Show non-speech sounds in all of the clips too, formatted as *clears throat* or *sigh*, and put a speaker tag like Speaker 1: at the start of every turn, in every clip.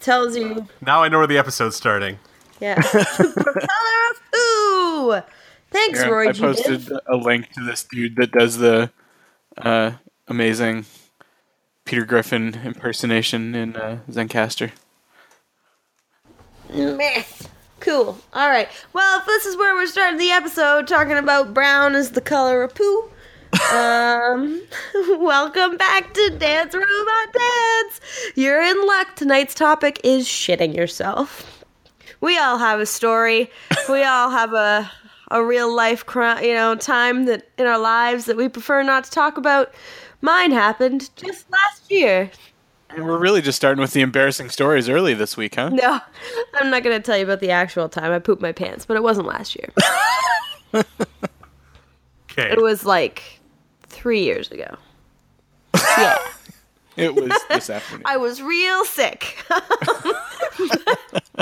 Speaker 1: tells you.
Speaker 2: Now I know where the episode's starting.
Speaker 1: Yeah. Propeller of Ooh. Thanks,
Speaker 3: Here,
Speaker 1: Roy.
Speaker 3: I
Speaker 1: G.
Speaker 3: posted a link to this dude that does the uh, amazing Peter Griffin impersonation in uh, Zencaster.
Speaker 1: Meh. Cool. All right. Well, if this is where we're starting the episode talking about brown is the color of poo. um, *laughs* welcome back to Dance Robot Dance. You're in luck. Tonight's topic is shitting yourself. We all have a story. we all have a a real life crime, you know, time that in our lives that we prefer not to talk about. Mine happened just last year.
Speaker 3: And we're really just starting with the embarrassing stories early this
Speaker 1: *laughs*
Speaker 3: week, huh?
Speaker 1: No, I'm not going to tell you about the actual time I pooped my pants, but it wasn't last year.
Speaker 2: Okay.
Speaker 1: It was like three years ago. Yeah, *laughs*
Speaker 3: It was this afternoon.
Speaker 1: I was real sick. *laughs*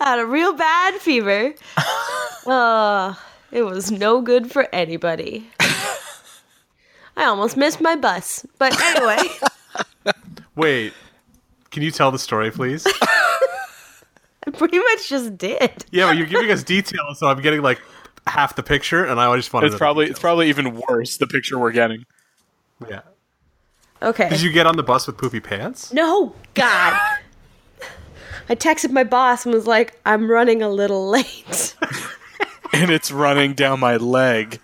Speaker 1: I had a real bad
Speaker 2: *laughs*
Speaker 1: fever. Oh, it was no good for anybody. I almost missed my bus. But
Speaker 2: *laughs*
Speaker 1: anyway,
Speaker 2: Wait. Can you tell the story, please?
Speaker 1: *laughs* I pretty much just did.
Speaker 2: yeah, but you're giving us details, so I'm getting like half the picture, and I just want
Speaker 3: It's probably it's probably even worse. The picture we're getting.
Speaker 2: yeah.
Speaker 1: Okay.
Speaker 2: Did you get on the bus with poopy pants?
Speaker 1: No, God. I texted my boss and was like, I'm running a little late.
Speaker 3: and it's running down my leg.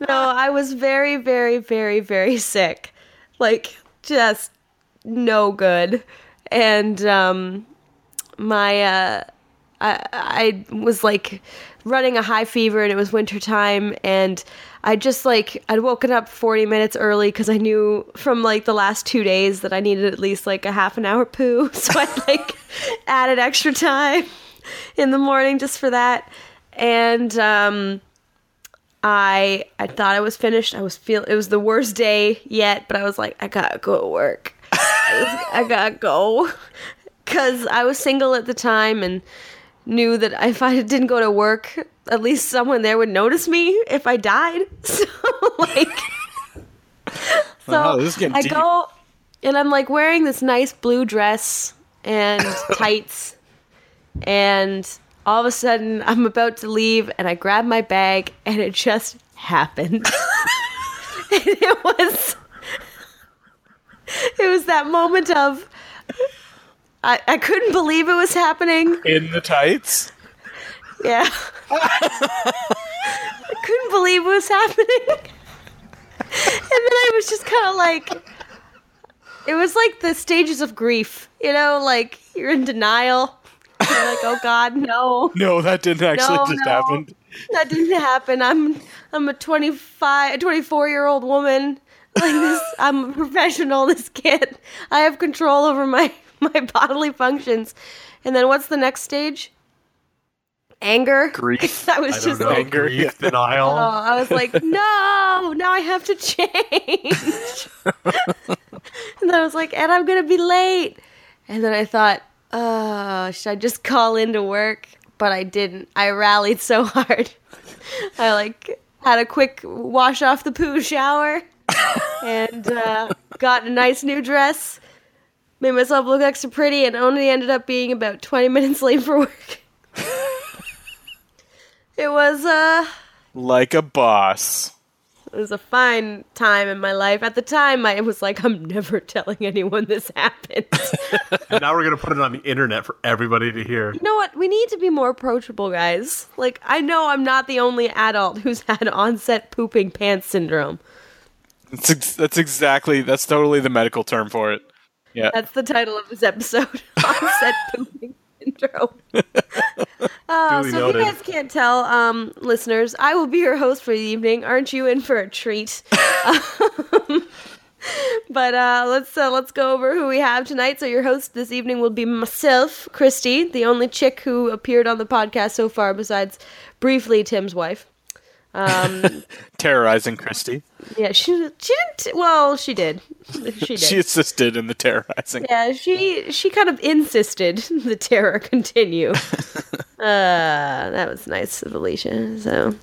Speaker 1: No, I was very, very, very, very sick. Like, just no good. And um, my, uh, I, I was like running a high fever and it was wintertime. And I just like, I'd woken up 40 minutes early because I knew from like the last two days that I needed at least like a half an hour poo. *laughs* So I like added extra time in the morning just for that. And, um, I I thought I was finished. I was feel it was the worst day yet, but I was like, I gotta go to work. I gotta go *laughs* because I was single at the time and knew that if I didn't go to work, at least someone there would notice me if I died. *laughs* So like, so
Speaker 3: *laughs* Wow, this is getting
Speaker 1: I
Speaker 3: deep.
Speaker 1: go and I'm like wearing this nice blue dress
Speaker 3: *laughs*
Speaker 1: and tights, and all of a sudden I'm about to leave and I grab my bag and it just happened. *laughs* and it was *laughs* it was that moment of I, I couldn't believe it was happening.
Speaker 3: In the tights.
Speaker 1: Yeah. I couldn't believe what was happening. *laughs* and then I was just kind of like, it was like the stages of grief, you know, like you're in denial. You're like, oh God, no,
Speaker 3: No, that didn't actually
Speaker 1: No,
Speaker 3: just
Speaker 1: no.
Speaker 3: happen.
Speaker 1: that didn't happen. I'm, I'm a 25, 24 year old woman. Like this, I'm a professional. This kid, I have control over my my bodily functions. And then what's the next stage? Anger. *laughs*
Speaker 3: Grief.
Speaker 1: That was
Speaker 2: I don't
Speaker 1: just
Speaker 2: know.
Speaker 1: like,
Speaker 3: anger,
Speaker 2: Grief,
Speaker 3: yeah.
Speaker 1: *laughs*
Speaker 2: denial.
Speaker 1: Oh, I was like, no, now I have to change. *laughs* and then I was like, and I'm going to be late. And then I thought, oh, should I just call in to work? But I didn't. I rallied so *laughs* hard. I like had a quick wash off the poo shower and uh, got a nice new dress. Made myself look extra pretty and only ended up being about 20 minutes late for work. *laughs* it was, uh,
Speaker 3: Like a boss.
Speaker 1: it was a fine time in my life. At the time, I was like, I'm never telling anyone this happened. you
Speaker 2: And now we're gonna put it on the internet for everybody to hear.
Speaker 1: know what? We need to be more approachable, guys. Like, I know I'm not the only adult who's *laughs* had onset pooping pants syndrome.
Speaker 3: That's, ex- that's exactly that's totally the medical term for it. Yeah.
Speaker 1: That's the title of this episode *laughs* onset pooping syndrome. Uh,
Speaker 2: Duly
Speaker 1: so,
Speaker 2: noted.
Speaker 1: if you guys can't tell, um, listeners, I will be your host for the evening. Aren't you in for a treat? *laughs* Um, but uh, let's uh, let's go over who we have tonight. So, your host this evening will be myself, Christy, the only chick who appeared on the podcast so far, besides briefly Tim's wife.
Speaker 3: Terrorizing Christy.
Speaker 1: Yeah, she she didn't. Well, she did. She did.
Speaker 3: *laughs* She assisted in the terrorizing.
Speaker 1: Yeah, she she kind of insisted *laughs* the terror
Speaker 3: *laughs*
Speaker 1: continue. uh, that was nice of Alicia. So,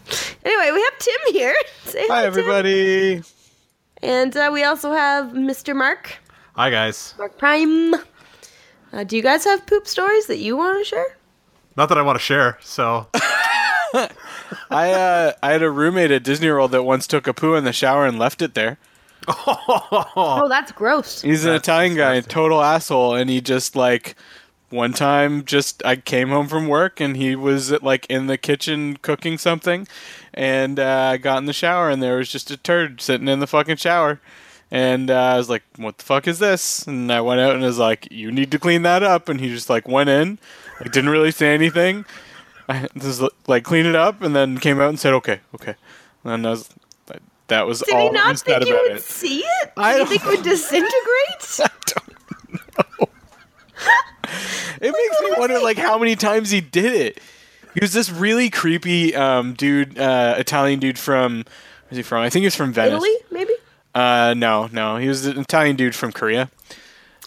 Speaker 1: anyway, we have Tim here. *laughs* Say
Speaker 3: Hi
Speaker 1: Tim.
Speaker 3: everybody.
Speaker 1: And uh, we also have Mr. Mark.
Speaker 2: Hi guys.
Speaker 1: Mark Prime. Uh, do you guys have poop stories that you want to share?
Speaker 2: Not that I want to share.
Speaker 1: *laughs*
Speaker 2: So
Speaker 3: I uh, I had a roommate at Disney World that once took a poo in the shower and left it there.
Speaker 1: Oh, that's gross.
Speaker 3: He's an
Speaker 2: That's
Speaker 3: Italian guy, total asshole, and he just like one time just I came home from work and he was like in the kitchen cooking something, and uh, I got in the shower and there was just a turd sitting in the fucking shower, and uh, I was like, "What the fuck is this?" And I went out and was like, "You need to clean that up," and he just like went in, like didn't really say anything, I just like cleaned it up and then came out and said, "Okay, okay," and then I was. That was
Speaker 1: Did
Speaker 3: all
Speaker 1: he
Speaker 3: that
Speaker 1: not
Speaker 3: was said
Speaker 1: think you
Speaker 3: about
Speaker 1: would
Speaker 3: it.
Speaker 1: see it? Did
Speaker 3: I
Speaker 1: you
Speaker 3: don't-
Speaker 1: think it
Speaker 3: *laughs*
Speaker 1: would disintegrate?
Speaker 3: It makes me
Speaker 1: was
Speaker 3: wonder,
Speaker 1: it?
Speaker 3: like, how many times he did it. He was this really creepy um, dude, uh, Italian dude from. Where's he from? I think he was from Venice.
Speaker 1: Italy, maybe?
Speaker 3: Uh, no, no, he was an Italian dude from Korea.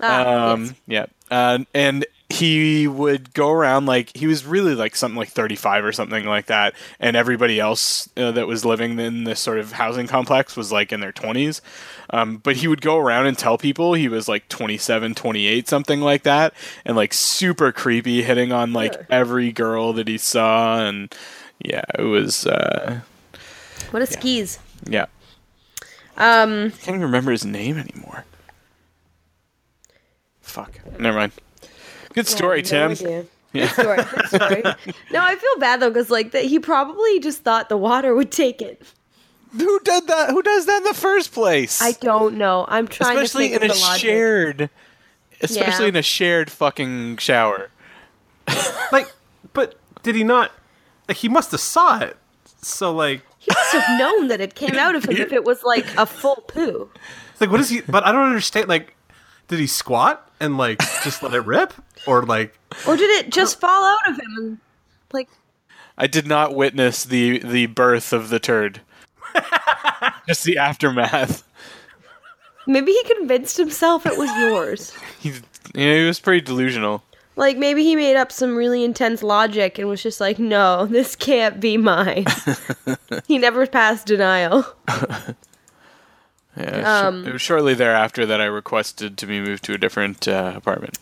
Speaker 1: Ah,
Speaker 3: Um,
Speaker 1: yes.
Speaker 3: Yeah, uh, and he would go around like he was really like something like 35 or something like that, and everybody else uh, that was living in this sort of housing complex was like in their 20s. Um, but he would go around and tell people he was like 27, 28, something like that, and like super creepy, hitting on like every girl that he saw, and yeah, it was uh,
Speaker 1: What a skis.
Speaker 3: yeah. Um, I can't even remember his name anymore. Fuck. Never mind. Good story,
Speaker 1: *laughs*
Speaker 3: Tim.
Speaker 1: Good story. Good story. no, I feel bad though, because like that, he probably just thought the water would take it.
Speaker 3: Who did that? Who does that in the first place?
Speaker 1: I don't know. I'm trying
Speaker 3: especially
Speaker 1: to think
Speaker 3: in a
Speaker 1: of the logic.
Speaker 3: shared, especially
Speaker 1: Yeah.
Speaker 3: in a shared fucking shower.
Speaker 2: like, but did he not? Like, he must have saw it. So like,
Speaker 1: He must have known that it came out of him if it was like a full poo.
Speaker 2: it's like what is he? But I don't understand. Like, did he squat and like just let it rip, or like?
Speaker 1: Or did it just fall out of him and like
Speaker 3: I did not witness the the birth of the
Speaker 1: *laughs*
Speaker 3: turd. Just the aftermath.
Speaker 1: maybe he convinced himself it was yours.
Speaker 3: He, yeah, he was pretty delusional.
Speaker 1: Like maybe he made up some really intense logic and was just like, "No, this can't be mine." he never passed denial.
Speaker 3: Yeah, sh-
Speaker 1: Um,
Speaker 3: it was shortly thereafter that I requested to be moved to a different uh, apartment.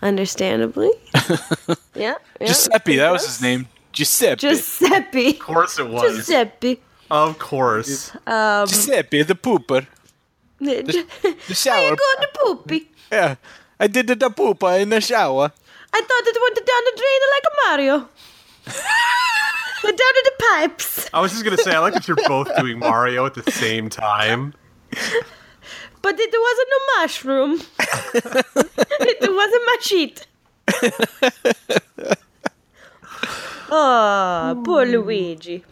Speaker 1: Understandably. yeah, yeah.
Speaker 3: Giuseppe, that was his name. Giuseppe.
Speaker 1: Giuseppe.
Speaker 2: Of course it was.
Speaker 1: Giuseppe.
Speaker 2: Of course.
Speaker 3: Giuseppe, the pooper.
Speaker 1: Ju-
Speaker 3: The
Speaker 1: I
Speaker 3: shower.
Speaker 1: going to poopy.
Speaker 3: yeah. I did the, the pooper in the shower.
Speaker 1: I thought it went down the drain like a *laughs* Mario. went down to the pipes.
Speaker 2: I was just gonna say I like that you're both doing Mario at the same time.
Speaker 1: But it wasn't no *laughs* mushroom. it wasn't my sheet. oh, poor Luigi.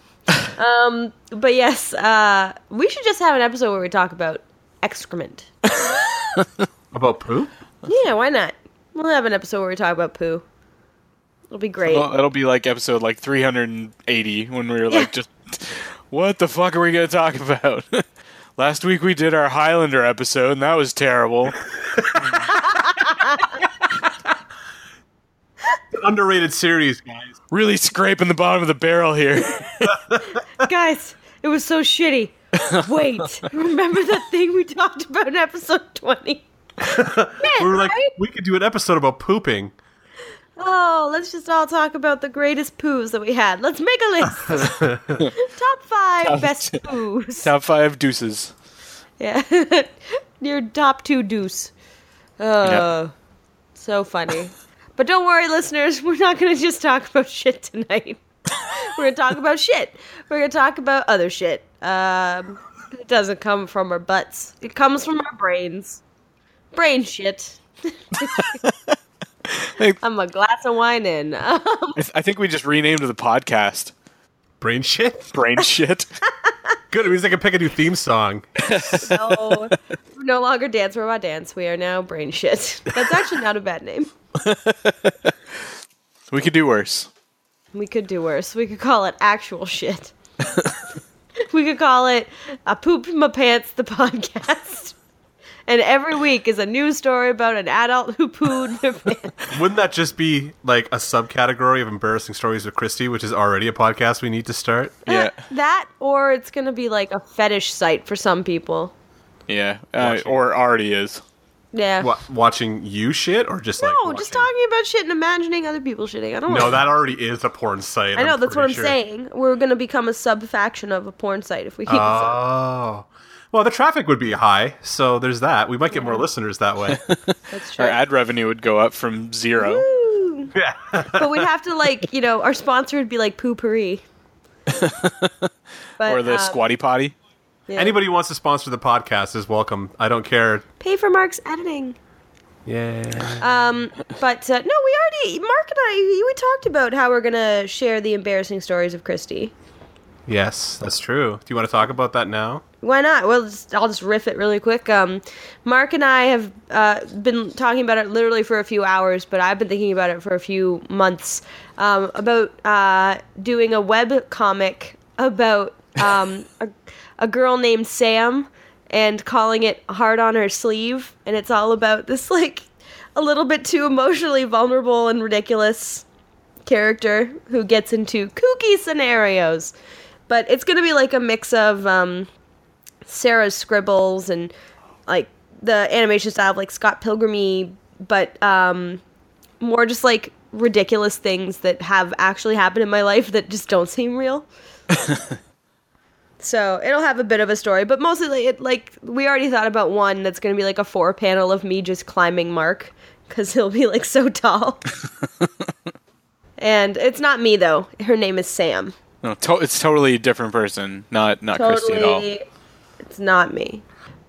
Speaker 1: Um, but yes, uh, we should just have an episode where we talk about excrement.
Speaker 2: About poop?
Speaker 1: Yeah, why not? We'll have an episode where we talk about poo. It'll be great.
Speaker 3: Well, that'll be like episode like 380 when we were like
Speaker 1: Yeah.
Speaker 3: just what the fuck are we going to talk about? *laughs* Last week we did our Highlander episode and that was terrible.
Speaker 2: Underrated series, guys.
Speaker 3: really scraping the bottom of the barrel here. *laughs*
Speaker 1: Guys, it was so shitty. Wait,
Speaker 2: *laughs*
Speaker 1: remember that thing we talked about in episode 20?
Speaker 2: We were like,
Speaker 1: Right?
Speaker 2: we could do an episode about pooping.
Speaker 1: Oh, let's just all talk about the greatest poos that we had. Let's make a list.
Speaker 2: *laughs*
Speaker 1: Top five best poos.
Speaker 3: Top 5 deuces.
Speaker 1: Yeah. *laughs* Your top two deuce. Uh, So funny. But don't worry, listeners. We're not going to just talk about shit tonight. *laughs* We're going to talk about shit. We're going to talk about other shit. Um, it doesn't come from our butts, it comes from our brains. Brain shit.
Speaker 3: Hey.
Speaker 1: *laughs* I'm a glass of wine in. *laughs* Um,
Speaker 3: I, th- I think we just renamed the podcast
Speaker 2: Brain shit?
Speaker 1: *laughs*
Speaker 3: Brain Shit.
Speaker 2: Good, it means I can pick a new theme song.
Speaker 1: no, we're no longer Dance Robot Dance. We are now Brain Shit. That's actually not a bad name.
Speaker 3: we could do worse.
Speaker 1: We could do worse. We could call it actual shit. we could call it a poop in my pants the *laughs* podcast. And every week is a news story about an adult who pooed their pants.
Speaker 2: *laughs* Wouldn't that just be like a subcategory of embarrassing stories with Christy, which is already a podcast we need to start?
Speaker 1: *laughs*
Speaker 3: Yeah.
Speaker 1: That or it's gonna be like a fetish site for some people.
Speaker 3: Yeah, uh, or already is.
Speaker 1: Yeah.
Speaker 2: What, watching you shit or just like
Speaker 1: No, just
Speaker 2: watching-
Speaker 1: talking about shit and imagining other people shitting. I don't.
Speaker 2: No,
Speaker 1: want
Speaker 2: that already is a porn site.
Speaker 1: I know that's what I'm
Speaker 2: pretty sure.
Speaker 1: saying. We're gonna become a sub faction of a porn site if we keep this up.
Speaker 2: Oh. Well, the traffic would be high, so there's that. We might get more listeners that way.
Speaker 1: That's true.
Speaker 3: Our ad revenue would go up from zero.
Speaker 1: Woo.
Speaker 2: yeah.
Speaker 1: but we'd have to like you know our sponsor would be like poopery. but,
Speaker 3: or the
Speaker 1: um,
Speaker 3: squatty potty.
Speaker 1: yeah.
Speaker 2: Anybody who wants to sponsor the podcast is welcome. I don't care.
Speaker 1: pay for Mark's editing.
Speaker 2: Yeah.
Speaker 1: But uh, no, we already Mark and I we talked about how we're gonna share the embarrassing stories of Christy.
Speaker 2: yes, that's true. Do you want to talk about that now?
Speaker 1: Why not? Well, just, I'll just riff it really quick. Um, Mark and I have uh, been talking about it literally for a few hours, but I've been thinking about it for a few months um, about uh, doing a web comic about um, a, a girl named Sam and calling it "Hard on Her Sleeve," and it's all about this *laughs* like a little bit too emotionally vulnerable and ridiculous character who gets into kooky scenarios. But it's going to be like a mix of um, Sarah's scribbles and like the animation style of like Scott Pilgrimy, but um, more just like ridiculous things that have actually happened in my life that just don't seem real. so it'll have a bit of a story, but mostly like, it like we already thought about one that's going to be like a four panel of me just climbing Mark because he'll be like so tall. and it's not me though. Her name is Sam.
Speaker 3: No, to- it's totally a different person. Not not Christy at all.
Speaker 1: totally it's not me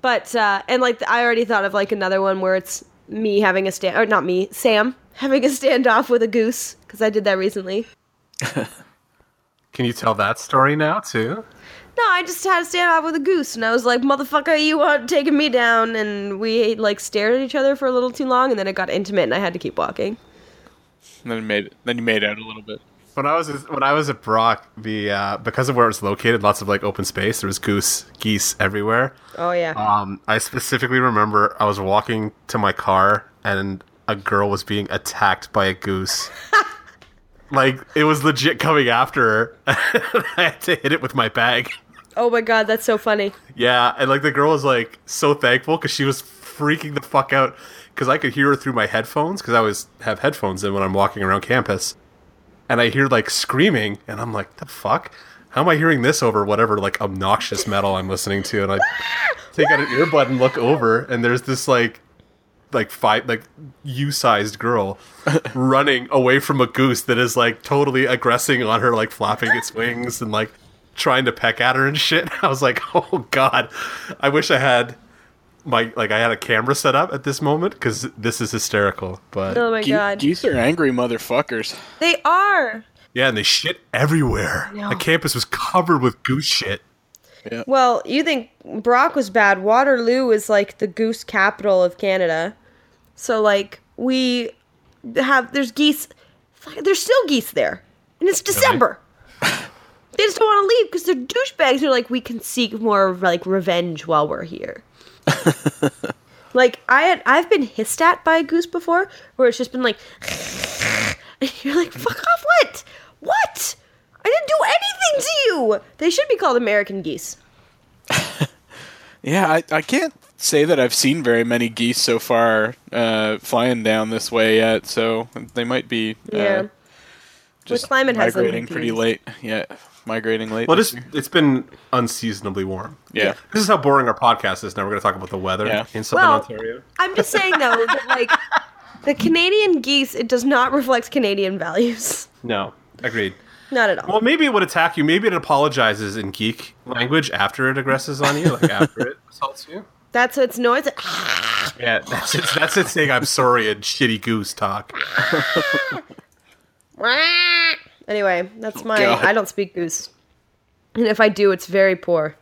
Speaker 1: but uh and like i already thought of like another one where it's me having a stand or not me sam having a standoff with a goose because i did that recently
Speaker 2: Can you tell that story now too?
Speaker 1: no i just had a standoff with a goose and i was like motherfucker you aren't taking me down and we like stared at each other for a little too long and then it got intimate and i had to keep walking
Speaker 3: And then made then you made out a little bit.
Speaker 1: Oh
Speaker 2: When I was when I was at Brock, the uh, because of where it was located, lots of like open space. There was goose, geese everywhere.
Speaker 1: oh yeah
Speaker 2: Um, I specifically remember I was walking to my car and a girl was being attacked by a goose. like it was legit coming after her. *laughs* I had to hit it with my bag.
Speaker 1: oh my god that's so funny
Speaker 2: Yeah, and like the girl was like so thankful because she was freaking the fuck out because I could hear her through my headphones because I always have headphones in when I'm walking around campus, and I hear like screaming, and I'm like, the fuck. How am I hearing this over whatever like obnoxious metal I'm listening to? And I take out an earbud and look over, and there's this like, like five like you-sized girl running away from a goose that is like totally aggressing on her, like flapping its wings and like trying to peck at her and shit. *laughs* I was like, oh god, I wish I had my like I had a camera set up at this moment because this is hysterical. But
Speaker 1: oh my
Speaker 3: Ge-
Speaker 1: god
Speaker 3: Geese are angry motherfuckers.
Speaker 1: they are
Speaker 2: yeah, and they shit everywhere.
Speaker 1: know.
Speaker 2: The campus was covered with goose shit.
Speaker 1: well you think brock was bad waterloo is like the goose capital of canada so like we have there's geese fuck, there's still geese there and it's december *laughs* they just don't want to leave because they're douchebags they're like we can seek more like revenge while we're here like i had i've been hissed at by a goose before where it's just been like *laughs* and you're like fuck off what what i didn't do anything to you they should be called american geese
Speaker 3: Yeah, I, I can't say that I've seen very many geese so far uh, flying down this way yet. So they might be uh,
Speaker 1: yeah
Speaker 3: just
Speaker 1: climate has them
Speaker 3: migrating pretty
Speaker 1: confused.
Speaker 3: late. Yeah, migrating late.
Speaker 2: Well,
Speaker 3: this
Speaker 2: it's
Speaker 3: year.
Speaker 2: it's been unseasonably warm.
Speaker 3: yeah.
Speaker 2: This is how boring our podcast is. Now we're going to talk about the weather
Speaker 3: Yeah.
Speaker 2: in southern
Speaker 1: Well-
Speaker 2: Ontario.
Speaker 1: I'm just saying though that like the Canadian geese, it does not reflect Canadian values.
Speaker 2: No, agreed.
Speaker 1: Not at all.
Speaker 2: Well, maybe it would attack you. Maybe it apologizes in geek language after it aggresses on *laughs* you, like after it assaults you.
Speaker 1: That's its noise.
Speaker 2: Yeah, that's its, that's its saying I'm sorry and shitty goose talk.
Speaker 1: anyway, that's my.
Speaker 3: God.
Speaker 1: I don't speak goose, and if I do, it's very poor.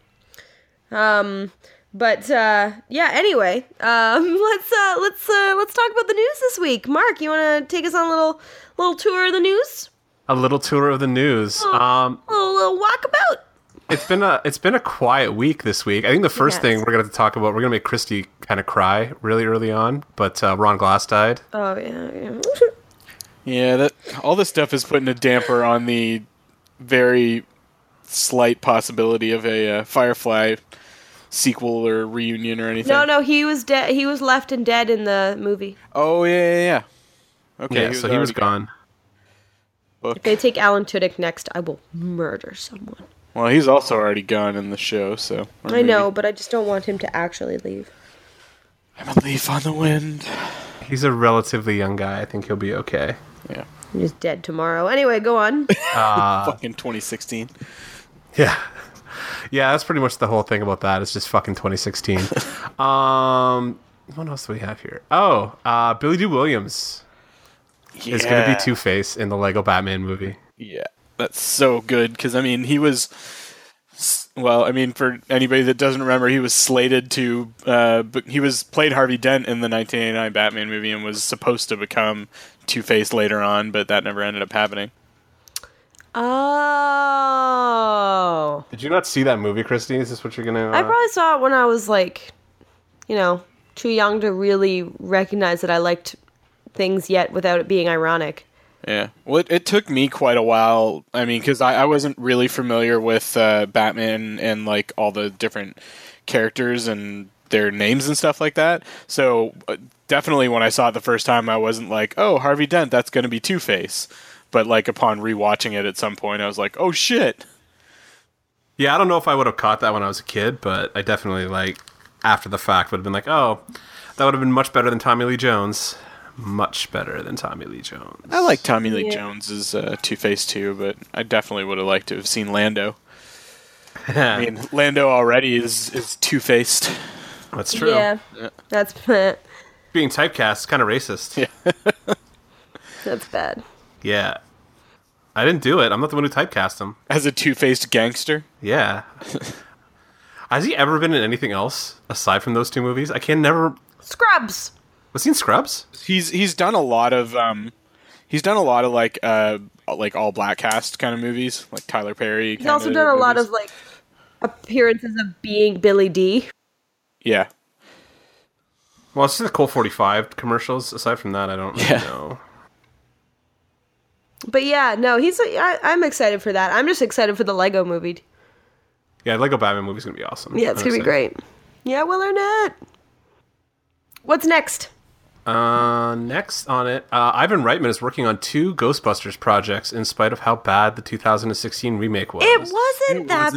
Speaker 1: Um, but uh, yeah. Anyway, um, *laughs* let's uh, let's uh, let's talk about the news this week. Mark, you want to take us on a little little tour of the news?
Speaker 2: A little tour of the news. Um,
Speaker 1: A little, little walkabout.
Speaker 2: it's been a it's been a quiet week this week. I think the first
Speaker 1: Yes.
Speaker 2: thing we're going to talk about we're going to make Christy kind of cry really early on, but uh, Ron Glass died.
Speaker 1: Oh yeah. yeah.
Speaker 3: Yeah, that all this stuff is putting a damper on the very slight possibility of a uh, Firefly sequel or reunion or anything.
Speaker 1: No, no, he was dead. He was left and dead in the movie.
Speaker 3: Oh yeah, yeah, yeah. Okay,
Speaker 2: yeah, so he was
Speaker 3: already
Speaker 2: gone.
Speaker 1: If they take Alan Tudyk next, I will murder someone.
Speaker 3: Well, he's also already gone in the show, so or
Speaker 1: I
Speaker 3: maybe-
Speaker 1: know, but I just don't want him to actually leave.
Speaker 3: I'm a leaf on the wind.
Speaker 2: He's a relatively young guy. I think he'll be okay.
Speaker 3: Yeah,
Speaker 1: He's dead tomorrow. Anyway, go on.
Speaker 2: Uh,
Speaker 3: fucking 2016.
Speaker 2: Yeah. Yeah, that's pretty much the whole thing about that. It's just fucking 2016. um, what else do we have here? Oh, uh, Billy Dee Williams is going to
Speaker 3: Yeah.
Speaker 2: be Two Face in the Lego Batman movie.
Speaker 3: Yeah, that's so good because I mean he was. s- Well, I mean, for anybody that doesn't remember, he was slated to, uh, but he was played Harvey Dent in the 1989 Batman movie and was supposed to become Two Face later on, but that never ended up happening.
Speaker 1: Oh.
Speaker 2: Did you not see that movie, Christy? Is this what you're gonna? Uh...
Speaker 1: I probably saw it when I was like, you know, too young to really recognize that I liked things yet without it being ironic.
Speaker 3: Yeah. Well, it, it took me quite a while. I mean, because I, I wasn't really familiar with uh, Batman and like all the different characters and their names and stuff like that. So uh, definitely, when I saw it the first time, I wasn't like, "Oh, Harvey Dent, that's going to be Two Face." But like upon rewatching it at some point, I was like, "Oh shit!"
Speaker 2: yeah, I don't know if I would have caught that when I was a kid, but I definitely like after the fact would have been like, oh, that would have been much better than Tommy Lee Jones. Much better than Tommy Lee Jones.
Speaker 3: I like Tommy Lee
Speaker 1: Yeah.
Speaker 3: Jones's uh, Two Face too, but I definitely would have liked to have seen Lando. *laughs* I mean, Lando already is is Two Faced.
Speaker 2: *laughs* that's true.
Speaker 1: Yeah. That's *laughs* that's
Speaker 2: Being typecast is kind of
Speaker 3: *laughs*
Speaker 2: racist. Yeah.
Speaker 1: bad.
Speaker 2: yeah, I didn't do it. I'm not the one who typecast him.
Speaker 3: *laughs* as a two-faced gangster. *laughs*
Speaker 2: Yeah. Has he ever been in anything else aside from those two movies? I can never.
Speaker 1: Scrubs.
Speaker 2: Was he in Scrubs?
Speaker 3: He's he's done a lot of um, he's done a lot of like uh like all black cast kind of movies, like Tyler Perry.
Speaker 1: He's also done a lot of like appearances of being Billy D.
Speaker 3: yeah.
Speaker 2: Well, it's just the Cole 45 commercials. Aside from that, I don't really
Speaker 3: Yeah.
Speaker 2: know.
Speaker 1: But yeah, no, he's. I, I'm excited for that. I'm just excited for the Lego movie.
Speaker 2: Yeah, Lego Batman movie's gonna be awesome.
Speaker 1: Yeah, it's gonna be
Speaker 2: Honestly.
Speaker 1: great. Yeah, Will Arnett. What's next?
Speaker 2: Uh, next on it, uh, Ivan Reitman is working on two Ghostbusters projects in spite of how bad the 2016 remake was.
Speaker 1: It wasn't, that,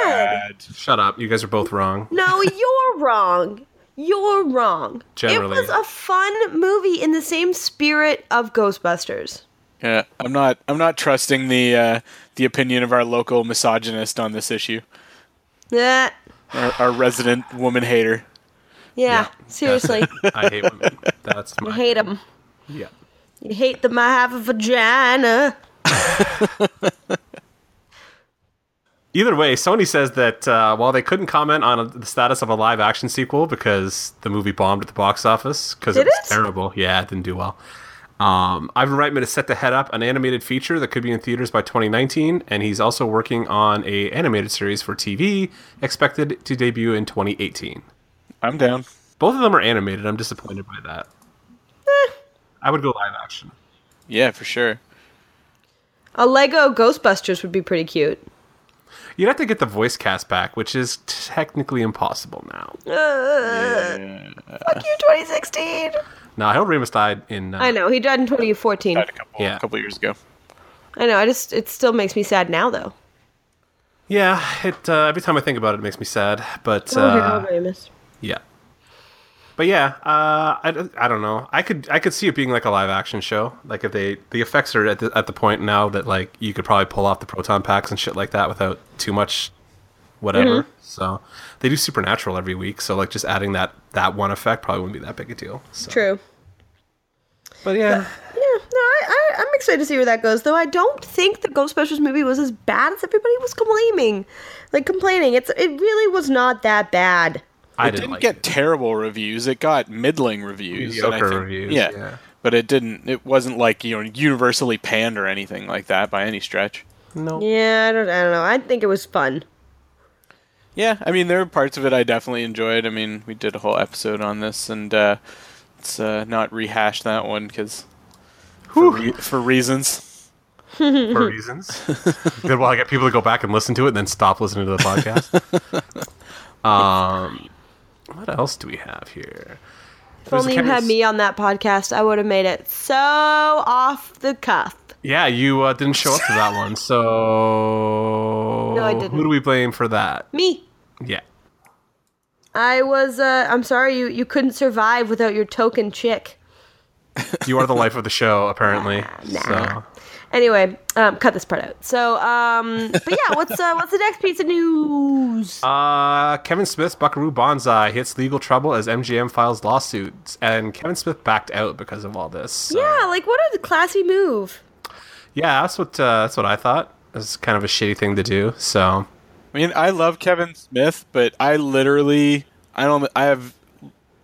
Speaker 1: bad.
Speaker 2: Shut up, you guys are both wrong.
Speaker 1: No, you're wrong. You're wrong.
Speaker 2: Generally.
Speaker 1: It was a fun movie in the same spirit of Ghostbusters.
Speaker 3: Yeah, I'm not I'm not trusting the uh, the opinion of our local misogynist on this issue,
Speaker 1: Yeah.
Speaker 3: our, our resident woman hater.
Speaker 1: Yeah. Seriously.
Speaker 2: I hate women. That's my
Speaker 1: I hate them.
Speaker 2: Yeah.
Speaker 1: You hate them. I have a vagina.
Speaker 2: Either way, Sony says that uh, while they couldn't comment on the status of a live action sequel because the movie bombed at the box office because
Speaker 1: Did
Speaker 2: it was
Speaker 1: it?
Speaker 2: terrible. Yeah, it didn't do well. Um, Ivan Reitman is set to head up an animated feature that could be in theaters by 2019, and he's also working on a animated series for TV expected to debut in 2018.
Speaker 3: I'm down.
Speaker 2: Both of them are animated. I'm disappointed by that.
Speaker 1: Eh.
Speaker 2: I would go live action.
Speaker 3: Yeah, for sure.
Speaker 1: A Lego Ghostbusters would be pretty cute.
Speaker 2: You'd have to get the voice cast back, which is technically impossible now.
Speaker 1: Eh.
Speaker 3: Yeah.
Speaker 1: Fuck you, 2016.
Speaker 2: Now, Harold Ramis died in. Uh,
Speaker 1: I know. He died in 2014.
Speaker 3: Died a couple
Speaker 2: Yeah.
Speaker 3: a couple years ago.
Speaker 1: I know. I just, it still makes me sad now, though.
Speaker 2: Yeah, it uh, every time I think about it, it makes me sad.
Speaker 1: Oh,
Speaker 2: But uh, yeah, but yeah, uh, I, don't- I don't know. I could I could see it being like a live action show. Like if they the effects are at the, at the point now that like you could probably pull off the proton packs and shit like that without too much whatever. So they do Supernatural every week. So like just adding that that one effect probably wouldn't be that big a deal. So.
Speaker 1: True.
Speaker 2: But yeah,
Speaker 1: Yeah, no, I, I, I'm excited to see where that goes. Though I don't think the Ghostbusters movie was as bad as everybody was complaining, like complaining. It's it really was not that bad.
Speaker 2: I
Speaker 3: it
Speaker 2: didn't,
Speaker 3: didn't
Speaker 2: like
Speaker 3: get
Speaker 2: it.
Speaker 3: terrible reviews. It got middling reviews. and I
Speaker 2: Mediocre
Speaker 3: think-
Speaker 2: reviews,
Speaker 3: Yeah.
Speaker 2: yeah.
Speaker 3: But it didn't. It wasn't like you know universally panned or anything like that by any stretch.
Speaker 2: no.
Speaker 1: Yeah, I don't, I don't know. I think it was fun.
Speaker 3: Yeah, I mean there are parts of it I definitely enjoyed. I mean we did a whole episode on this, and uh, let's uh, not rehash that one because for, re- for reasons.
Speaker 2: for
Speaker 1: Mm-hmm. *laughs*
Speaker 2: reasons. Good. Well, I get people to go back and listen to it and then stop listening to the podcast. Um, what else do we have here?
Speaker 1: If only you had me on that podcast, I would have made it so off the cuff.
Speaker 2: Yeah, you uh, didn't show up to that one, so
Speaker 1: No, I didn't.
Speaker 2: Who do we blame for that?
Speaker 1: Me.
Speaker 2: Yeah,
Speaker 1: I was uh I'm sorry you you couldn't survive without your token chick.
Speaker 2: you are the life of the
Speaker 1: *laughs*
Speaker 2: show, apparently. So
Speaker 1: Anyway, um cut this part out. So um but yeah, what's uh what's the next piece of news?
Speaker 2: Uh, Kevin Smith's Buckaroo Banzai hits legal trouble as MGM files lawsuits, and Kevin Smith backed out because of all this. So,
Speaker 1: yeah, like what a classy move.
Speaker 2: yeah, that's what uh, that's what I thought. It's kind of a shitty thing to do. So
Speaker 3: I mean, I love Kevin Smith, but I literally, I don't, I have,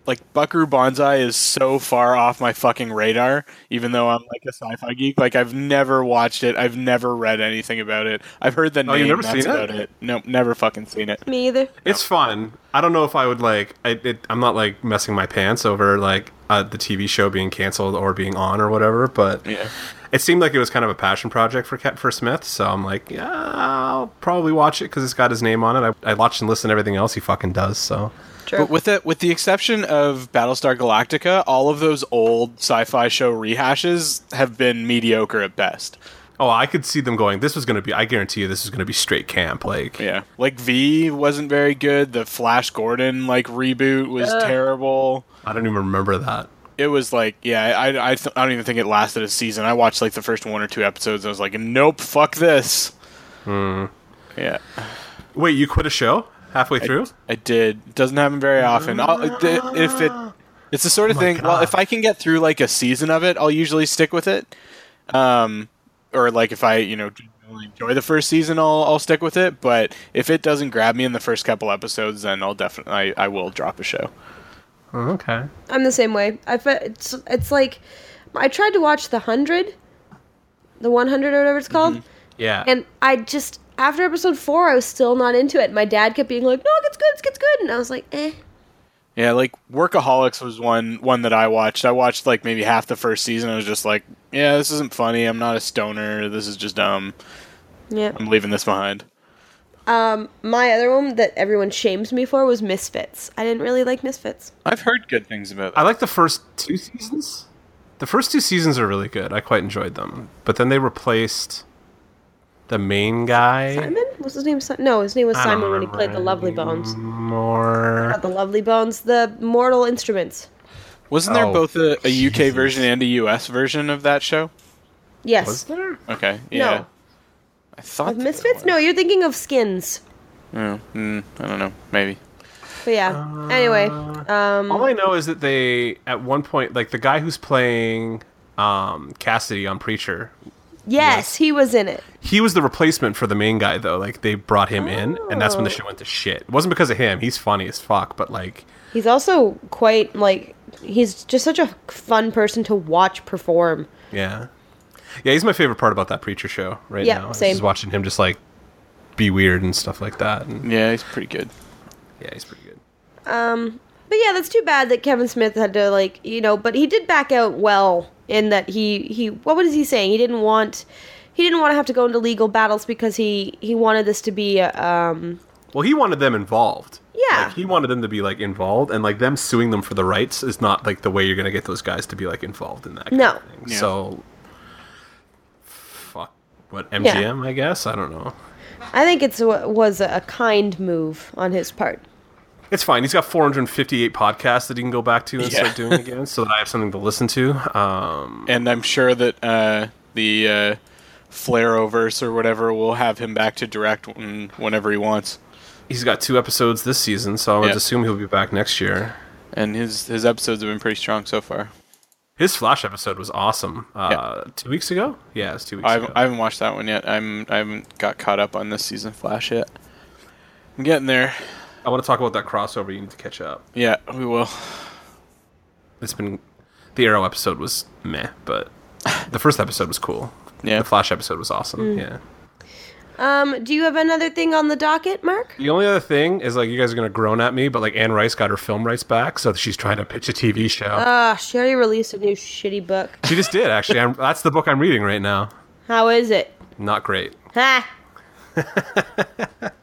Speaker 3: like, Buckaroo Banzai is so far off my fucking radar, even though I'm, like, a sci fi geek. Like, I've never watched it. I've never read anything about it. I've heard the
Speaker 2: Oh, you've
Speaker 3: name.
Speaker 2: never
Speaker 3: that's
Speaker 2: seen it?
Speaker 3: about it. Nope, never fucking seen it.
Speaker 1: Me either.
Speaker 2: it's fun. I don't know if I would like. I, it, I'm not like messing my pants over like uh, the TV show being canceled or being on or whatever. But
Speaker 3: Yeah.
Speaker 2: it seemed like it was kind of a passion project for Ke- for Smith. So I'm like, yeah, I'll probably watch it because it's got his name on it. I, I watch and listen to everything else he fucking does. So
Speaker 1: Sure.
Speaker 3: But with it, with the exception of Battlestar Galactica, all of those old sci-fi show rehashes have been mediocre at best.
Speaker 2: Oh, I could see them going. This was going to be. I guarantee you, this is going to be straight camp. Like,
Speaker 3: Yeah, like V wasn't very good. The Flash Gordon like reboot was terrible.
Speaker 2: I don't even remember that.
Speaker 3: It was like, yeah, I I, th- I don't even think it lasted a season. I watched like the first one or two episodes. and I was like, nope, fuck this. Yeah,
Speaker 2: Wait, you quit a show halfway through?
Speaker 3: I did. It doesn't happen very often. I'll, it- if it, it's the sort of thing. Well,
Speaker 2: God.
Speaker 3: if I can get through like a season of it, I'll usually stick with it. Um, or like if I, you know, really enjoy the first season, I'll I'll stick with it. But if it doesn't grab me in the first couple episodes, then I'll definitely I, I will drop a show.
Speaker 2: Oh, okay.
Speaker 1: I'm the same way. I fe- it's it's like I tried to watch the hundred, the one hundred or whatever it's called,
Speaker 2: Yeah.
Speaker 1: and I just after episode four I was still not into it. My dad kept being like, "No, it's good, it's good, it's good," and I was like, "Eh."
Speaker 3: Yeah, like Workaholics was one one that I watched. I watched like maybe half the first season. I was just like, yeah, this isn't funny. I'm not a stoner. This is just dumb.
Speaker 1: Yeah.
Speaker 3: I'm leaving this behind.
Speaker 1: My other one that everyone shames me for was Misfits. I didn't really like Misfits.
Speaker 3: I've heard good things about
Speaker 2: I like the first two seasons. The first two seasons are really good. I quite enjoyed them. But then they replaced the main guy.
Speaker 1: Simon? Was his name? Si- No, his name was
Speaker 2: I don't
Speaker 1: Simon when he
Speaker 2: remember
Speaker 1: played the Lovely Bones.
Speaker 2: More.
Speaker 1: Not the Lovely Bones, the Mortal Instruments.
Speaker 3: Wasn't there
Speaker 2: Oh,
Speaker 3: both a, *laughs* a UK
Speaker 2: Jesus.
Speaker 3: version and a US version of that show?
Speaker 1: Yes.
Speaker 2: Was there?
Speaker 3: Okay, yeah. I thought
Speaker 1: Of
Speaker 3: that
Speaker 1: Misfits?
Speaker 3: there
Speaker 1: No, you're thinking of Skins.
Speaker 3: was. No. Mm, I don't know. Maybe.
Speaker 1: But yeah. anyway, um,
Speaker 2: All I know is that they, at one point, like the guy who's playing um, Cassidy on Preacher,
Speaker 1: yes, he was in it.
Speaker 2: he was the replacement for the main guy though like they brought him in and that's when the
Speaker 1: Oh.
Speaker 2: show went to shit it wasn't because of him he's funny as fuck but like
Speaker 1: He's also quite like he's just such a fun person to watch perform.
Speaker 2: yeah yeah he's my favorite part about that preacher show right
Speaker 1: Yeah,
Speaker 2: now is
Speaker 1: same.
Speaker 2: just watching him just like be weird and stuff like that and
Speaker 3: Yeah, he's pretty good.
Speaker 2: yeah he's pretty good
Speaker 1: But yeah, that's too bad that Kevin Smith had to like you know. But he did back out well in that he he what was he saying? He didn't want he didn't want to have to go into legal battles because he he wanted this to be a, um
Speaker 2: well he wanted them involved
Speaker 1: Yeah.
Speaker 2: like, he wanted them to be like involved and like them suing them for the rights is not like the way you're gonna get those guys to be like involved in that kind
Speaker 1: No.
Speaker 2: of thing.
Speaker 3: Yeah.
Speaker 2: so fuck what mgm i guess i don't know
Speaker 1: I think it's wa- was a kind move on his part.
Speaker 2: It's fine. He's got 458 podcasts that he can go back to and
Speaker 3: Yeah.
Speaker 2: start doing again, so that I have something to listen to. Um,
Speaker 3: And I'm sure that uh, the uh, Flareoverse or whatever will have him back to direct when, whenever he wants.
Speaker 2: he's got two episodes this season, so I would
Speaker 3: Yeah.
Speaker 2: assume he'll be back next year.
Speaker 3: And his his episodes have been pretty strong so far.
Speaker 2: His Flash episode was awesome. Uh, Two weeks ago? Yeah, it was two weeks
Speaker 3: I
Speaker 2: ago.
Speaker 3: haven't, I haven't watched that one yet. I'm I haven't got caught up on this season of Flash yet. I'm getting there.
Speaker 2: I want to talk about that crossover. You need to catch up.
Speaker 3: Yeah, we will.
Speaker 2: It's been the Arrow episode was meh, but the first episode was cool.
Speaker 3: Yeah.
Speaker 2: The Flash episode was awesome. Yeah.
Speaker 1: Um, do you have another thing on the docket, Mark?
Speaker 2: The only other thing is like you guys are gonna groan at me, but like Anne Rice got her film rights back, so she's trying to pitch a TV show.
Speaker 1: Ah, she already released a new shitty book.
Speaker 2: she just did actually. I'm, that's the book I'm reading right now.
Speaker 1: How is it?
Speaker 2: Not great.
Speaker 1: Ha!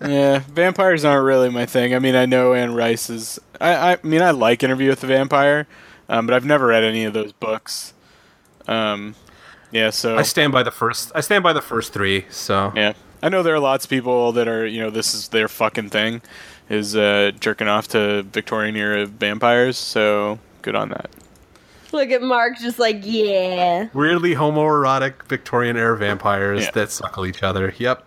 Speaker 3: Yeah, vampires aren't really my thing. I mean, I know Anne Rice is. I, I mean, I like Interview with the Vampire, um, but I've never read any of those books. Um, yeah, so
Speaker 2: I stand by the first. I stand by the first three. So
Speaker 3: yeah, I know there are lots of people that are you know this is their fucking thing, is uh, jerking off to Victorian era vampires. So good on that.
Speaker 1: Look at Mark, just like yeah.
Speaker 2: weirdly homoerotic Victorian era vampires
Speaker 3: Yeah.
Speaker 2: that suckle each other. Yep,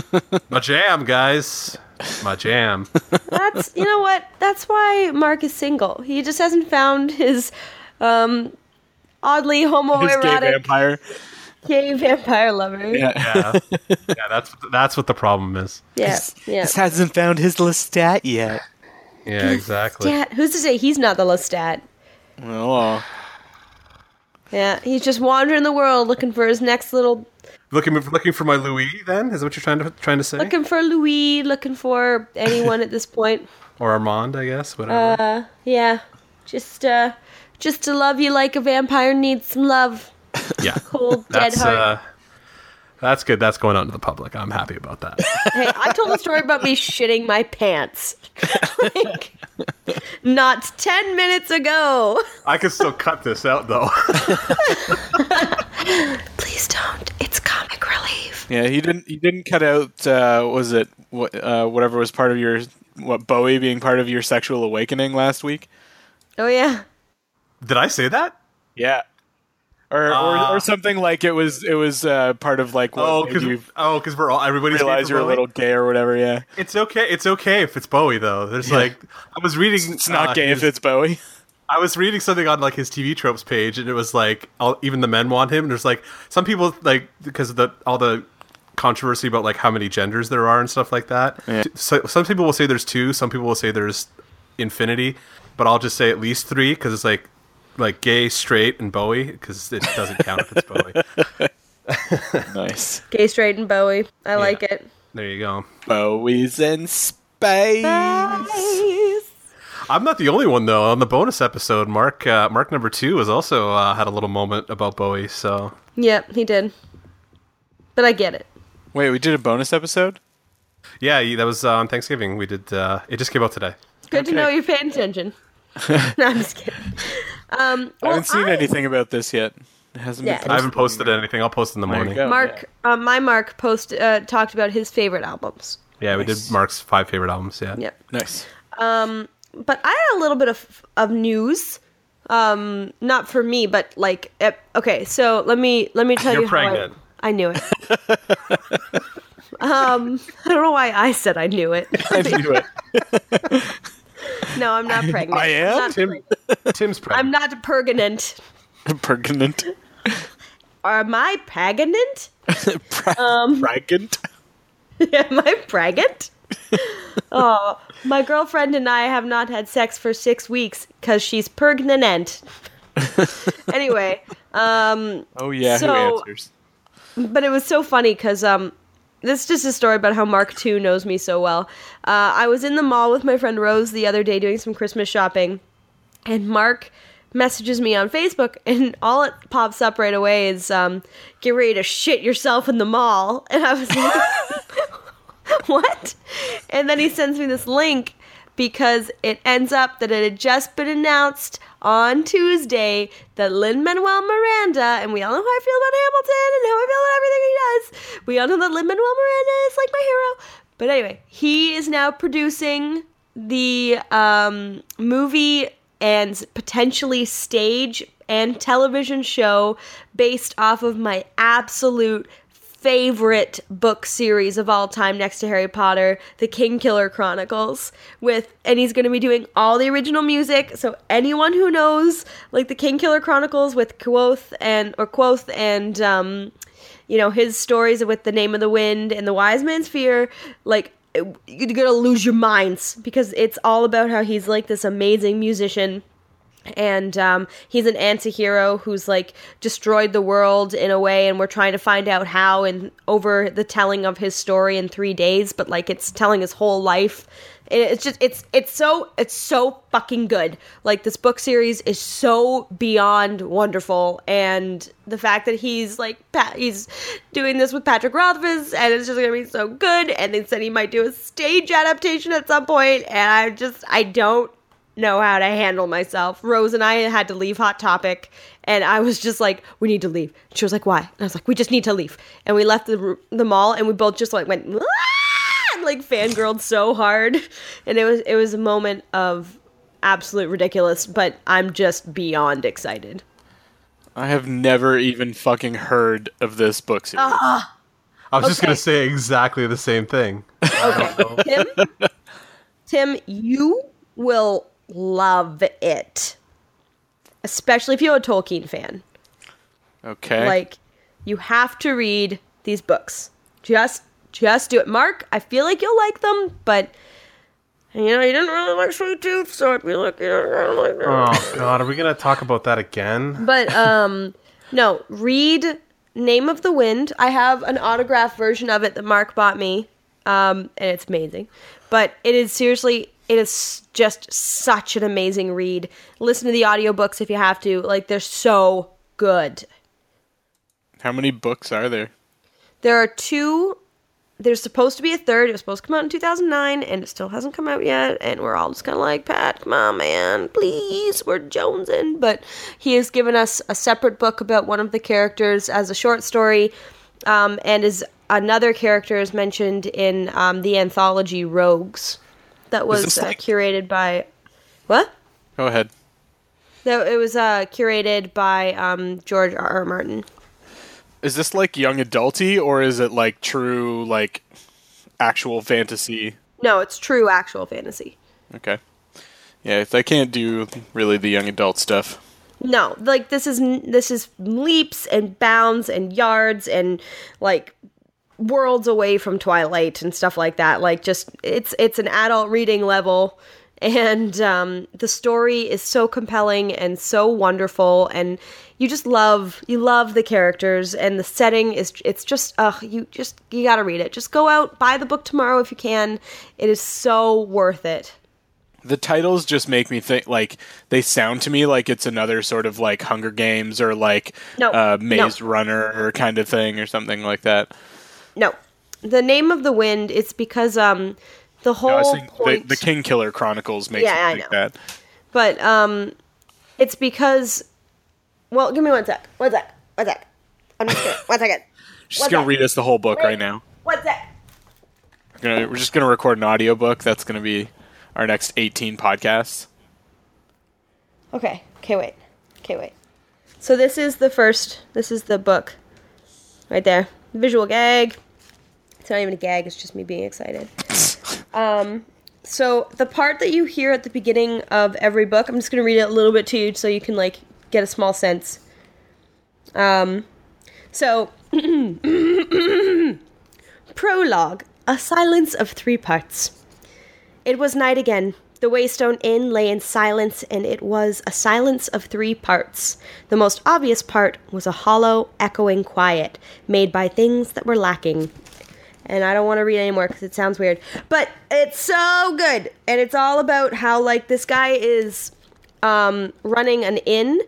Speaker 2: *laughs* my jam, guys. My jam.
Speaker 1: That's you know what? That's why Mark is single. He just hasn't found his um oddly
Speaker 3: This gay
Speaker 1: homoerotic
Speaker 3: vampire.
Speaker 1: gay vampire lover.
Speaker 3: Yeah.
Speaker 2: Yeah, yeah. That's that's what the problem is.
Speaker 1: yeah. yeah.
Speaker 3: This hasn't found his Lestat yet.
Speaker 2: Yeah, exactly.
Speaker 1: Stat- Who's to say he's not the Lestat?
Speaker 3: Well, uh,
Speaker 1: Yeah, he's just wandering the world looking for his next little,
Speaker 2: Looking looking for my Louis. Then is what you're trying to trying to say,
Speaker 1: looking for Louis, looking for anyone at this point.
Speaker 2: or Armand, I guess. Whatever.
Speaker 1: Uh, yeah, just uh, just to love you like a vampire needs some love.
Speaker 2: yeah.
Speaker 1: Cold dead
Speaker 2: That's
Speaker 1: heart.
Speaker 2: uh, that's good. That's going out to the public. I'm happy
Speaker 1: *laughs*
Speaker 2: about that.
Speaker 1: Hey, I told a story about me shitting my pants. *laughs* like, not 10 minutes ago.
Speaker 2: I can still cut this out though. *laughs*
Speaker 1: Please don't. It's comic relief.
Speaker 3: yeah, he didn't. He didn't cut out. Uh, what was it what, uh, whatever was part of your what Bowie being part of your sexual awakening last week?
Speaker 1: Oh, yeah.
Speaker 2: Did I say that?
Speaker 3: Yeah. Uh, Or, or, or something like it was it was uh, part of like what
Speaker 2: Oh,
Speaker 3: made
Speaker 2: because
Speaker 3: you
Speaker 2: oh, because we're all everybody's gay
Speaker 3: realize
Speaker 2: for
Speaker 3: you're a
Speaker 2: Bowie?
Speaker 3: little gay or whatever. Yeah,
Speaker 2: It's okay. It's okay if it's Bowie though. There's like I was reading.
Speaker 3: it's not
Speaker 2: uh,
Speaker 3: gay if
Speaker 2: his-
Speaker 3: it's Bowie.
Speaker 2: I was reading something on like his TV tropes page, and it was like all, even the men want him. And there's like some people like because of the all the controversy about like how many genders there are and stuff like that. So some people will say there's two. Some people will say there's infinity, but I'll just say at least three because it's like like gay, straight, and Bowie because it doesn't count if it's
Speaker 3: *laughs*
Speaker 2: Bowie.
Speaker 3: *laughs* Nice.
Speaker 1: Gay, straight, and Bowie. I like it.
Speaker 2: There you go.
Speaker 3: Bowie's in space.
Speaker 2: I'm not the only one though. On the bonus episode, Mark uh, Mark number two was also uh, had a little moment about Bowie. So
Speaker 1: Yep, he did. But I get it.
Speaker 3: Wait, we did a bonus episode.
Speaker 2: yeah, you- that was uh, on Thanksgiving. We did. Uh, it just came out today.
Speaker 1: Good to know
Speaker 3: Okay.
Speaker 1: you're paying attention. no, I'm just kidding. Um,
Speaker 3: I
Speaker 1: well,
Speaker 3: haven't seen
Speaker 1: I-
Speaker 3: anything about this yet. It hasn't
Speaker 1: Yeah.
Speaker 3: been.
Speaker 2: I
Speaker 3: Posted.
Speaker 2: haven't posted anything. I'll post in the
Speaker 3: you
Speaker 2: morning.
Speaker 3: go.
Speaker 1: Mark, uh, my Mark, post uh, talked about his favorite albums.
Speaker 2: Yeah, we
Speaker 3: Nice.
Speaker 2: did Mark's five favorite albums. Yeah.
Speaker 1: Yep.
Speaker 3: Nice.
Speaker 1: but I had a little bit of of news. Um, not for me, but like, eh, okay. So let me let me tell
Speaker 2: You're
Speaker 1: you. how I-
Speaker 2: pregnant.
Speaker 1: I, knew it. um, I don't know why I said I knew it. *laughs*
Speaker 3: I knew it.
Speaker 1: No, I'm not pregnant.
Speaker 3: I am?
Speaker 1: Not
Speaker 2: Tim,
Speaker 1: pregnant.
Speaker 2: Tim's pregnant.
Speaker 1: *laughs* I'm not pregnant.
Speaker 3: *laughs* Pregnant.
Speaker 1: Am I pregnant? *laughs* Um,
Speaker 3: Pregnant.
Speaker 1: Am I pregnant? oh, my girlfriend and I have not had sex for six weeks because she's pregnant. anyway,
Speaker 3: Oh yeah. who
Speaker 1: So-
Speaker 3: answers?
Speaker 1: but it was so funny because um, this is just a story about how Mark II knows me so well. Uh, I was in the mall with my friend Rose the other day doing some Christmas shopping, and Mark messages me on Facebook, *laughs* and all it pops up right away is um, "Get ready to shit yourself in the mall," *laughs* and I was like, *laughs* "What?" And then he sends me this link. Because it ends up that it had just been announced on Tuesday that Lin Manuel Miranda, and we all know how I feel about Hamilton and how I feel about everything he does. We all know that Lin Manuel Miranda is like my hero. But anyway, he is now producing the um, movie and potentially stage and television show based off of my absolute favorite book series of all time next to Harry Potter, The Kingkiller Chronicles, with and he's going to be doing all the original music. So anyone who knows like The Kingkiller Chronicles with Quoth and or Quoth and um you know his stories with the name of the wind and the wise man's fear like it- you're gonna lose your minds because it's all about how he's like this amazing musician and um, he's an anti-hero who's like destroyed the world in a way and we're trying to find out how and over the telling of his story in three days but like it's telling his whole life It- it's just it's it's so it's so fucking good like this book series is so beyond wonderful and the fact that he's like pa- he's doing this with patrick rothfuss and it's just gonna be so good and they said he might do a stage adaptation at some point and i just i don't know how to handle myself. Rose and I had to leave Hot Topic, and I was just like, "We need to leave." She was like, "Why?" And I was like, "We just need to leave." And we left the ro- the mall, and we both just like went "Ah!" and like fangirled so hard, and it was it was a moment of absolute ridiculous. But I'm just beyond excited.
Speaker 3: I have never even fucking heard of this book series.
Speaker 1: Uh,
Speaker 2: I was just
Speaker 1: Okay.
Speaker 2: gonna say exactly the same thing.
Speaker 1: Tim, Tim, you will love it, especially if you're a Tolkien fan.
Speaker 3: okay.
Speaker 1: Like you have to read these books. Just just do it. Mark, I feel like you'll like them, but you know, you didn't really like Sweet Tooth, so I feel like you don't like them.
Speaker 2: Oh God, are we gonna talk about that again?
Speaker 1: But um no, read Name of the Wind. I have an autographed version of it that Mark bought me. Um and it's amazing. But it is seriously it is just such an amazing read. Listen to the audiobooks if you have to. Like they're so good.
Speaker 3: How many books are there?
Speaker 1: There are two. There's supposed to be a third. It was supposed to come out in 2009, and it still hasn't come out yet. And we're all just kind of like, Pat, come on, man, please, we're jonesing. But he has given us a separate book about one of the characters as a short story, um, and is another character is mentioned in um, the anthology Rogues, that was
Speaker 3: this
Speaker 1: uh,
Speaker 3: like-
Speaker 1: curated by what?
Speaker 3: Go ahead.
Speaker 1: No, it was uh, curated by um, George R. R. Martin.
Speaker 3: Is this like young adulty or is it like true like actual fantasy?
Speaker 1: No, it's true actual fantasy.
Speaker 3: Okay. Yeah, I can't do really the young adult stuff.
Speaker 1: No, like this is this is leaps and bounds and yards and like worlds away from Twilight and stuff like that. Like just it's it's an adult reading level and um the story is so compelling and so wonderful and you just love you love the characters and the setting is it's just ugh you just you got to read it. Just go out, buy the book tomorrow if you can. It is so worth it.
Speaker 3: the titles just make me think like they sound to me like it's another sort of like Hunger Games or like
Speaker 1: No,
Speaker 3: uh,
Speaker 1: no.
Speaker 3: Maze Runner or kind of thing or something like that.
Speaker 1: No. The name of the wind, it's because um the whole
Speaker 3: I was thinking
Speaker 1: point,
Speaker 3: the, the King Killer Chronicles makes
Speaker 1: Yeah, I
Speaker 3: me think
Speaker 1: know.
Speaker 3: that.
Speaker 1: but um it's because well, give me one sec. One sec. One sec. I'm just gonna, one second.
Speaker 3: She's
Speaker 1: What's
Speaker 3: gonna
Speaker 1: that?
Speaker 3: read us the whole book right now.
Speaker 1: One sec.
Speaker 3: We're, gonna, we're just gonna record an audiobook. That's gonna be our next eighteen podcasts.
Speaker 1: Okay. Okay, wait. Okay, wait. So this is the first this is the book. Right there. Visual gag. It's not even a gag, it's just me being excited. Um, So the part that you hear at the beginning of every book, I'm just going to read it a little bit to you so you can like get a small sense. Um, so *clears throat* prologue, a silence of three parts. It was night again. The Waystone Inn lay in silence, and it was a silence of three parts. The most obvious part was a hollow, echoing quiet made by things that were lacking and I don't want to read anymore because it sounds weird. But it's so good, and it's all about how like this guy is um, running an inn,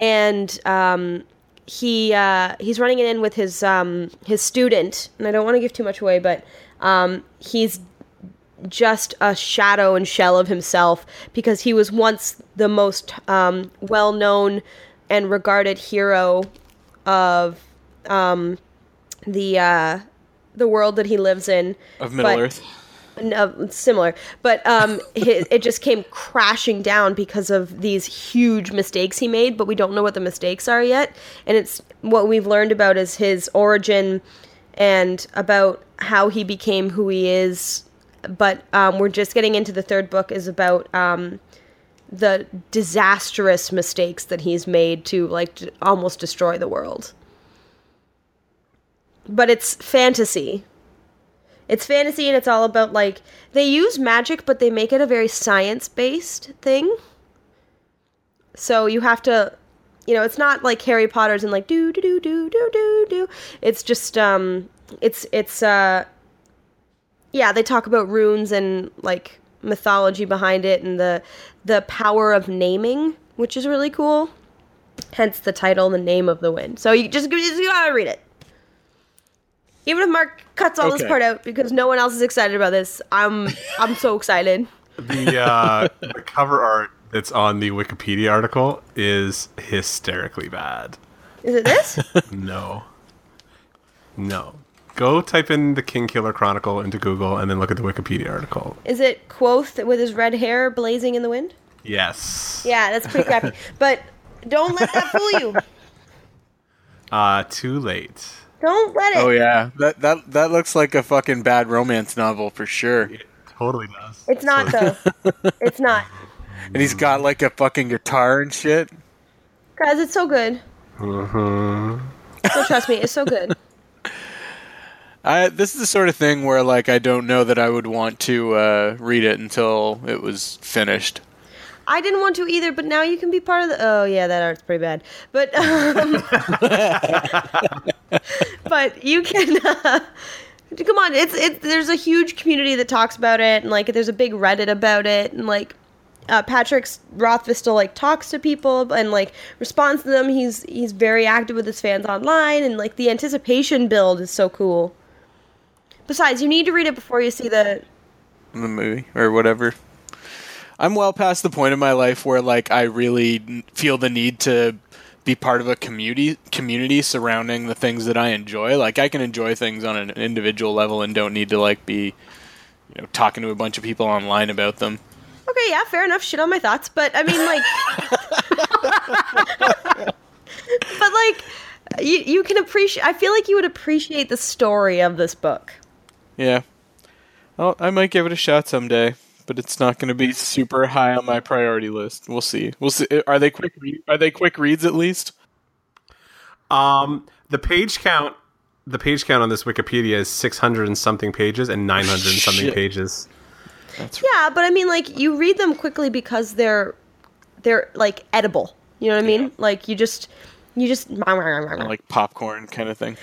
Speaker 1: and um, he uh, he's running an inn with his um, his student, and I don't want to give too much away, but um, he's just a shadow and shell of himself because he was once the most um, well known and regarded hero of um, the uh, the world that he lives in
Speaker 3: Of Middle
Speaker 1: but-
Speaker 3: Earth.
Speaker 1: no, similar, but um, hi *laughs* it just came crashing down because of these huge mistakes he made. But we don't know what the mistakes are yet, and it's what we've learned about is his origin and about how he became who he is. But um, we're just getting into the third book is about um, the disastrous mistakes that he's made to like d- almost destroy the world. But it's fantasy, it's fantasy and it's all about like they use magic but they make it a very science based thing So you have to, you know, it's not like Harry Potter's and like do do do do do do do. It's just um, it's it's uh, yeah, they talk about runes and like mythology behind it and the the power of naming, which is really cool. Hence the title, the name of the wind. So you just, you just gotta read it. Even if Mark cuts all
Speaker 3: Okay.
Speaker 1: this part out because no one else is excited about this, I'm I'm so excited.
Speaker 2: The, uh, *laughs* the cover art that's on the Wikipedia article is hysterically bad.
Speaker 1: Is it this?
Speaker 2: No. No. Go type in the King Killer Chronicle into Google and then look at the Wikipedia article.
Speaker 1: Is it Quoth with his red hair blazing in the wind?
Speaker 2: Yes.
Speaker 1: Yeah, that's pretty
Speaker 3: *laughs*
Speaker 1: crappy. But don't let that fool you.
Speaker 2: Uh, too late.
Speaker 1: Don't let it.
Speaker 3: Oh yeah, that that that looks like a fucking bad romance novel for sure.
Speaker 2: It totally does.
Speaker 1: It's not though. it's not.
Speaker 3: And he's got like a fucking guitar and shit.
Speaker 1: Guys, it's so good.
Speaker 3: Uh-huh.
Speaker 1: So trust me, it's so good.
Speaker 3: I this is the sort of thing where like I don't know that I would want to uh, read it until it was finished.
Speaker 1: I didn't want to either, but now you can be part of the. Oh yeah, that art's pretty bad. But um, *laughs* but you can. *laughs* Uh, come on, it's it. There's a huge community that talks about it, and like there's a big Reddit about it, and like uh, Patrick Rothvistel like talks to people and like responds to them. He's he's very active with his fans online, and like the anticipation build is so cool. Besides, you need to read it before you see the
Speaker 3: in the movie or whatever. I'm well past the point in my life where like I really n- feel the need to be part of a community community surrounding the things that I enjoy. Like I can enjoy things on an individual level and don't need to like be you know talking to a bunch of people online about them.
Speaker 1: Okay, yeah, fair enough. Shit on my thoughts, but I mean, like, but like, you you can appreciate. I feel like you would appreciate the story of this book.
Speaker 3: Yeah. Well, I might give it a shot someday, but it's not going to be super high on my priority list. We'll see. We'll see. Are they quick re- are they quick reads at least?
Speaker 2: Um, the page count, the page count on this Wikipedia is six hundred and something pages and nine hundred and something
Speaker 3: Shit.
Speaker 2: pages.
Speaker 1: Yeah, but I mean, like, you read them quickly because they're they're like edible. You know what I mean? Like, you just you just
Speaker 3: Like popcorn kind of thing.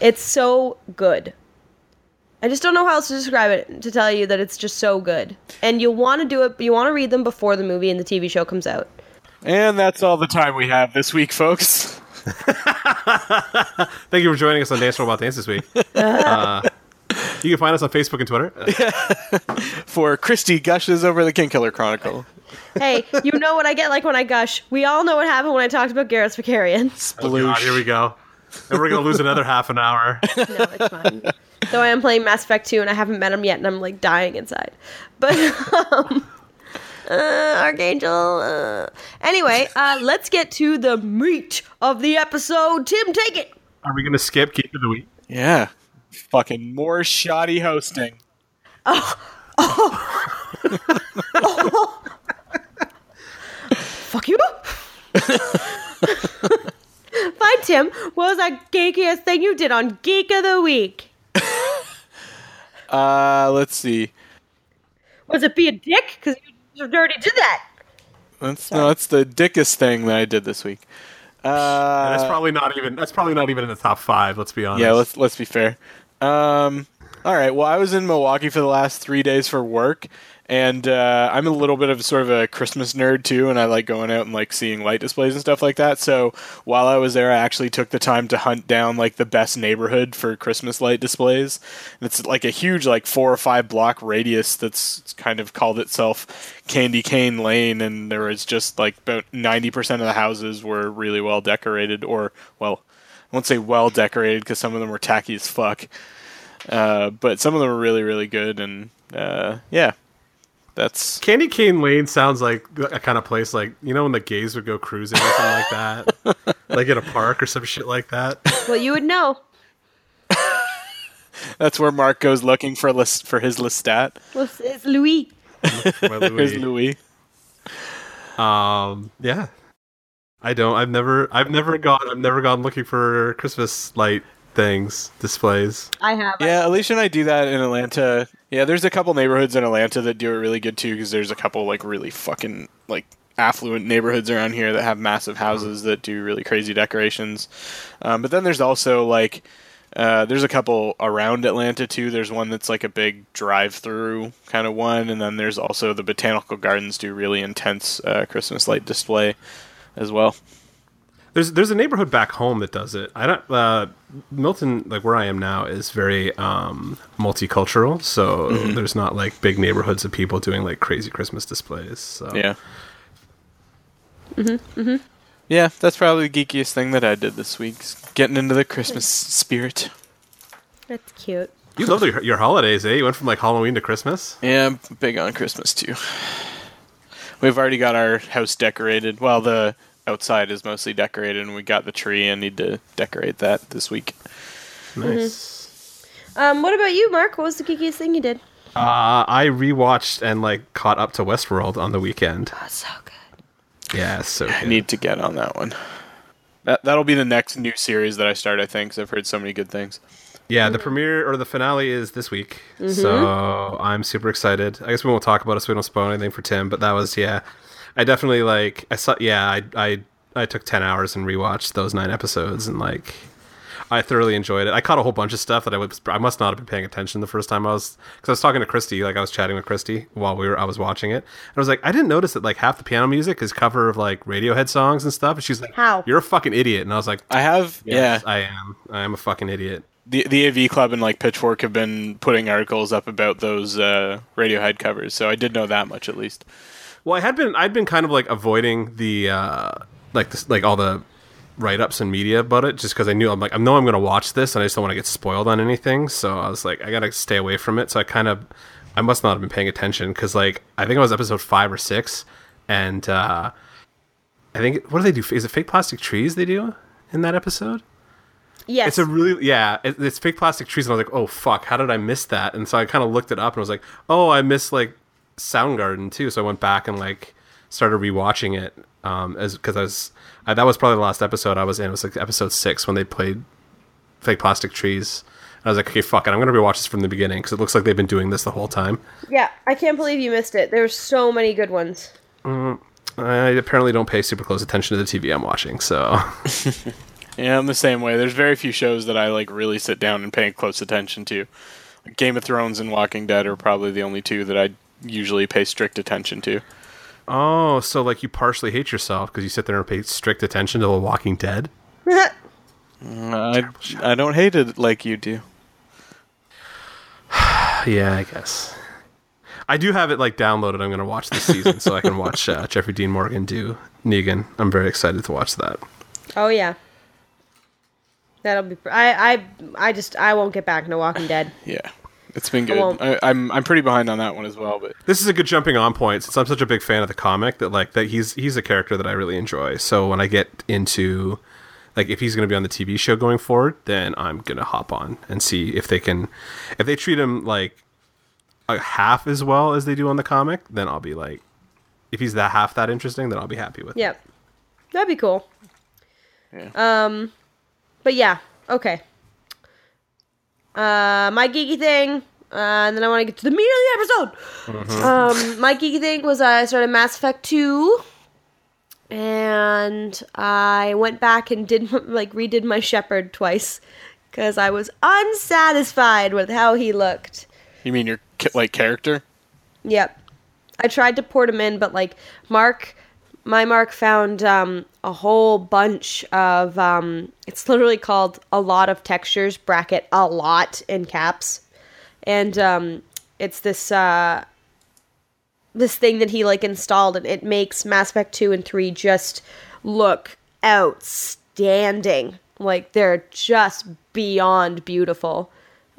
Speaker 1: It's so good. I just don't know how else to describe it to tell you that it's just so good. And you'll want to do it. You want to read them before the movie and the TV show comes out.
Speaker 3: And that's all the time we have this week, folks.
Speaker 2: Thank you for joining us on Dance Robot Dance this week. Uh, you can find us on Facebook and Twitter.
Speaker 3: For Christy gushes over the King Killer Chronicle.
Speaker 1: hey, you know what I get like when I gush. We all know what happened when I talked about Garrett's Vicarian.
Speaker 2: Oh, God, here we go. And we're gonna lose another half an hour.
Speaker 1: *laughs* No, it's fine. Though I am playing Mass Effect 2 and I haven't met him yet and I'm like dying inside. But *laughs* um, uh, Archangel. Uh. Anyway, uh, let's get to the meat of the episode. Tim, take it.
Speaker 2: Are we gonna skip Keep of the Week?
Speaker 3: Yeah. Fucking more shoddy hosting.
Speaker 1: Fuck you. *laughs* Fine, Tim. What was that geekiest thing you did on Geek of the Week?
Speaker 3: Uh, let's see.
Speaker 1: Was it be a dick? Because you already did that.
Speaker 3: That's no, that's the dickest thing that I did this week. Uh,
Speaker 2: That's probably not even. That's probably not even in the top five. Let's be honest.
Speaker 3: yeah, let's let's be fair. Um, all right. Well, I was in Milwaukee for the last three days for work, and uh, I'm a little bit of sort of a Christmas nerd too, and I like going out and like seeing light displays and stuff like that. So while I was there, I actually took the time to hunt down like the best neighborhood for Christmas light displays. And it's like a huge like four or five block radius that's kind of called itself Candy Cane Lane, and there was just like about ninety percent of the houses were really well decorated, or well. I won't say well decorated because some of them were tacky as fuck, uh, but some of them were really really good and uh, yeah, that's
Speaker 2: Candy Cane Lane sounds like a kind of place like you know when the gays would go cruising or something like
Speaker 3: *laughs*
Speaker 2: that, like at a park or some shit like that.
Speaker 1: Well, you would know.
Speaker 3: that's where Mark goes looking for list for his listat.
Speaker 1: Well, it's- it's Louis.
Speaker 2: My
Speaker 3: There's
Speaker 2: Louis.
Speaker 3: Louis.
Speaker 2: Um, yeah. I don't. I've never. I've never gone. I've never gone looking for Christmas light things displays.
Speaker 1: I have.
Speaker 3: *laughs* Yeah, Alicia and I do that in Atlanta. Yeah, there's a couple neighborhoods in Atlanta that do it really good too because there's a couple like really fucking like affluent neighborhoods around here that have massive houses that do really crazy decorations. Um, but then there's also like uh, there's a couple around Atlanta too. There's one that's like a big drive-through kind of one, and then there's also the botanical gardens do really intense uh, Christmas light display as well.
Speaker 2: There's there's a neighborhood back home that does it. I don't uh, Milton like where I am now is very um, multicultural, so
Speaker 3: Mm-hmm.
Speaker 2: there's not like big neighborhoods of people doing like crazy Christmas displays. So.
Speaker 3: Yeah. Yeah, that's probably the geekiest thing that I did this week. is Getting into the Christmas spirit.
Speaker 1: That's cute.
Speaker 2: You love your, your holidays, eh? You went from like Halloween to Christmas.
Speaker 3: Yeah, I'm big on Christmas too. We've already got our house decorated. Well, the outside is mostly decorated, and we got the tree. and need to decorate that this week.
Speaker 2: Nice.
Speaker 1: Um, what about you, Mark? What was the geekiest thing you did?
Speaker 2: Uh, I rewatched and like caught up to Westworld on the weekend.
Speaker 1: Oh, so good.
Speaker 2: Yeah, so
Speaker 3: I
Speaker 2: good.
Speaker 3: need to get on that one. That that'll be the next new series that I start. I think 'cause I've heard so many good things.
Speaker 2: yeah, the premiere or the finale is this week, so I'm super excited. I guess we won't talk about it, so we don't spoil anything for Tim. But that was yeah, I definitely like I saw yeah I I I took ten hours and rewatched those nine episodes and like I thoroughly enjoyed it. I caught a whole bunch of stuff that I was I must not have been paying attention the first time I was because I was talking to Christy like I was chatting with Christy while we were I was watching it and I was like I didn't notice that like half the piano music is cover of like Radiohead songs and stuff and she's like
Speaker 1: How?
Speaker 2: you're a fucking idiot and I was like
Speaker 3: I have
Speaker 2: Yes,
Speaker 3: yeah.
Speaker 2: I am. I am a fucking idiot.
Speaker 3: The the AV Club and like Pitchfork have been putting articles up about those uh, Radiohead covers, so I did know that much at least.
Speaker 2: Well, I had been. I'd been kind of like avoiding the uh, like this, like all the write ups and media about it, just because I knew I'm like I know I'm going to watch this, and I just don't want to get spoiled on anything. So I was like, I gotta stay away from it. So I kind of, I must not have been paying attention because like I think I was episode five or six, and uh, I think what do they do? Is it fake plastic trees they do in that episode?
Speaker 1: Yes.
Speaker 2: It's a really yeah. It, it's fake plastic trees, and I was like, oh fuck, how did I miss that? And so I kind of looked it up, and was like, oh, I missed like Soundgarden too. So I went back and like started rewatching it um, as because I was I, that was probably the last episode I was in. It was like episode six when they played fake plastic trees. And I was like, okay, fuck it, I'm gonna rewatch this from the beginning because it looks like they've been doing this the whole time.
Speaker 1: yeah, I can't believe you missed it. There's so many good ones. *laughs*
Speaker 2: I apparently don't pay super close attention to the TV I'm watching, so
Speaker 3: Yeah, I'm the same way. There's very few shows that I like really sit down and pay close attention to. Like Game of Thrones and Walking Dead are probably the only two that I usually pay strict attention to.
Speaker 2: oh, so like you partially hate yourself because you sit there and pay strict attention to The Walking Dead.
Speaker 3: I, I don't hate it like you do.
Speaker 2: Yeah, I guess. I do have it like downloaded. I'm going to watch this season so I can watch *laughs* uh, Jeffrey Dean Morgan do Negan. I'm very excited to watch that.
Speaker 1: oh yeah. That'll be. Pr- I I I just I won't get back into Walking Dead.
Speaker 3: Yeah, it's been
Speaker 1: Well-
Speaker 3: good. I, I'm I'm pretty behind on that one as well, but
Speaker 2: This is a good jumping on point since I'm such a big fan of the comic that like that he's he's a character that I really enjoy. So when I get into like if he's going to be on the TV show going forward, then I'm going to hop on and see if they can if they treat him like a half as well as they do on the comic, then I'll be like if he's that half that interesting, then I'll be happy with it.
Speaker 1: Yep. That'd be cool. Um, but yeah, okay. Uh, my geeky thing, uh, and then I want to get to the meat of the episode.
Speaker 2: Mm-hmm.
Speaker 1: Um, my geeky thing was I started Mass Effect 2, and I went back and did like redid my Shepard twice because I was unsatisfied with how he looked.
Speaker 3: you mean your ca- like character?
Speaker 1: Yep. I tried to port him in, but like Mark, my Mark found um, a whole bunch of. Um, it's literally called a lot of textures bracket a lot in caps, and um, it's this uh, this thing that he like installed, and it makes Mass Effect two and three just look outstanding. Like they're just beyond beautiful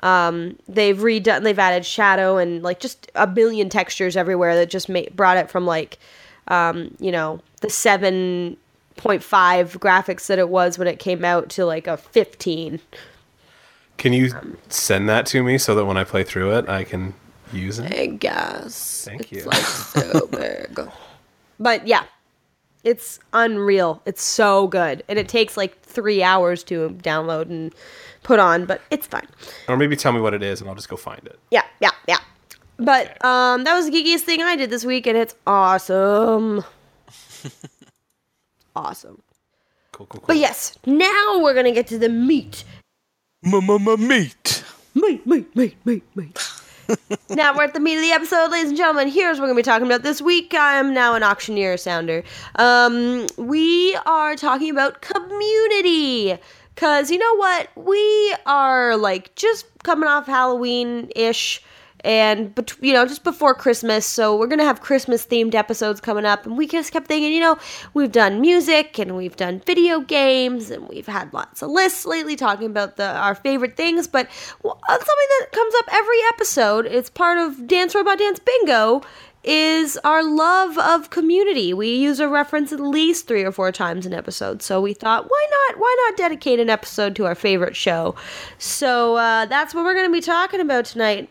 Speaker 1: they've redone they've added shadow and like just a billion textures everywhere that just ma- brought it from like um you know the 7.5 graphics that it was when it came out to like a 15
Speaker 2: Can you send that to me so that when I play through it, I can use it?
Speaker 1: i guess
Speaker 2: Thank you.
Speaker 1: *laughs* so big but yeah it's unreal it's so good and it takes like three hours to download and put on but it's fine
Speaker 2: Or maybe tell me what it is and I'll just go find it.
Speaker 1: yeah yeah yeah but um that was the geekiest thing i did this week and it's awesome awesome.
Speaker 2: Cool, cool, cool.
Speaker 1: But yes, now we're gonna get to the meat.
Speaker 3: Meat.
Speaker 1: Meat, meat, meat, meat, meat. *laughs* now we're at the meat of the episode, ladies and gentlemen. Here's what we're gonna be talking about this week. I am now an auctioneer sounder. Um, we are talking about community. Cause you know what? We are like just coming off Halloween ish and bet- you know just before christmas so we're gonna have christmas themed episodes coming up and we just kept thinking you know we've done music and we've done video games and we've had lots of lists lately talking about the our favorite things but well, something that comes up every episode it's part of dance robot dance bingo is our love of community. We use a reference at least three or four times an episode, so we thought, why not? Why not dedicate an episode to our favorite show? So uh, that's what we're going to be talking about tonight.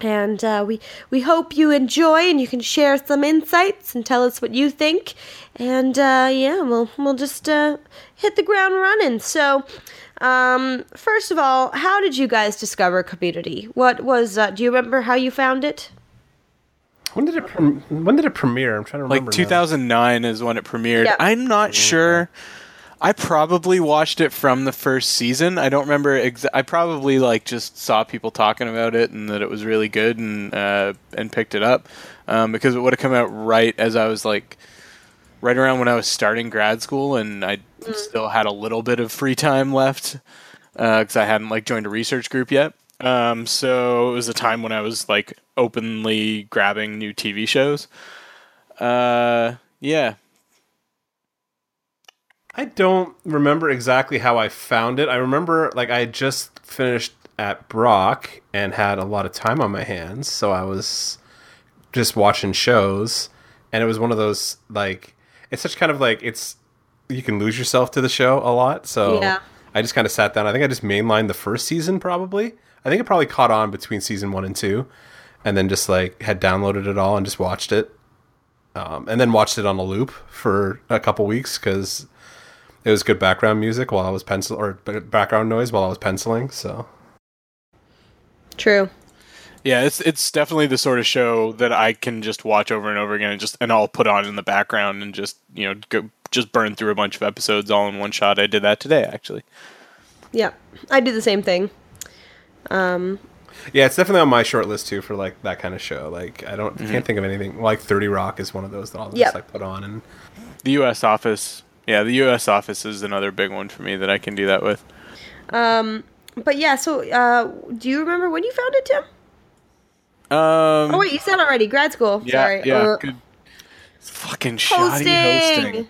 Speaker 1: And uh, we we hope you enjoy, and you can share some insights and tell us what you think. And uh, yeah, we'll we'll just uh, hit the ground running. So, um, first of all, how did you guys discover Community? What was? Uh, do you remember how you found it?
Speaker 2: When did it prem when did it premiere? I'm trying to remember.
Speaker 3: Like
Speaker 2: now.
Speaker 3: 2009 is when it premiered.
Speaker 1: Yep.
Speaker 3: I'm not sure. I probably watched it from the first season. I don't remember. Exa- I probably like just saw people talking about it and that it was really good and uh, and picked it up um, because it would have come out right as I was like right around when I was starting grad school and I still had a little bit of free time left because I hadn't like joined a research group yet. Um, so it was a time when I was like openly grabbing new TV shows. Uh, yeah,
Speaker 2: I don't remember exactly how I found it. I remember like I had just finished at Brock and had a lot of time on my hands, so I was just watching shows and it was one of those like it's such kind of like it's you can lose yourself to the show a lot. So
Speaker 1: Yeah.
Speaker 2: I just kind of sat down. I think I just mainlined the first season probably. I think it probably caught on between season 1 and 2 and then just like had downloaded it all and just watched it. Um, and then watched it on a loop for a couple weeks because it was good background music while I was pencil or b- background noise while I was penciling. So
Speaker 1: True.
Speaker 3: Yeah, it's it's definitely the sort of show that I can just watch over and over again, and just and I'll put on in the background and just you know go just burn through a bunch of episodes all in one shot. I did that today actually.
Speaker 1: Yeah, I do the same thing. Um,
Speaker 2: yeah, it's definitely on my short list too for like that kind of show. Like I don't can't think of anything like Thirty Rock is one of those that I'll
Speaker 1: Mm-hmm. Yep.
Speaker 2: just like put on and
Speaker 3: The U.S. Office, yeah, the U.S. Office is another big one for me that I can do that with.
Speaker 1: um, But yeah, so uh, do you remember when you found it, Tim?
Speaker 3: Um,
Speaker 1: Oh wait, you said already grad school.
Speaker 3: yeah,
Speaker 1: Sorry.
Speaker 3: yeah,
Speaker 1: Uh,
Speaker 3: good. Fucking shoddy
Speaker 1: hosting.
Speaker 3: hosting.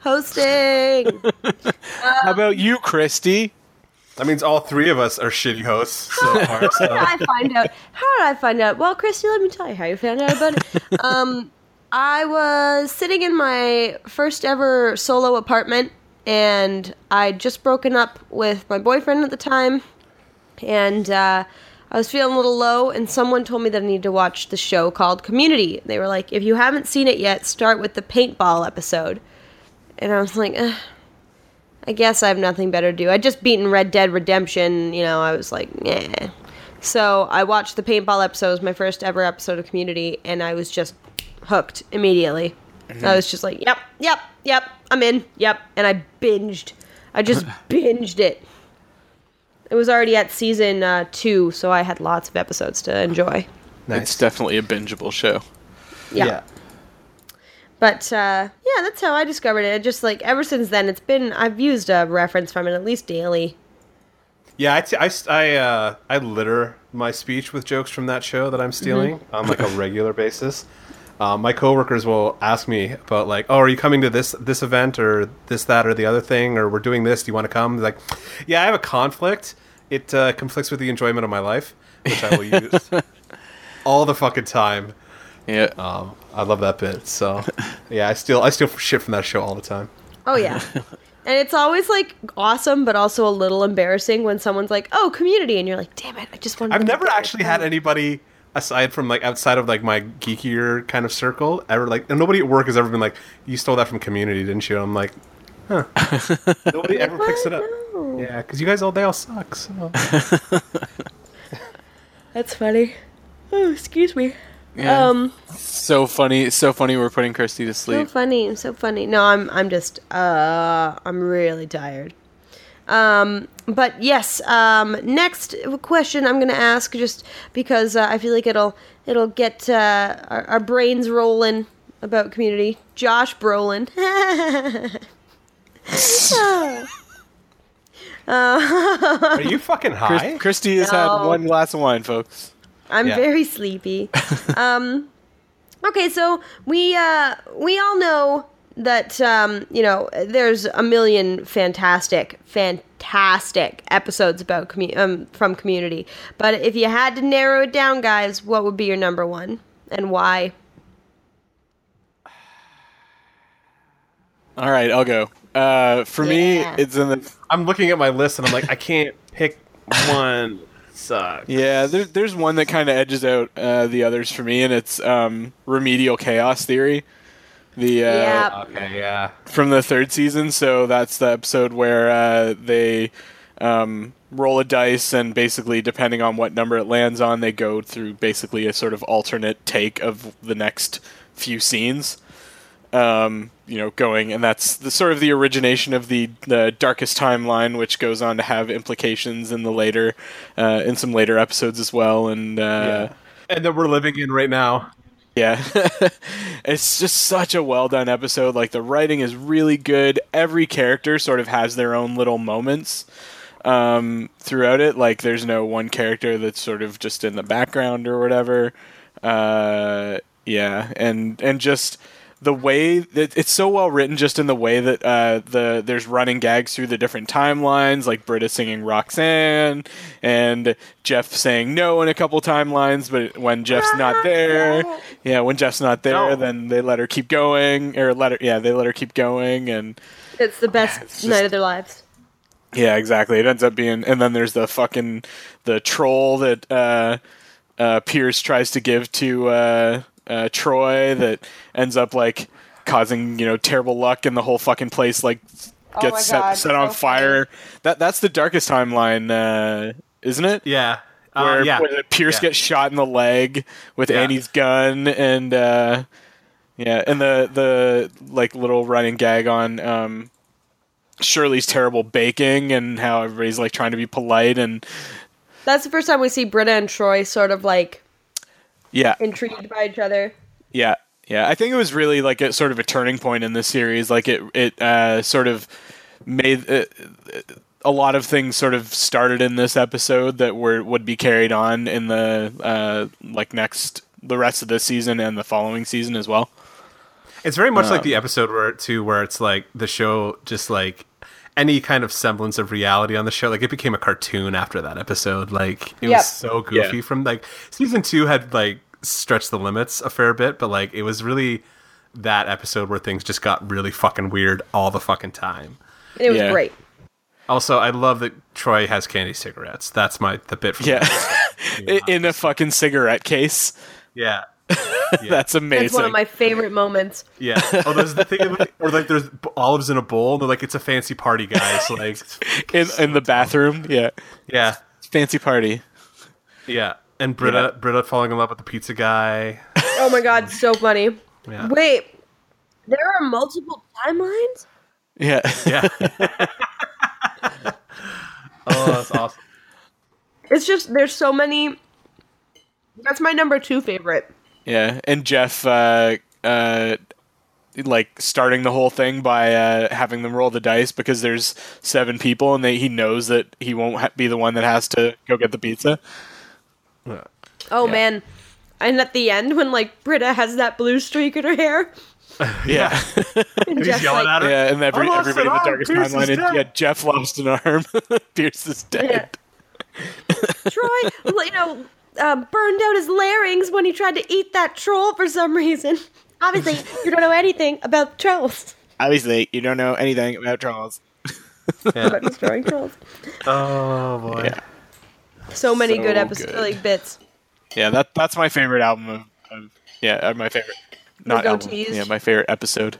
Speaker 1: Hosting.
Speaker 3: How about you, Christy?
Speaker 2: that means all three of us are shitty
Speaker 1: *laughs*
Speaker 2: hosts so far.
Speaker 1: how
Speaker 2: So.
Speaker 1: did I find out? How did I find out? Well, Christy, let me tell you how you found out about it. Um, I was sitting in my first ever solo apartment, and I'd just broken up with my boyfriend at the time, and uh, I was feeling a little low. And someone told me that I needed to watch the show called Community. They were like, "If you haven't seen it yet, start with the paintball episode." And I was like, Ugh. I guess I have nothing better to do. I just beaten Red Dead Redemption, you know, I was like, yeah. So I watched the paintball episode, it was my first ever episode of Community, and I was just hooked immediately. I was just like, yep, yep, yep, I'm in, yep. And I binged. I just binged it. It was already at season uh, two, so I had lots of episodes to enjoy.
Speaker 3: It's definitely a bingeable show.
Speaker 1: Yeah. But uh, yeah, that's how I discovered it. Just like ever since then, it's been, I've used a reference from it at least daily.
Speaker 2: Yeah, I, t- I, st- I, uh, I litter my speech with jokes from that show that I'm stealing on like a regular basis. Um, my coworkers will ask me about like, oh, are you coming to this this event or this that or the other thing or we're doing this? Do you want to come? Like, yeah, I have a conflict. It uh, conflicts with the enjoyment of my life, which I will use all the fucking time.
Speaker 3: Yeah.
Speaker 2: Um, I love that bit. So, yeah, I steal I steal shit from that show all the time.
Speaker 1: Oh yeah. and it's always like awesome but also a little embarrassing when someone's like, "Oh, community." And you're like, "Damn it, I just wanted
Speaker 2: I've
Speaker 1: to
Speaker 2: never
Speaker 1: get it
Speaker 2: actually had
Speaker 1: out."
Speaker 2: anybody aside from like outside of like my geekier kind of circle ever like and nobody at work has ever been like you stole that from community didn't you and i'm like *laughs* huh nobody ever picks it up
Speaker 1: No.
Speaker 2: yeah because you guys all they all suck so
Speaker 1: That's funny. Oh, excuse me.
Speaker 3: Yeah.
Speaker 1: Um,
Speaker 3: so funny, so funny. We're putting Kirsty to
Speaker 1: so
Speaker 3: sleep.
Speaker 1: funny, so funny. No, I'm I'm just uh I'm really tired. Um, but yes. Um, next question I'm gonna ask just because uh, I feel like it'll it'll get uh, our, our brains rolling about community. Josh Brolin. *laughs*
Speaker 2: Are you *laughs* fucking
Speaker 3: Chris-
Speaker 2: high?
Speaker 3: Christy has
Speaker 1: No.
Speaker 3: had one glass of wine, folks.
Speaker 1: I'm
Speaker 2: Yeah.
Speaker 1: very
Speaker 3: *laughs*
Speaker 1: sleepy. um, okay, so we uh, we all know that um, you know there's a million fantastic, fantastic episodes about commu- um, from Community. But if you had to narrow it down, guys, what would be your number one and why?
Speaker 3: All right, I'll go. Uh, for
Speaker 1: Yeah.
Speaker 3: me, it's in the
Speaker 2: I'm looking at my list and I'm like, I can't pick one. Suck.
Speaker 3: yeah. There, there's one that kind of edges out uh, the others for me, and it's um, remedial chaos theory. The uh,
Speaker 1: Yeah.
Speaker 2: Okay, yeah.
Speaker 3: from the third season. So that's the episode where uh, they um, roll a dice, and basically, depending on what number it lands on, they go through basically a sort of alternate take of the next few scenes. Um, you know, going, and that's the sort of the origination of the the darkest timeline, which goes on to have implications in the later, uh, in some later episodes as well, and. Uh,
Speaker 2: And that we're living in right now.
Speaker 3: yeah. *laughs* it's just such a well done episode. Like the writing is really good. Every character sort of has their own little moments um, throughout it. Like there's no one character that's sort of just in the background or whatever. Uh, yeah, and and just the way that it's so well written, just in the way that uh, the there's running gags through the different timelines, like Britta singing Roxanne and Jeff saying no in a couple timelines, but when Jeff's not there, yeah, when Jeff's not there,
Speaker 2: No.
Speaker 3: then they let her keep going, or let her, yeah, they let her keep going, and
Speaker 1: It's the best
Speaker 3: Oh, It's just-
Speaker 1: night of their lives.
Speaker 3: yeah, exactly. It ends up being, and then there's the fucking the troll that uh, uh, Pierce tries to give to uh, uh, Troy that ends up like causing you know terrible luck, and the whole fucking place like gets
Speaker 1: Oh my
Speaker 3: set
Speaker 1: God,
Speaker 3: set on
Speaker 1: so
Speaker 3: fire. That that's the darkest timeline, uh, isn't it?
Speaker 2: Yeah. Uh,
Speaker 3: Where,
Speaker 2: yeah.
Speaker 3: where Pierce
Speaker 2: Yeah.
Speaker 3: gets shot in the leg with
Speaker 2: Yeah.
Speaker 3: Annie's gun, and uh, yeah, and the the like little running gag on um, Shirley's terrible baking and how everybody's like trying to be polite and
Speaker 1: That's the first time we see Britta and Troy sort of like
Speaker 3: yeah,
Speaker 1: intrigued by each other.
Speaker 3: Yeah, yeah. I think it was really like a sort of a turning point in this series. Like it, it uh, sort of made uh, a lot of things sort of started in this episode that were would be carried on in the uh, like next the rest of this season and the following season as well. *laughs*
Speaker 2: It's very much like the
Speaker 3: Um,
Speaker 2: episode where too, where it's like the show just like any kind of semblance of reality on the show. Like it became a cartoon after that episode. Like it
Speaker 1: Yep.
Speaker 2: was so goofy
Speaker 3: Yeah.
Speaker 2: from like season two had like stretched the limits a fair bit, but like it was really that episode where things just got really fucking weird all the fucking time.
Speaker 1: And it was
Speaker 3: Yeah.
Speaker 1: great.
Speaker 2: Also, I love that Troy has candy cigarettes. That's my the bit. From
Speaker 3: Yeah, In- in a fucking cigarette case.
Speaker 2: yeah.
Speaker 3: That's amazing.
Speaker 1: It's one of my favorite moments.
Speaker 2: Yeah. Oh, there's the thing, of- or like there's olives in a bowl. And they're like, it's a fancy party, guys.
Speaker 3: *laughs*
Speaker 2: Like,
Speaker 3: in, in the bathroom. Yeah,
Speaker 2: yeah,
Speaker 3: fancy party.
Speaker 2: yeah. And Britta, Britta falling in love with the pizza guy.
Speaker 1: Oh my god, so funny.
Speaker 2: Yeah.
Speaker 1: Wait, there are multiple timelines?
Speaker 3: Yeah,
Speaker 2: Yeah. oh, that's *laughs* awesome.
Speaker 1: It's just there's so many. That's my number two favorite.
Speaker 3: Yeah, and Jeff, uh, uh, like starting the whole thing by uh, having them roll the dice because there's seven people, and they, he knows that he won't ha- be the one that has to go get the pizza.
Speaker 1: Oh
Speaker 3: Yeah.
Speaker 1: man. And at the end, when like Britta has that blue streak in her hair,
Speaker 3: Yeah, *laughs*
Speaker 1: and
Speaker 2: He's
Speaker 1: Jeff's
Speaker 2: yelling
Speaker 1: like,
Speaker 2: at her.
Speaker 3: yeah, and every,
Speaker 2: I lost
Speaker 3: everybody in
Speaker 2: an
Speaker 3: the
Speaker 2: arm,
Speaker 3: darkest
Speaker 2: Pierce is
Speaker 3: timeline, and
Speaker 2: dead.
Speaker 3: yeah, Jeff lost an arm. *laughs* Pierce is dead.
Speaker 1: Troy, well, you know, uh, burned out his larynx when he tried to eat that troll for some reason. Obviously, you don't know anything about trolls.
Speaker 3: Obviously, you don't know anything about Charles.
Speaker 1: About destroying trolls.
Speaker 2: Oh boy.
Speaker 3: Yeah,
Speaker 1: So many
Speaker 3: So
Speaker 1: good episodes,
Speaker 3: good.
Speaker 1: like bits.
Speaker 3: yeah, that that's my favorite album of, of yeah, uh, my favorite not
Speaker 1: go
Speaker 3: album,
Speaker 1: to used.
Speaker 3: yeah, my favorite episode.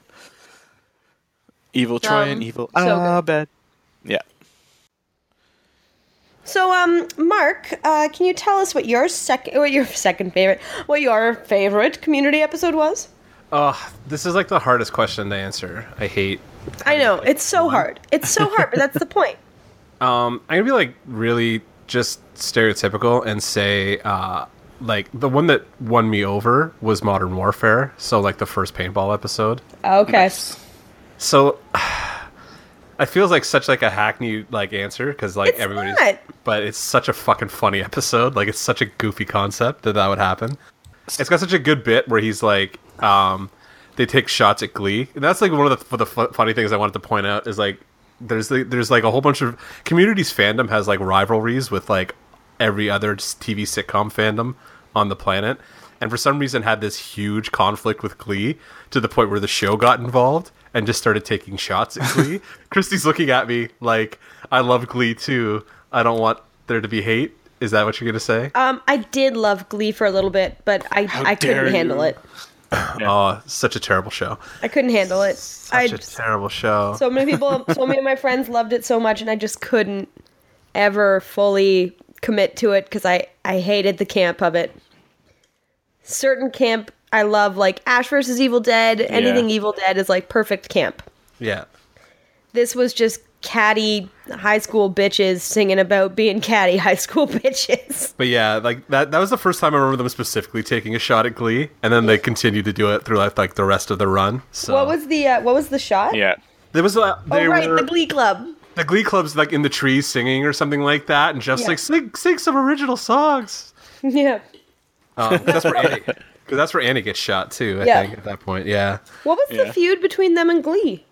Speaker 3: Evil Troy
Speaker 1: Um,
Speaker 3: and Evil Ah,
Speaker 1: so good.
Speaker 3: Abed. Yeah.
Speaker 1: So, um, Mark, uh, can you tell us what your second, what your second favorite, what your favorite community episode was?
Speaker 2: Oh, this is like the hardest question to answer. I hate.
Speaker 1: I know it's so hard. It's so hard, but that's the point.
Speaker 2: Um, I'm gonna be like really just stereotypical and say uh, like the one that won me over was Modern Warfare. So like the first paintball episode.
Speaker 1: Okay.
Speaker 2: So *sighs* it feels like such like a hackneyed like answer because like
Speaker 1: It's
Speaker 2: everybody's,
Speaker 1: not.
Speaker 2: but it's such a fucking funny *laughs* episode. Like it's such a goofy concept that that would happen. It's got such a good bit where he's like, um, they take shots at Glee, and that's like one of the, the fu- funny things I wanted to point out is like there's the, there's like a whole bunch of communities fandom has like rivalries with like every other s- TV sitcom fandom on the planet, and for some reason had this huge conflict with Glee to the point where the show got involved and just started taking shots at Glee. Christy's looking at me like I love Glee too. I don't want there to be hate. Is that what you're gonna say?
Speaker 1: Um, I did love Glee for a little bit, but I I
Speaker 3: dare
Speaker 1: couldn't handle
Speaker 3: you.
Speaker 1: it.
Speaker 2: oh, such a terrible show.
Speaker 1: I couldn't handle it. I
Speaker 2: Such a terrible show.
Speaker 1: so many people, so many of my friends loved it so much, and I just couldn't ever fully commit to it because I I hated the camp of it. Certain camp I love, like Ash versus Evil Dead. Anything Evil Dead is like perfect camp.
Speaker 2: yeah.
Speaker 1: This was just catty high school bitches singing about being catty high school *laughs* bitches.
Speaker 2: But yeah, like that that was the first time I remember them specifically taking a shot at Glee, and then they continued to do it throughout like the rest of the run. So
Speaker 1: What was the uh, what was the shot?
Speaker 3: Yeah.
Speaker 2: there was uh,
Speaker 1: Oh
Speaker 2: they
Speaker 1: right,
Speaker 2: were,
Speaker 1: the
Speaker 2: the,
Speaker 1: Glee
Speaker 2: Glee-
Speaker 1: Club. *laughs*
Speaker 2: club's like in the trees singing or something like that, and Jeff's
Speaker 1: Yeah.
Speaker 2: like sing sing some original songs.
Speaker 1: Yeah.
Speaker 2: Um, 'cause that's where Annie, 'cause that's where Annie gets shot too. I
Speaker 1: Yeah.
Speaker 2: think at that point, yeah.
Speaker 1: What was the
Speaker 3: Yeah.
Speaker 1: feud between them and Glee?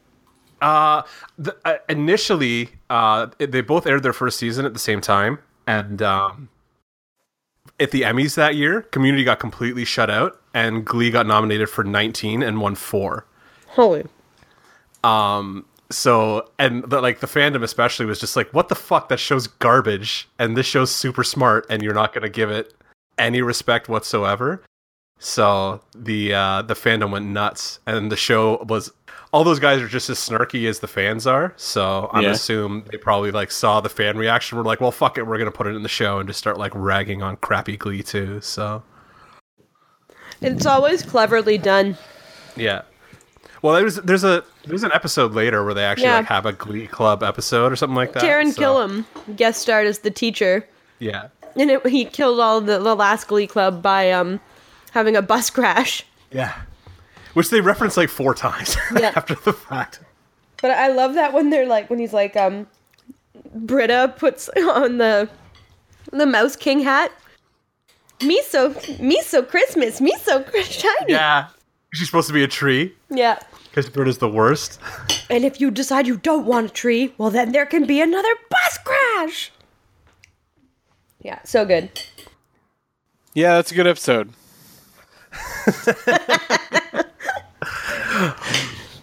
Speaker 2: the, uh, initially uh, it- they both aired their first season at the same time and um, at the emmys that year community got completely shut out and glee got nominated for 19 and won four
Speaker 1: Holy.
Speaker 2: so and the, like the fandom especially was just like what the fuck that show's garbage and this show's super smart and you're not going to give it any respect whatsoever so the uh the fandom went nuts and the show was all those guys are just as snarky as the fans are so i'm
Speaker 3: Yeah.
Speaker 2: assume they probably like saw the fan reaction were like well fuck it we're going to put it in the show and just start like ragging on crappy glee too so
Speaker 1: It's always cleverly done.
Speaker 2: Yeah. Well, there's there's a there's an episode later where they actually
Speaker 1: Yeah.
Speaker 2: like have a Glee Club episode or something like that.
Speaker 1: Taryn
Speaker 2: so-
Speaker 1: Killam guest starred as the teacher,
Speaker 2: Yeah.
Speaker 1: and it, he killed all the, the last Glee Club by um having a bus crash.
Speaker 2: Yeah. Which they reference like four times *laughs*
Speaker 1: Yeah.
Speaker 2: after the fact.
Speaker 1: But I love that when they're like when he's like um Britta puts on the the Mouse King hat. Me so me so Christmas, me so cr- shiny.
Speaker 2: Yeah. She's supposed to be a tree
Speaker 1: yeah.
Speaker 2: because Britta's the worst.
Speaker 1: And if you decide you don't want a tree, well then there can be another bus crash. Yeah, so good.
Speaker 3: Yeah, that's a good episode.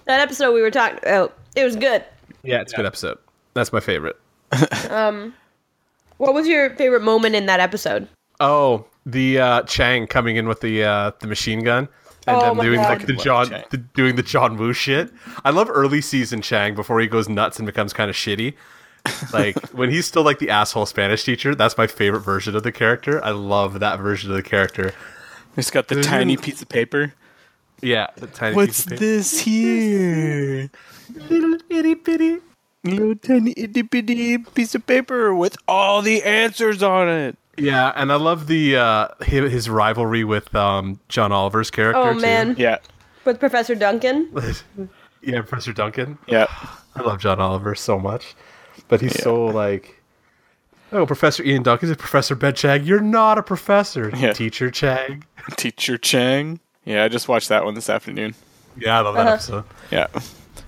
Speaker 1: That episode we were talking about, it was good.
Speaker 2: Yeah, it's a good episode. That's my favorite.
Speaker 1: What was your favorite moment in that episode?
Speaker 2: Oh, the uh, Chang coming in with the uh, the machine gun and
Speaker 1: Oh
Speaker 2: them
Speaker 1: my
Speaker 2: doing
Speaker 1: God.
Speaker 2: like the
Speaker 3: Love
Speaker 2: John
Speaker 3: Chang.
Speaker 2: the, doing the John Woo shit. I love early season Chang before he goes nuts and becomes kind of shitty. *laughs* Like when he's still like the asshole Spanish teacher. That's my favorite version of the character. I love that version of the character.
Speaker 3: It's got the tiny piece of paper.
Speaker 2: Yeah, the tiny piece
Speaker 3: What's
Speaker 2: of paper.
Speaker 3: this here?
Speaker 2: little itty bitty?
Speaker 3: Little tiny itty bitty piece of paper with all the answers on it.
Speaker 2: Yeah, and I love the uh, his, his rivalry with um, John Oliver's character.
Speaker 1: Oh
Speaker 2: too.
Speaker 1: man,
Speaker 3: Yeah.
Speaker 1: with Professor Duncan.
Speaker 2: *laughs* yeah, Professor Duncan.
Speaker 3: Yeah.
Speaker 2: I love John Oliver so much, but he's so like, oh, Professor Ian Duncan is Professor Ben Chag. You're not a professor,
Speaker 3: *laughs* Yeah.
Speaker 2: teacher Chag.
Speaker 3: Teacher Chang. Yeah, I just watched that one this afternoon.
Speaker 2: Yeah, I love that
Speaker 1: Uh-huh.
Speaker 2: episode.
Speaker 3: Yeah.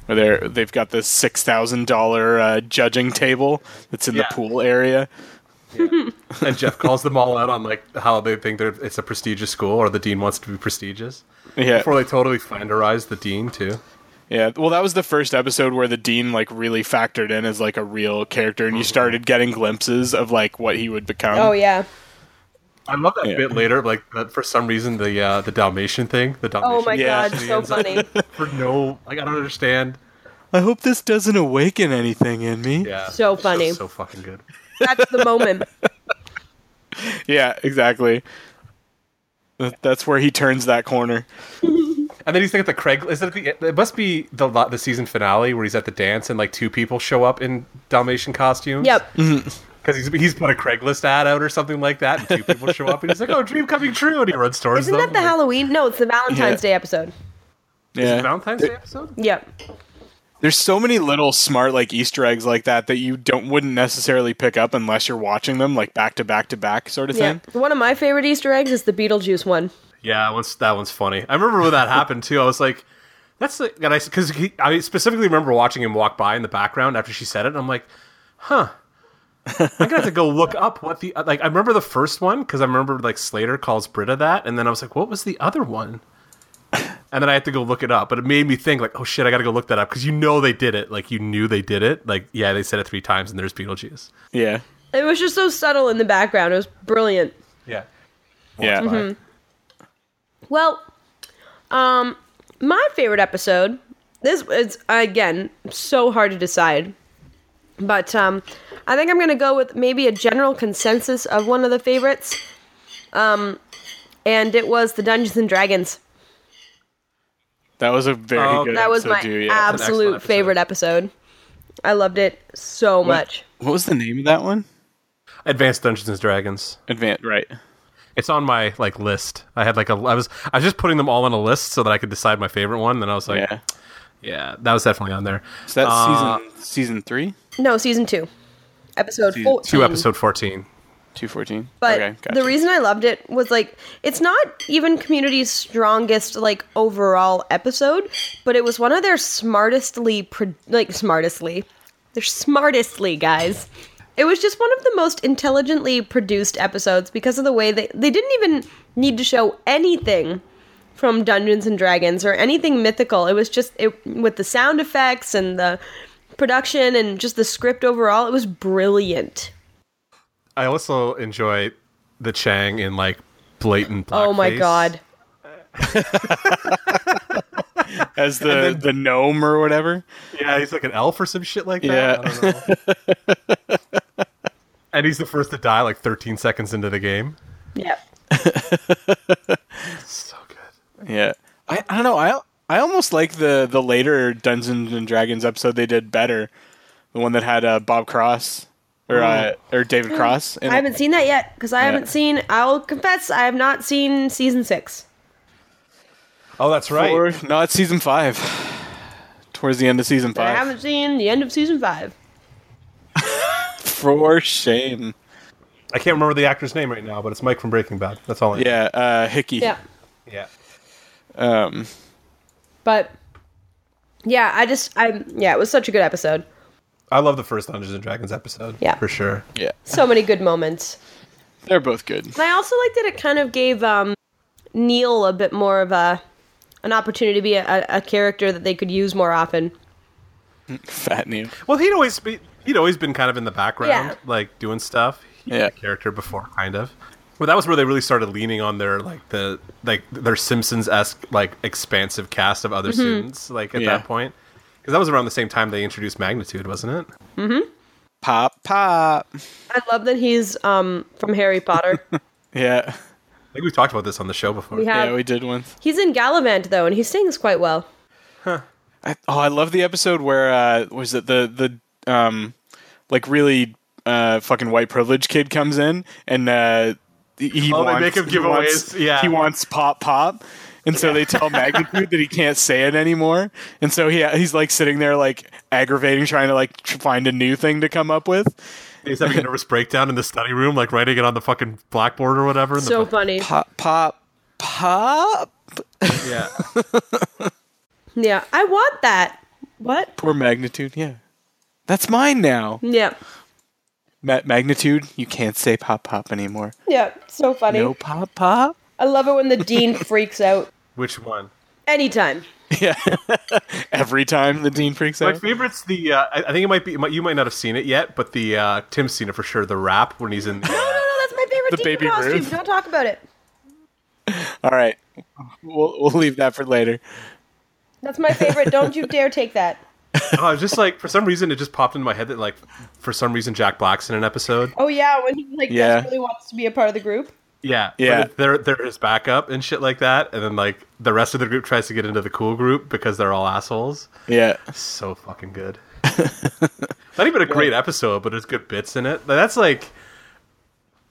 Speaker 3: Where they're, they've got this $6,000 uh, judging table that's in
Speaker 2: Yeah.
Speaker 3: the pool area.
Speaker 2: And Jeff calls them all out on like how they think they're it's a prestigious school or the dean wants to be prestigious.
Speaker 3: Yeah.
Speaker 2: Before they totally flanderize the dean too.
Speaker 3: Yeah, well, that was the first episode where the dean like really factored in as like a real character, and you started getting glimpses of like what he would become.
Speaker 1: Oh yeah.
Speaker 2: I love that
Speaker 3: Yeah.
Speaker 2: bit later, like that for some reason the uh, the Dalmatian thing, the Dalmatian
Speaker 1: Oh my
Speaker 3: Yeah. *laughs*
Speaker 1: god, so funny.
Speaker 2: for no like I don't understand.
Speaker 3: I hope this doesn't awaken anything in me.
Speaker 2: Yeah.
Speaker 1: So funny.
Speaker 2: So, so fucking good.
Speaker 1: That's the moment.
Speaker 3: Yeah, exactly. That- That's where he turns that corner.
Speaker 2: And then he's like at the Craig. Is it, the, it must be the lo- the season finale where he's at the dance and like two people show up in Dalmatian costumes.
Speaker 1: Yep.
Speaker 3: *laughs*
Speaker 2: Because he's, he's put a Craigslist ad out or something like that, and two people show up, and he's like, "Oh, dream coming true," and he runs towards
Speaker 1: Isn't
Speaker 2: them.
Speaker 1: that the
Speaker 2: like,
Speaker 1: Halloween? No, it's the Valentine's
Speaker 3: Yeah.
Speaker 1: Day episode.
Speaker 3: Yeah.
Speaker 2: Valentine's Day episode?
Speaker 1: Yep.
Speaker 3: There's so many little smart like Easter eggs like that that you don't wouldn't necessarily pick up unless you're watching them like back to back to back sort of
Speaker 1: Yeah.
Speaker 3: thing.
Speaker 1: One of my favorite Easter eggs is the Beetlejuice one.
Speaker 2: Yeah, that one's, that one's funny. I remember when that happened too. I was like, "That's the and I because I specifically remember watching him walk by in the background after she said it. and I'm like, "Huh." I'm gonna have to go look up what the like. I remember the first one because I remember like Slater calls Britta that, and then I was like, "What was the other one?" And then I had to go look it up, but it made me think like, "Oh shit, I gotta go look that up," because you know they did it. Like you knew they did it. Like yeah, they said it three times, and there's Beetlejuice.
Speaker 3: Yeah.
Speaker 1: It was just so subtle in the background. It was brilliant.
Speaker 2: Yeah.
Speaker 3: Yeah.
Speaker 1: Well, um, my favorite episode. This is again so hard to decide, but um, I think I'm gonna go with maybe a general consensus of one of the favorites. Um, and it was the Dungeons and Dragons.
Speaker 3: That was a very
Speaker 2: Oh,
Speaker 3: good
Speaker 1: That was
Speaker 3: episode
Speaker 1: my
Speaker 3: too, yeah.
Speaker 1: absolute
Speaker 2: excellent episode.
Speaker 1: favorite episode. I loved it so much.
Speaker 3: What was the name of that one?
Speaker 2: Advanced Dungeons and Dragons.
Speaker 3: Advance right.
Speaker 2: It's on my like list. I had like a I was I was just putting them all on a list so that I could decide my favorite one. Then I was like, yeah,
Speaker 3: Yeah.
Speaker 2: that was definitely on there.
Speaker 3: So that's
Speaker 2: Uh,
Speaker 3: season season three?
Speaker 1: No, season two, episode
Speaker 3: Season-
Speaker 1: four.
Speaker 2: Two episode fourteen.
Speaker 3: Two fourteen.
Speaker 1: But
Speaker 3: okay, gotcha.
Speaker 1: the reason I loved it was like it's not even community's strongest like overall episode, but it was one of their smartestly pro- like smartestly, their smartestly guys. It was just one of the most intelligently produced episodes because of the way they they didn't even need to show anything from Dungeons and Dragons or anything mythical. It was just it with the sound effects and the production and just the script overall. It was brilliant.
Speaker 2: I also enjoy the Chang in like blatant.
Speaker 1: Oh my
Speaker 2: blackface.
Speaker 1: god.
Speaker 3: as the the gnome or whatever.
Speaker 2: Yeah, he's like an elf or some shit like
Speaker 3: Yeah.
Speaker 2: that. I don't know.
Speaker 3: *laughs*
Speaker 2: and he's the first to die like thirteen seconds into the game.
Speaker 1: Yep.
Speaker 2: So good.
Speaker 3: Yeah. I, I don't know. I I almost like the the later Dungeons and Dragons episode they did better. The one that had uh, Bob Cross or uh, or David Cross. in
Speaker 1: Oh. I
Speaker 3: it.
Speaker 1: haven't seen that yet because I haven't seen. I'll confess, I have not seen season six.
Speaker 2: Oh, that's right.
Speaker 3: Or no, it's season five. *sighs* Towards the end of season
Speaker 1: I
Speaker 3: five.
Speaker 1: haven't seen the end of season five.
Speaker 3: For shame.
Speaker 2: I can't remember the actor's name right now, but it's Mike from Breaking Bad. That's all I know.
Speaker 3: Yeah, uh, Hickey.
Speaker 1: Yeah,
Speaker 2: Yeah.
Speaker 3: Um,
Speaker 1: but yeah, I just I yeah, it was such a good episode.
Speaker 2: I love the first Dungeons and Dragons episode.
Speaker 1: Yeah.
Speaker 2: For sure.
Speaker 3: yeah.
Speaker 1: So many good moments.
Speaker 3: They're both good.
Speaker 1: And I also like that it kind of gave um, Neil a bit more of a an opportunity to be a, a character that they could use more often.
Speaker 3: Fat Neil.
Speaker 2: Well, he'd always be he'd always been kind of in the background,
Speaker 1: Yeah.
Speaker 2: like doing stuff. He
Speaker 3: Yeah.
Speaker 2: yeah. a character before, kind of. Well, that was where they really started leaning on their like the like their Simpsons esque like expansive cast of
Speaker 1: Mm-hmm.
Speaker 2: other students. Like at
Speaker 3: Yeah.
Speaker 2: that point, because that was around the same time they introduced Magnitude, wasn't it?
Speaker 3: Pop, pop.
Speaker 1: I love that he's um, from Harry *laughs* Potter.
Speaker 3: Yeah.
Speaker 2: I think we've talked about this on the show before.
Speaker 1: We have
Speaker 3: yeah, we did once.
Speaker 1: he's in Gallivant though, and he sings quite well.
Speaker 3: I, oh, I love the episode where uh, was it the the um like really uh fucking white privilege kid comes in and uh he
Speaker 2: Oh, they
Speaker 3: wants,
Speaker 2: make him
Speaker 3: he
Speaker 2: give away
Speaker 3: wants-
Speaker 2: his- yeah.
Speaker 3: he wants pop pop. And so they
Speaker 2: *laughs*
Speaker 3: tell Magnitude that he can't say it anymore, and so he he's like sitting there like aggravating, trying to like tr- find a new thing to come up with.
Speaker 2: He's having a nervous breakdown in the study room, like writing it on the fucking blackboard or whatever. in the
Speaker 1: So
Speaker 2: fuck-
Speaker 1: funny.
Speaker 3: Pop pop pop.
Speaker 2: yeah.
Speaker 1: Yeah, I want that. What?
Speaker 3: Poor Magnitude, yeah, that's mine now.
Speaker 1: Yeah.
Speaker 3: Ma- Magnitude, you can't say pop pop anymore.
Speaker 1: Yeah. So funny.
Speaker 3: No pop pop.
Speaker 1: I love it when the dean freaks out.
Speaker 2: Which one?
Speaker 1: Anytime.
Speaker 3: *laughs* Yeah. *laughs* Every time the Dean freaks
Speaker 2: My
Speaker 3: out.
Speaker 2: favorite's the. Uh, I I think it might be. it might- You might not have seen it yet, but the uh, Tim's seen it for sure. The rap when he's in. The, uh,
Speaker 1: No, no, no, that's my favorite
Speaker 3: The
Speaker 1: dean
Speaker 3: baby
Speaker 1: costume.
Speaker 3: Ruth.
Speaker 1: Don't talk about it.
Speaker 3: All right. We'll, we'll leave that for later.
Speaker 1: That's my favorite. Don't you dare take that.
Speaker 2: I was just like, for some reason, it just popped into my head that like, for some reason, Jack Black's in an episode.
Speaker 4: Oh yeah, when he like
Speaker 3: Yeah.
Speaker 4: desperately wants to be a part of the group.
Speaker 2: Yeah, but
Speaker 3: Yeah.
Speaker 2: it- They're they're his backup and shit like that, and then like the rest of the group tries to get into the cool group because they're all assholes.
Speaker 3: Yeah.
Speaker 2: So fucking good. Not even a great episode, but there's good bits in it. But That's like,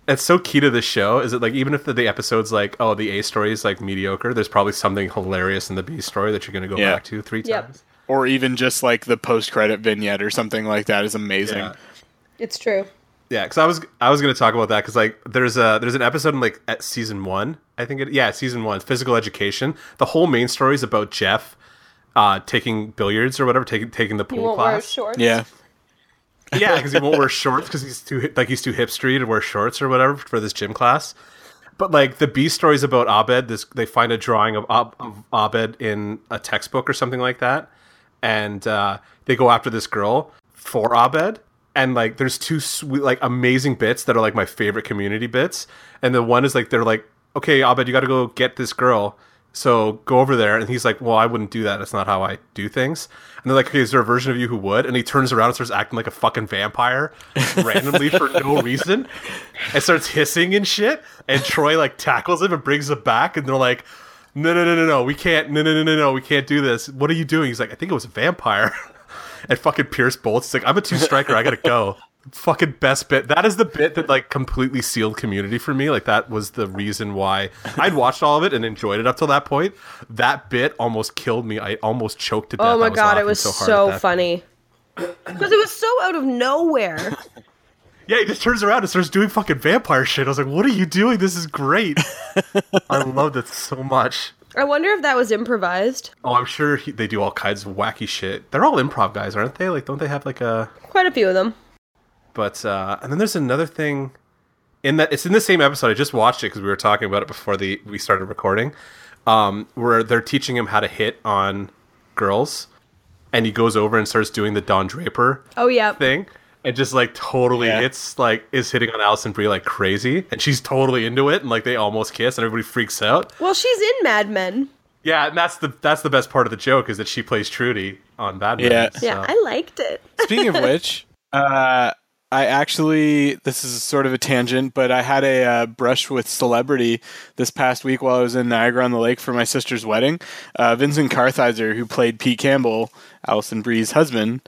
Speaker 2: that's so key to this show. Is it like even if the, the episode's like, oh, the A story is like mediocre, there's probably something hilarious in the B story that you're gonna go
Speaker 3: Yeah.
Speaker 2: back to three
Speaker 1: Yep.
Speaker 2: times.
Speaker 3: Or even just like the post credit vignette or something like that is amazing.
Speaker 2: Yeah.
Speaker 4: It's true.
Speaker 2: Yeah, because I was I was gonna talk about that because like there's a there's an episode in like at season one I think it yeah season one physical education the whole main story is about Jeff uh taking billiards or whatever taking taking the
Speaker 4: He
Speaker 2: pool
Speaker 4: won't wear
Speaker 2: class
Speaker 4: shorts.
Speaker 3: Yeah.
Speaker 2: yeah because he won't
Speaker 4: *laughs*
Speaker 2: wear shorts because he's too hi- like he's too hipstery to wear shorts or whatever for this gym class but like the B story is about Abed this they find a drawing of, Ab- of Abed in a textbook or something like that and uh, they go after this girl for Abed. And like, there's two sweet, like amazing bits that are like my favorite community bits. And the one is like, they're like, okay, Abed, you got to go get this girl. So go over there. And he's like, well, I wouldn't do that. That's not how I do things. And they're like, okay, is there a version of you who would? And he turns around and starts acting like a fucking vampire randomly for no reason and starts hissing and shit. And Troy like tackles him and brings him back. And they're like, no, no, no, no, no, we can't, no, no, no, no, no, we can't do this. What are you doing? He's like, I think it was a vampire. *laughs* and fucking Pierce bolts. He's like, I'm a two striker. I gotta go. *laughs* fucking best bit. That is the bit that like completely sealed community for me. Like that was the reason why I'd watched all of it and enjoyed it up till that point. That bit almost killed me. I almost choked to death.
Speaker 1: Oh my
Speaker 2: I
Speaker 1: god, it
Speaker 2: laughing
Speaker 1: was so,
Speaker 2: hard at that.
Speaker 1: funny. *coughs* Because it was so out of nowhere.
Speaker 2: Yeah, he just turns around and starts doing fucking vampire shit. I was like, what are you doing? This is great. I loved it so much.
Speaker 1: I wonder if that was improvised.
Speaker 2: Oh, I'm sure he, they do all kinds of wacky shit. They're all improv guys, aren't they? Like, don't they have like a?
Speaker 1: Quite a few of them.
Speaker 2: But uh, and then there's another thing in that it's in the same episode. I just watched it because we were talking about it before the we started recording. Um, where they're teaching him how to hit on girls, and he goes over and starts doing the Don Draper
Speaker 1: Oh yeah.
Speaker 2: thing. And just like totally,
Speaker 3: Yeah.
Speaker 2: it's like is hitting on Allison Brie like crazy, and she's totally into it, and like they almost kiss, and everybody freaks out.
Speaker 1: Well, she's in Mad Men.
Speaker 2: Yeah, and that's the that's the best part of the joke is that she plays Trudy on Bad Men.
Speaker 3: Yeah.
Speaker 1: Yeah,
Speaker 2: so-
Speaker 1: I liked it.
Speaker 3: Speaking of which, uh, I actually this is sort of a tangent, but I had a uh, brush with celebrity this past week while I was in Niagara on the Lake for my sister's wedding. Uh, Vincent Kartheiser, who played Pete Campbell, Allison Bree's husband,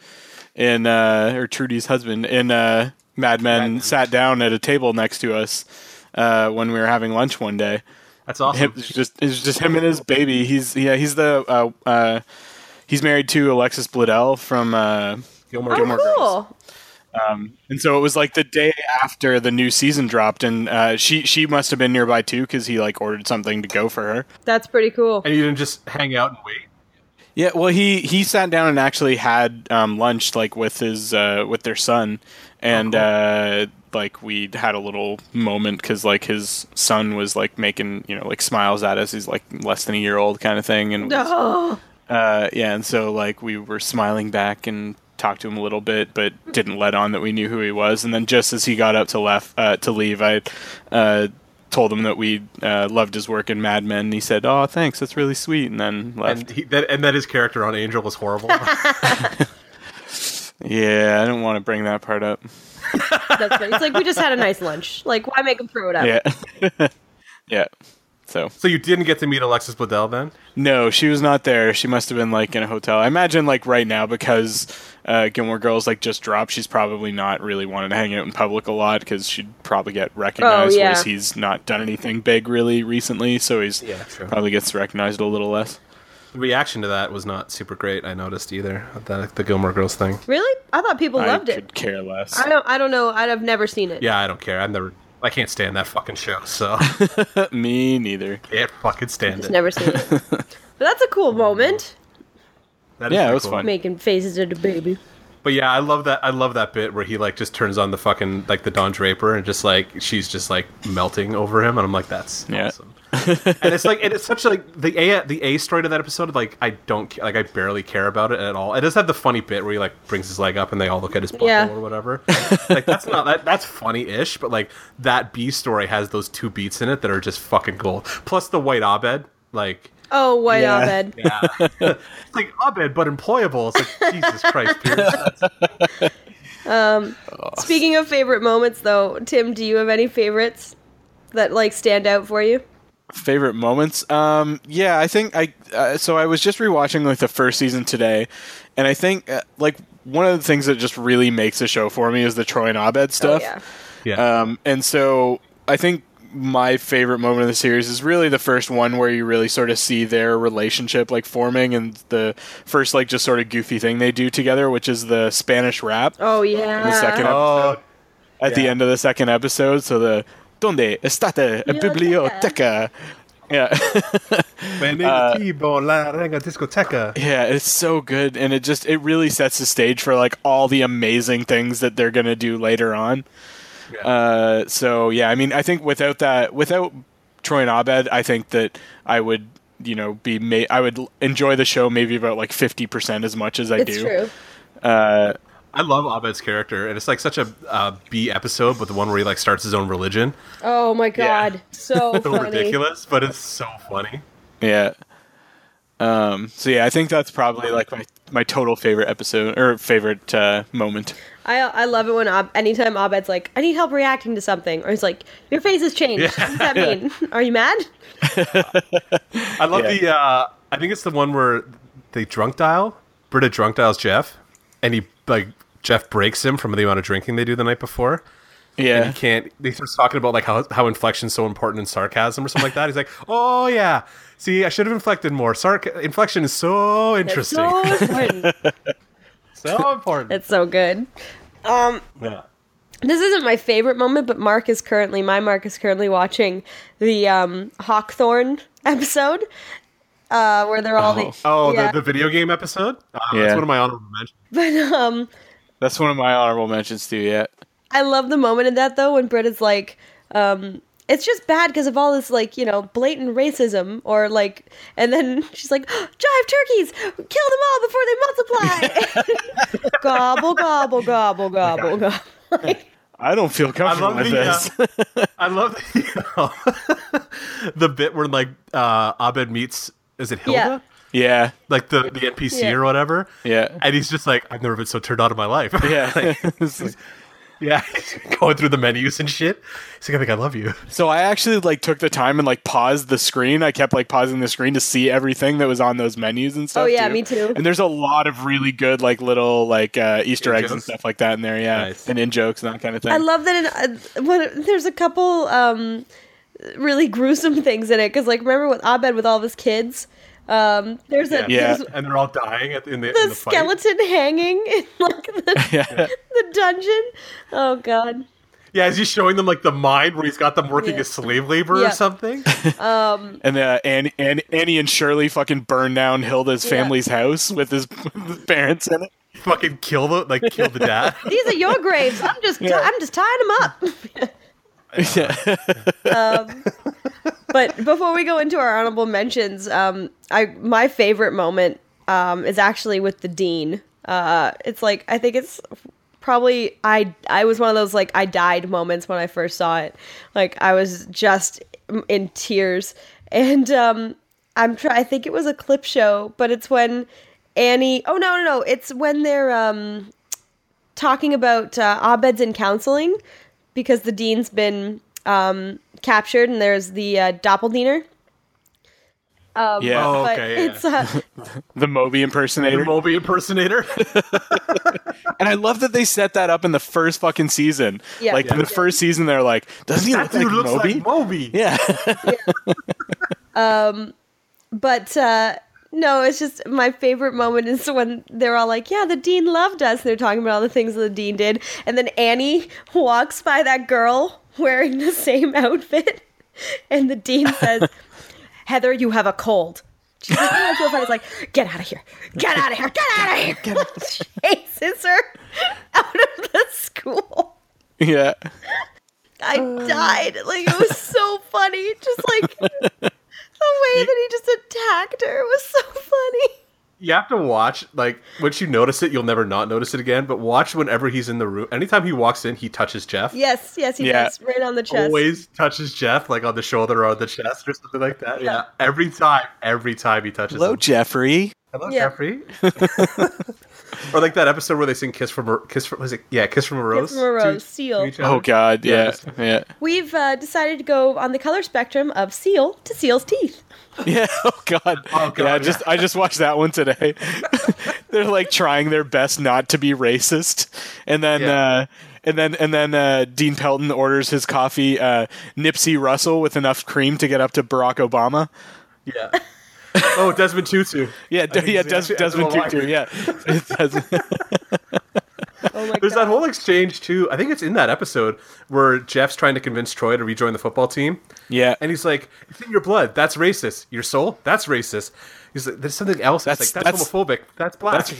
Speaker 3: in uh, or Trudy's husband in uh, Mad Men, sat down at a table next to us uh, when we were having lunch one day.
Speaker 2: that's awesome.
Speaker 3: Him, it's just it's just him and his baby. He's yeah he's the uh, uh, he's married to Alexis Bledel from. Uh,
Speaker 2: Gilmore,
Speaker 1: Oh,
Speaker 2: Gilmore
Speaker 1: cool.
Speaker 2: Girls.
Speaker 3: and so it was like the day after the new season dropped, and uh, she she must have been nearby too because he like ordered something to go for her.
Speaker 1: That's pretty cool.
Speaker 2: And you didn't just hang out and wait.
Speaker 3: Yeah, well he he sat down and actually had um, lunch like with his uh, with their son, and uh, like we had a little moment because like his son was like making you know like smiles at us. He's like less than a year old kind of thing, and was-
Speaker 1: Oh,
Speaker 3: uh, yeah, and so like we were smiling back and talked to him a little bit, but didn't let on that we knew who he was. And then just as he got up to left uh, to leave, I uh, told him that we uh, loved his work in Mad Men. And he said, "Oh, thanks, that's really sweet," and then
Speaker 2: And
Speaker 3: left.
Speaker 2: he, that and that his character on Angel
Speaker 1: *laughs*
Speaker 2: was horrible.
Speaker 3: yeah, I didn't want to bring that part up.
Speaker 1: that's nice. It's like we just had a nice lunch. Like, why make him throw it up?
Speaker 3: Yeah, *laughs* yeah. So
Speaker 2: so you didn't get to meet Alexis Bledel then?
Speaker 3: no, she was not there. She must have been like in a hotel. I imagine like right now because uh, Gilmore Girls like just dropped. She's probably not really wanting to hang out in public a lot because she'd probably get recognized.
Speaker 1: Oh, yeah.
Speaker 3: Whereas he's not done anything big really recently, so he's
Speaker 2: Yeah, true.
Speaker 3: probably gets recognized a little less.
Speaker 2: The reaction to that was not super great. I noticed either the the Gilmore Girls thing.
Speaker 1: Really? I thought people loved
Speaker 3: I
Speaker 1: it.
Speaker 3: could care less.
Speaker 1: I don't. I don't know. I'd- I've never seen it.
Speaker 2: Yeah, I don't care. I've never. I can't stand that fucking show. So *laughs*
Speaker 3: Me neither.
Speaker 2: can't fucking stand it.
Speaker 1: Never seen
Speaker 3: *laughs*
Speaker 1: it. but that's a cool moment.
Speaker 2: That is
Speaker 3: Yeah, it
Speaker 2: pretty
Speaker 3: was fun.
Speaker 1: Making faces at a baby.
Speaker 2: But yeah, I love that. I love that bit where he like just turns on the fucking like the Don Draper and just like she's just like melting over him, and I'm like, that's
Speaker 3: Yeah.
Speaker 2: awesome. and it's like and it's such like the a the a story to that episode. Like I don't ca- like I barely care about it at all. It does have the funny bit where he like brings his leg up and they all look at his buckle
Speaker 1: Yeah.
Speaker 2: or whatever. like that's not that that's funny ish, but like that B story has those two beats in it that are just fucking gold. Plus the White Abed like
Speaker 1: Oh, white
Speaker 3: Yeah.
Speaker 1: Abed.
Speaker 2: *laughs* It's like Abed, but employable. It's like Jesus
Speaker 3: *laughs*
Speaker 2: Christ, Pierce.
Speaker 1: Um, Speaking of favorite moments, though, Tim, do you have any favorites that like stand out for you?
Speaker 3: favorite moments um yeah i think i uh, so i was just rewatching like the first season today and i think uh, like one of the things that just really makes the show for me is the troy and abed
Speaker 1: Oh,
Speaker 3: stuff
Speaker 1: yeah.
Speaker 2: Yeah,
Speaker 3: um and so i think my favorite moment of the series is really the first one where you really sort of see their relationship like forming and the first like just sort of goofy thing they do together which is the spanish rap
Speaker 1: Oh yeah.
Speaker 3: the second
Speaker 2: oh,
Speaker 3: at the
Speaker 2: Yeah.
Speaker 3: end of the second episode. So the donde estate a
Speaker 1: Biblioteca.
Speaker 3: biblioteca. Yeah, *laughs*
Speaker 2: man, la renga discoteca.
Speaker 3: yeah, it's so good, and it just it really sets the stage for like all the amazing things that they're gonna do later on. Uh, so yeah, I mean, I think without that, without Troy and Abed, I think that I would, you know, be ma- I would l- enjoy the show maybe about like fifty percent as much as I
Speaker 4: It's
Speaker 3: do.
Speaker 4: true.
Speaker 2: I love Abed's character, and it's like such a uh, B episode, but the one where he like starts his own religion.
Speaker 4: Oh my god,
Speaker 3: *laughs*
Speaker 4: so
Speaker 2: So
Speaker 4: funny.
Speaker 2: ridiculous, but it's so funny.
Speaker 3: Yeah. Um, so yeah, I think that's probably like my, my total favorite episode or favorite uh, moment.
Speaker 1: I I love it when Ab- anytime Abed's like, I need help reacting to something, or he's like, Your face has changed. What does
Speaker 3: *laughs*
Speaker 1: that mean? Are you mad?
Speaker 2: I love
Speaker 3: Yeah.
Speaker 2: the. Uh, I think it's the one where they drunk dial. Britta drunk dials Jeff, and he like Jeff breaks him from the amount of drinking they do the night before.
Speaker 3: Yeah.
Speaker 2: He can't. They starts talking about like how how inflection's so important in sarcasm or something like that. He's like, oh yeah, see, I should have inflected more. Sarc- inflection is so
Speaker 1: It's
Speaker 2: interesting,
Speaker 1: so important.
Speaker 3: *laughs*
Speaker 2: so, *laughs* important.
Speaker 1: it's so good.
Speaker 2: yeah.
Speaker 1: This isn't my favorite moment, but Mark is currently my Mark is currently watching the um, Hawkthorn *laughs* episode, uh, where they're all the
Speaker 2: Oh,
Speaker 1: Yeah.
Speaker 2: the, the video game episode. Uh,
Speaker 3: Yeah.
Speaker 2: That's one of my honorable mentions.
Speaker 3: That's one of my honorable mentions too. Yeah.
Speaker 1: I love the moment in that though when Britta's like, um, it's just bad because of all this like you know blatant racism or like, and then *laughs* she's like, "Oh, jive turkeys, kill them all before they multiply. *laughs* gobble gobble gobble gobble gobble.
Speaker 3: I don't feel comfortable
Speaker 2: love
Speaker 3: with
Speaker 2: the,
Speaker 3: this.
Speaker 2: I love the, *laughs* the bit where like uh, Abed meets is it Hilda,
Speaker 1: Yeah.
Speaker 3: *laughs* yeah.
Speaker 2: like the the NPC
Speaker 1: Yeah.
Speaker 2: or whatever.
Speaker 3: Yeah.
Speaker 2: And he's just like, I've never been so turned on in my life.
Speaker 3: Yeah.
Speaker 2: Like, *laughs*
Speaker 3: *laughs*
Speaker 2: yeah. he's going through the menus and shit. He's like, I think I love you.
Speaker 3: so I actually like took the time and like paused the screen. I kept like pausing the screen to see everything that was on those menus and stuff.
Speaker 1: Oh, yeah, me too.
Speaker 3: And there's a lot of really good like little like uh, Easter eggs and
Speaker 2: jokes?
Speaker 3: stuff like that in there. Yeah,
Speaker 2: Nice.
Speaker 3: and in jokes and that kind of thing.
Speaker 1: I love that in, uh, when there's a couple um, really gruesome things in it because like remember with Abed with all of his kids, um, there's a
Speaker 3: Yeah.
Speaker 1: there's
Speaker 2: And they're all dying at, in the, in
Speaker 1: the
Speaker 2: the fight.
Speaker 1: skeleton hanging *laughs* in like the,
Speaker 3: *laughs* yeah.
Speaker 1: the dungeon. Oh god.
Speaker 2: Yeah, is he showing them like the mine where he's got them working
Speaker 1: Yeah.
Speaker 2: as slave labor
Speaker 1: Yeah. *laughs*
Speaker 2: or something?
Speaker 3: And uh, Annie, and Annie and Shirley fucking burn down Hilda's family's house with his, *laughs* with his parents in it.
Speaker 2: Fucking kill the like kill the
Speaker 3: *laughs*
Speaker 2: dad.
Speaker 1: These are your graves. I'm just I'm just tying them up.
Speaker 2: *laughs*
Speaker 3: Yeah.
Speaker 1: but before we go into our honorable mentions, um, I my favorite moment um, is actually with the dean. Uh, it's like I think it's probably I I was one of those like I died moments when I first saw it. Like I was just in tears, and um, I'm try. I think it was a clip show, but it's when Annie. Oh no no no! It's when they're um, talking about uh, Abed's in counseling because the dean's been um, captured and there's the uh, doppelganger. Um,
Speaker 3: Yeah.
Speaker 2: Oh,
Speaker 1: but
Speaker 2: okay, yeah.
Speaker 1: it's uh,
Speaker 3: the Moby
Speaker 2: The
Speaker 3: impersonator.
Speaker 2: Moby impersonator.
Speaker 3: and I love that they set that up in the first fucking season.
Speaker 1: Yeah.
Speaker 3: Like in
Speaker 1: Yeah.
Speaker 3: the first season, they're like, doesn't
Speaker 2: *laughs*
Speaker 3: he
Speaker 2: that
Speaker 3: look
Speaker 2: dude
Speaker 3: like
Speaker 2: looks
Speaker 3: Moby?
Speaker 2: like Moby.
Speaker 3: yeah.
Speaker 1: but uh, no, it's just my favorite moment is when they're all like, "Yeah, the dean loved us." They're talking about all the things that the dean did, and then Annie walks by that girl wearing the same outfit, and the dean says, *laughs* "Heather, you have a cold." She's like, "Oh, I feel fine." It's like, "Get out of here! Get out of here! Get out of here!" *laughs* Chases her out of the school.
Speaker 3: *laughs* Yeah.
Speaker 1: I died. Like it was *laughs* so funny. Just like the way that he just attacked her was so funny.
Speaker 2: you have to watch like once you notice it, you'll never not notice it again. But watch whenever he's in the room. Anytime he walks in, he touches Jeff.
Speaker 1: Yes, yes, he
Speaker 3: Yeah. Oh,
Speaker 1: does. Right on the chest.
Speaker 2: Always touches Jeff, like on the shoulder or the chest or something like that. Yeah, every time, every time he touches.
Speaker 3: Hello,
Speaker 2: him.
Speaker 3: Jeffrey.
Speaker 2: Hello,
Speaker 1: Yeah.
Speaker 2: Jeffrey. *laughs* or like that episode where they sing "Kiss from a Kiss from was it? Yeah, "Kiss from a Rose."
Speaker 1: Kiss from a Rose, Seal.
Speaker 2: each other.
Speaker 3: Oh God, yeah,
Speaker 2: *laughs*
Speaker 3: yeah,
Speaker 1: We've uh, decided to go on the color spectrum of seal to seal's teeth.
Speaker 3: yeah. *laughs* Oh God,
Speaker 2: Oh, God,
Speaker 3: yeah. I
Speaker 2: yeah.
Speaker 3: Just I just watched that one today. *laughs* They're like trying their best not to be racist, and then
Speaker 2: Yeah.
Speaker 3: uh, and then and then uh, Dean Pelton orders his coffee uh, Nipsey Russell with enough cream to get up to Barack Obama.
Speaker 2: Yeah. Oh, Desmond Tutu.
Speaker 3: *laughs* Yeah,
Speaker 2: think
Speaker 3: yeah,
Speaker 2: he's
Speaker 3: Des-
Speaker 2: actually- I don't know
Speaker 3: Desmond
Speaker 2: why.
Speaker 3: Tutu. Yeah, *laughs*
Speaker 2: *laughs*
Speaker 3: Desmond-
Speaker 1: Oh my
Speaker 2: There's
Speaker 1: god.
Speaker 2: that whole exchange too. I think it's in that episode where Jeff's trying to convince Troy to rejoin the football team,
Speaker 3: yeah.
Speaker 2: and he's like, "It's in your blood. That's racist. Your soul. That's racist." He's like, "There's something else. That's
Speaker 3: That's-
Speaker 2: like that's,
Speaker 3: that's-
Speaker 2: homophobic. That's black. That's,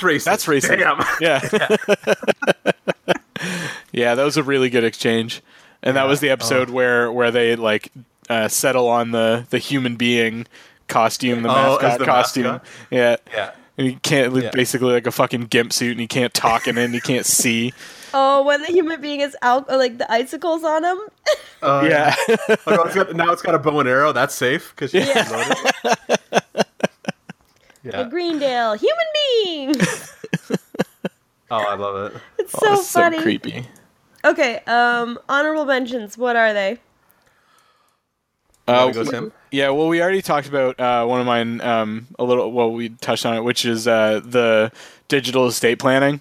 Speaker 2: racist.
Speaker 3: *laughs* That's racist.
Speaker 2: Damn.
Speaker 3: *laughs*
Speaker 2: *laughs*
Speaker 3: Yeah. *laughs* yeah, that was a really good exchange. And that was the
Speaker 2: Oh.
Speaker 3: episode where where they like uh, settle on the the human being costume, the
Speaker 2: Oh, as
Speaker 3: mascot
Speaker 2: the
Speaker 3: costume.
Speaker 2: mascot?
Speaker 3: Yeah.
Speaker 2: Yeah.
Speaker 3: And he can't like, basically like a fucking gimp suit and he can't talk and then
Speaker 2: *laughs*
Speaker 3: he can't see.
Speaker 1: Oh, when the human being is out, uh, like the icicles on him.
Speaker 2: *laughs*
Speaker 3: yeah. *laughs*
Speaker 2: Like, oh, it's got- now it's got a bow and arrow. That's safe because yeah.
Speaker 1: The
Speaker 3: Uh.
Speaker 2: yeah.
Speaker 1: Greendale human
Speaker 3: *laughs*
Speaker 1: being.
Speaker 2: Oh, I love it.
Speaker 1: It's so
Speaker 3: That's
Speaker 1: funny.
Speaker 3: so creepy.
Speaker 1: Okay, um, honorable mentions. What are they?
Speaker 2: Oh,
Speaker 3: Uh,
Speaker 2: goes him.
Speaker 3: Yeah, well, we already talked about uh, one of mine um, a little. Well, we touched on it, which is uh, the digital estate planning.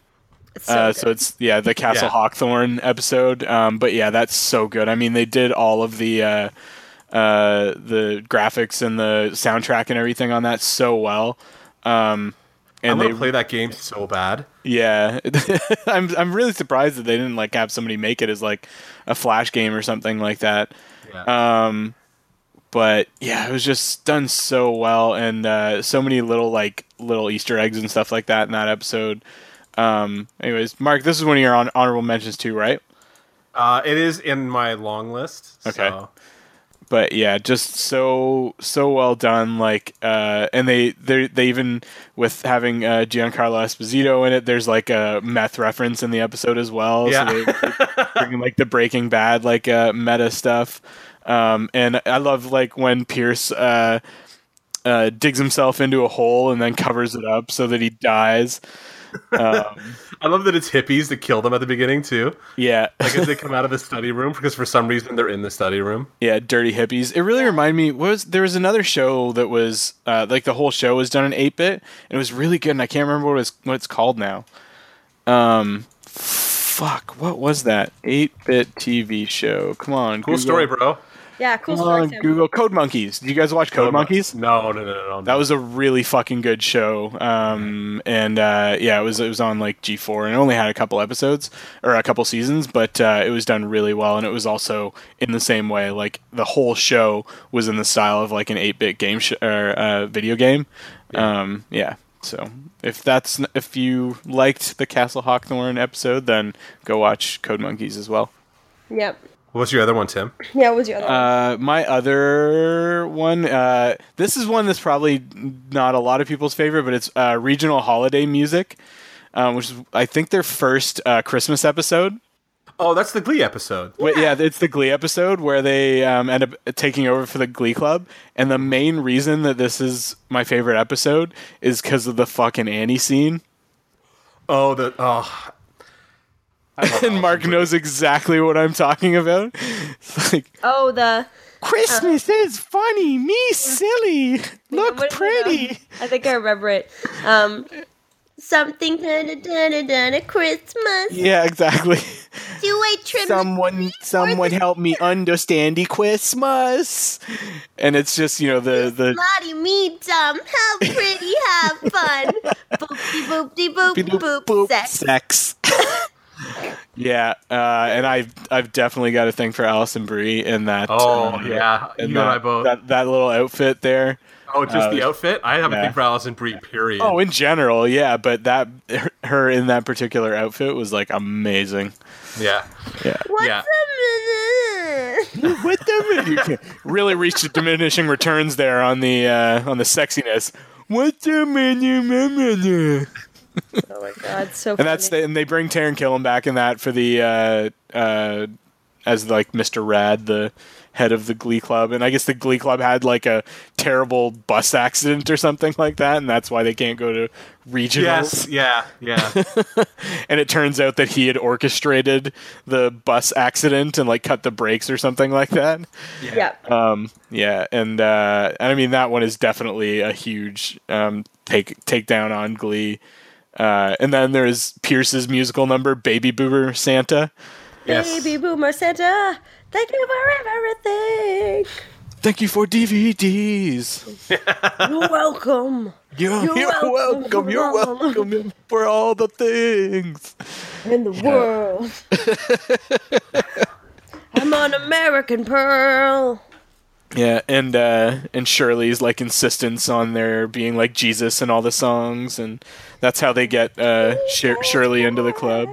Speaker 1: It's
Speaker 3: uh,
Speaker 1: good.
Speaker 3: so it's yeah the Castle
Speaker 2: Yeah.
Speaker 3: Hawthorne episode. Um, but yeah, that's so good. I mean, they did all of the uh, uh, the graphics and the soundtrack and everything on that so well. Um,
Speaker 2: I'm
Speaker 3: and
Speaker 2: gonna
Speaker 3: they
Speaker 2: play that game so bad.
Speaker 3: yeah, *laughs* I'm I'm really surprised that they didn't like have somebody make it as like a flash game or something like that.
Speaker 2: Yeah.
Speaker 3: But yeah, it was just done so well, and uh, so many little like little Easter eggs and stuff like that in that episode. Um, anyways, Mark, this is one of your hon- honorable mentions too, right?
Speaker 2: Uh, it is in my long list.
Speaker 3: Okay.
Speaker 2: so-
Speaker 3: but yeah, just so so well done. Like, uh, and they they they even with having uh, Giancarlo Esposito in it, there's like a meth reference in the episode as well.
Speaker 2: Yeah.
Speaker 3: So they bring like the Breaking Bad like uh, meta stuff. Um, and I love like when Pierce uh, uh, digs himself into a hole and then covers it up so that he dies.
Speaker 2: I love that it's hippies that kill them at the beginning too.
Speaker 3: *laughs* Yeah.
Speaker 2: Like as they come out of the study room, because for some reason they're in the study room.
Speaker 3: Yeah, dirty hippies. It really reminded me. What was there was another show that was uh, like the whole show was done in eight bit, and it was really good. And I can't remember what it's what it's called now. Um, fuck, what was that eight bit TV show? Come on,
Speaker 2: Cool
Speaker 3: Google.
Speaker 2: story, bro.
Speaker 1: yeah, cool
Speaker 3: Come
Speaker 1: story.
Speaker 3: on,
Speaker 1: Tim.
Speaker 3: Google Code Monkeys. Did you guys watch Code Monkeys?
Speaker 2: No, no, no, no. no.
Speaker 3: That was a really fucking good show. Um, and uh, yeah, it was it was on like G four, and it only had a couple episodes or a couple seasons, but uh, it was done really well, and it was also in the same way. Like the whole show was in the style of like an eight bit game sh- or uh, video game. Um, yeah. So if that's n- if you liked the Castle Hawthorne episode, then go watch Code Monkeys as well.
Speaker 1: Yep.
Speaker 2: What was your other one, Tim?
Speaker 1: Yeah, what was your other one?
Speaker 3: Uh, my other one, uh, this is one that's probably not a lot of people's favorite, but it's uh, regional holiday music, um, which is I think their first uh, Christmas episode.
Speaker 2: Oh, that's the Glee episode.
Speaker 3: Wait, yeah, it's the Glee episode where they um, end up taking over for the Glee Club, and the main reason that this is my favorite episode is because of the fucking Annie scene.
Speaker 2: Oh, the oh. I love
Speaker 3: *laughs* And
Speaker 2: Allison
Speaker 3: Mark
Speaker 2: Brie.
Speaker 3: knows exactly what I'm talking about. *laughs* It's like
Speaker 1: oh, the
Speaker 3: Christmas is funny, me
Speaker 1: *laughs*
Speaker 3: silly,
Speaker 1: uh, What is
Speaker 3: look
Speaker 1: it, um,
Speaker 3: pretty.
Speaker 1: I think I remember it. Um, something done a done a done a Christmas.
Speaker 3: Yeah, exactly.
Speaker 1: Do I trim?
Speaker 3: someone someone help me understand the Christmas. And it's just, you know, the the
Speaker 1: Lottie me dumb. How pretty.
Speaker 3: *laughs*
Speaker 1: Have fun. boop de boop de boop boop. Sex. *laughs*
Speaker 3: sex. *laughs* yeah, uh, and I've I've definitely got a thing for Allison Brie and that.
Speaker 2: Oh
Speaker 3: uh,
Speaker 2: yeah, you
Speaker 3: and
Speaker 2: and
Speaker 3: that,
Speaker 2: I both.
Speaker 3: That, that little outfit there.
Speaker 2: oh, just
Speaker 3: uh,
Speaker 2: the outfit. I have a
Speaker 3: yeah.
Speaker 2: thing for Allison Brie. Period.
Speaker 3: Oh, in general, yeah, but that her- her in that particular outfit was like amazing.
Speaker 2: yeah,
Speaker 3: Yeah.
Speaker 1: What's
Speaker 2: yeah.
Speaker 1: the
Speaker 3: *laughs* What the really reached diminishing returns there on the uh, on the sexiness. What's up, man? You remember?
Speaker 1: Oh my god, so
Speaker 3: And that's the, and they bring Taron Killam back in that for the uh, uh, as like Mr. Rad, the head of the Glee Club, and I guess the Glee Club had like a terrible bus accident or something like that, and that's why they can't go to regionals.
Speaker 2: Yes, yeah, yeah.
Speaker 3: And it turns out that he had orchestrated the bus accident and like cut the brakes or something like that.
Speaker 1: yeah.
Speaker 3: Um, yeah, and uh, and I mean that one is definitely a huge um, take takedown on Glee. Uh, and then there's Pierce's musical number, Baby Boomer Santa.
Speaker 2: yes.
Speaker 1: *laughs* Baby boomer Santa, thank you for everything.
Speaker 3: Thank you for DVDs. *laughs*
Speaker 1: You're welcome.
Speaker 3: You're,
Speaker 1: You're welcome. *laughs*
Speaker 3: You're welcome for all the things.
Speaker 1: in the
Speaker 3: *laughs*
Speaker 1: world. I'm on American Pearl.
Speaker 3: Yeah, and uh, and Shirley's like insistence on there being like Jesus in all the songs, and that's how they get uh, Shir- Shirley into the club.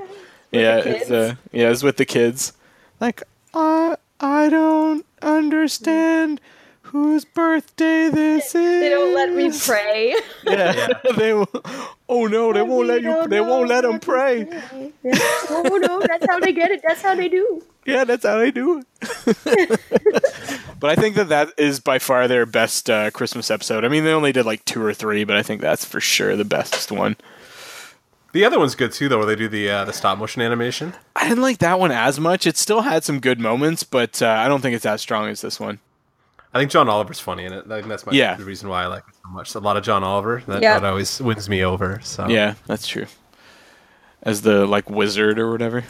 Speaker 3: yeah, it's uh, yeah, it's with the kids. Like, I I don't understand whose birthday this is.
Speaker 1: They don't let me pray.
Speaker 3: Yeah, *laughs* they. won't- Oh no, they won't let you. They won't let them pray.
Speaker 1: oh no, that's how they get it. That's how they do.
Speaker 3: Yeah, that's how they do it. *laughs* but I think that that is by far their best uh, Christmas episode. I mean, they only did like two or three, but I think that's for sure the best one.
Speaker 2: The other one's good too, though, where they do the uh, the stop motion animation.
Speaker 3: I didn't like that one as much. It still had some good moments, but uh, I don't think it's as strong as this one.
Speaker 2: I think John Oliver's funny in it. I think that's my
Speaker 3: Yeah.
Speaker 2: the reason why I like it so much. A lot of John Oliver that,
Speaker 1: Yeah.
Speaker 2: that always wins me over. So
Speaker 3: Yeah, that's true. As the like wizard or whatever.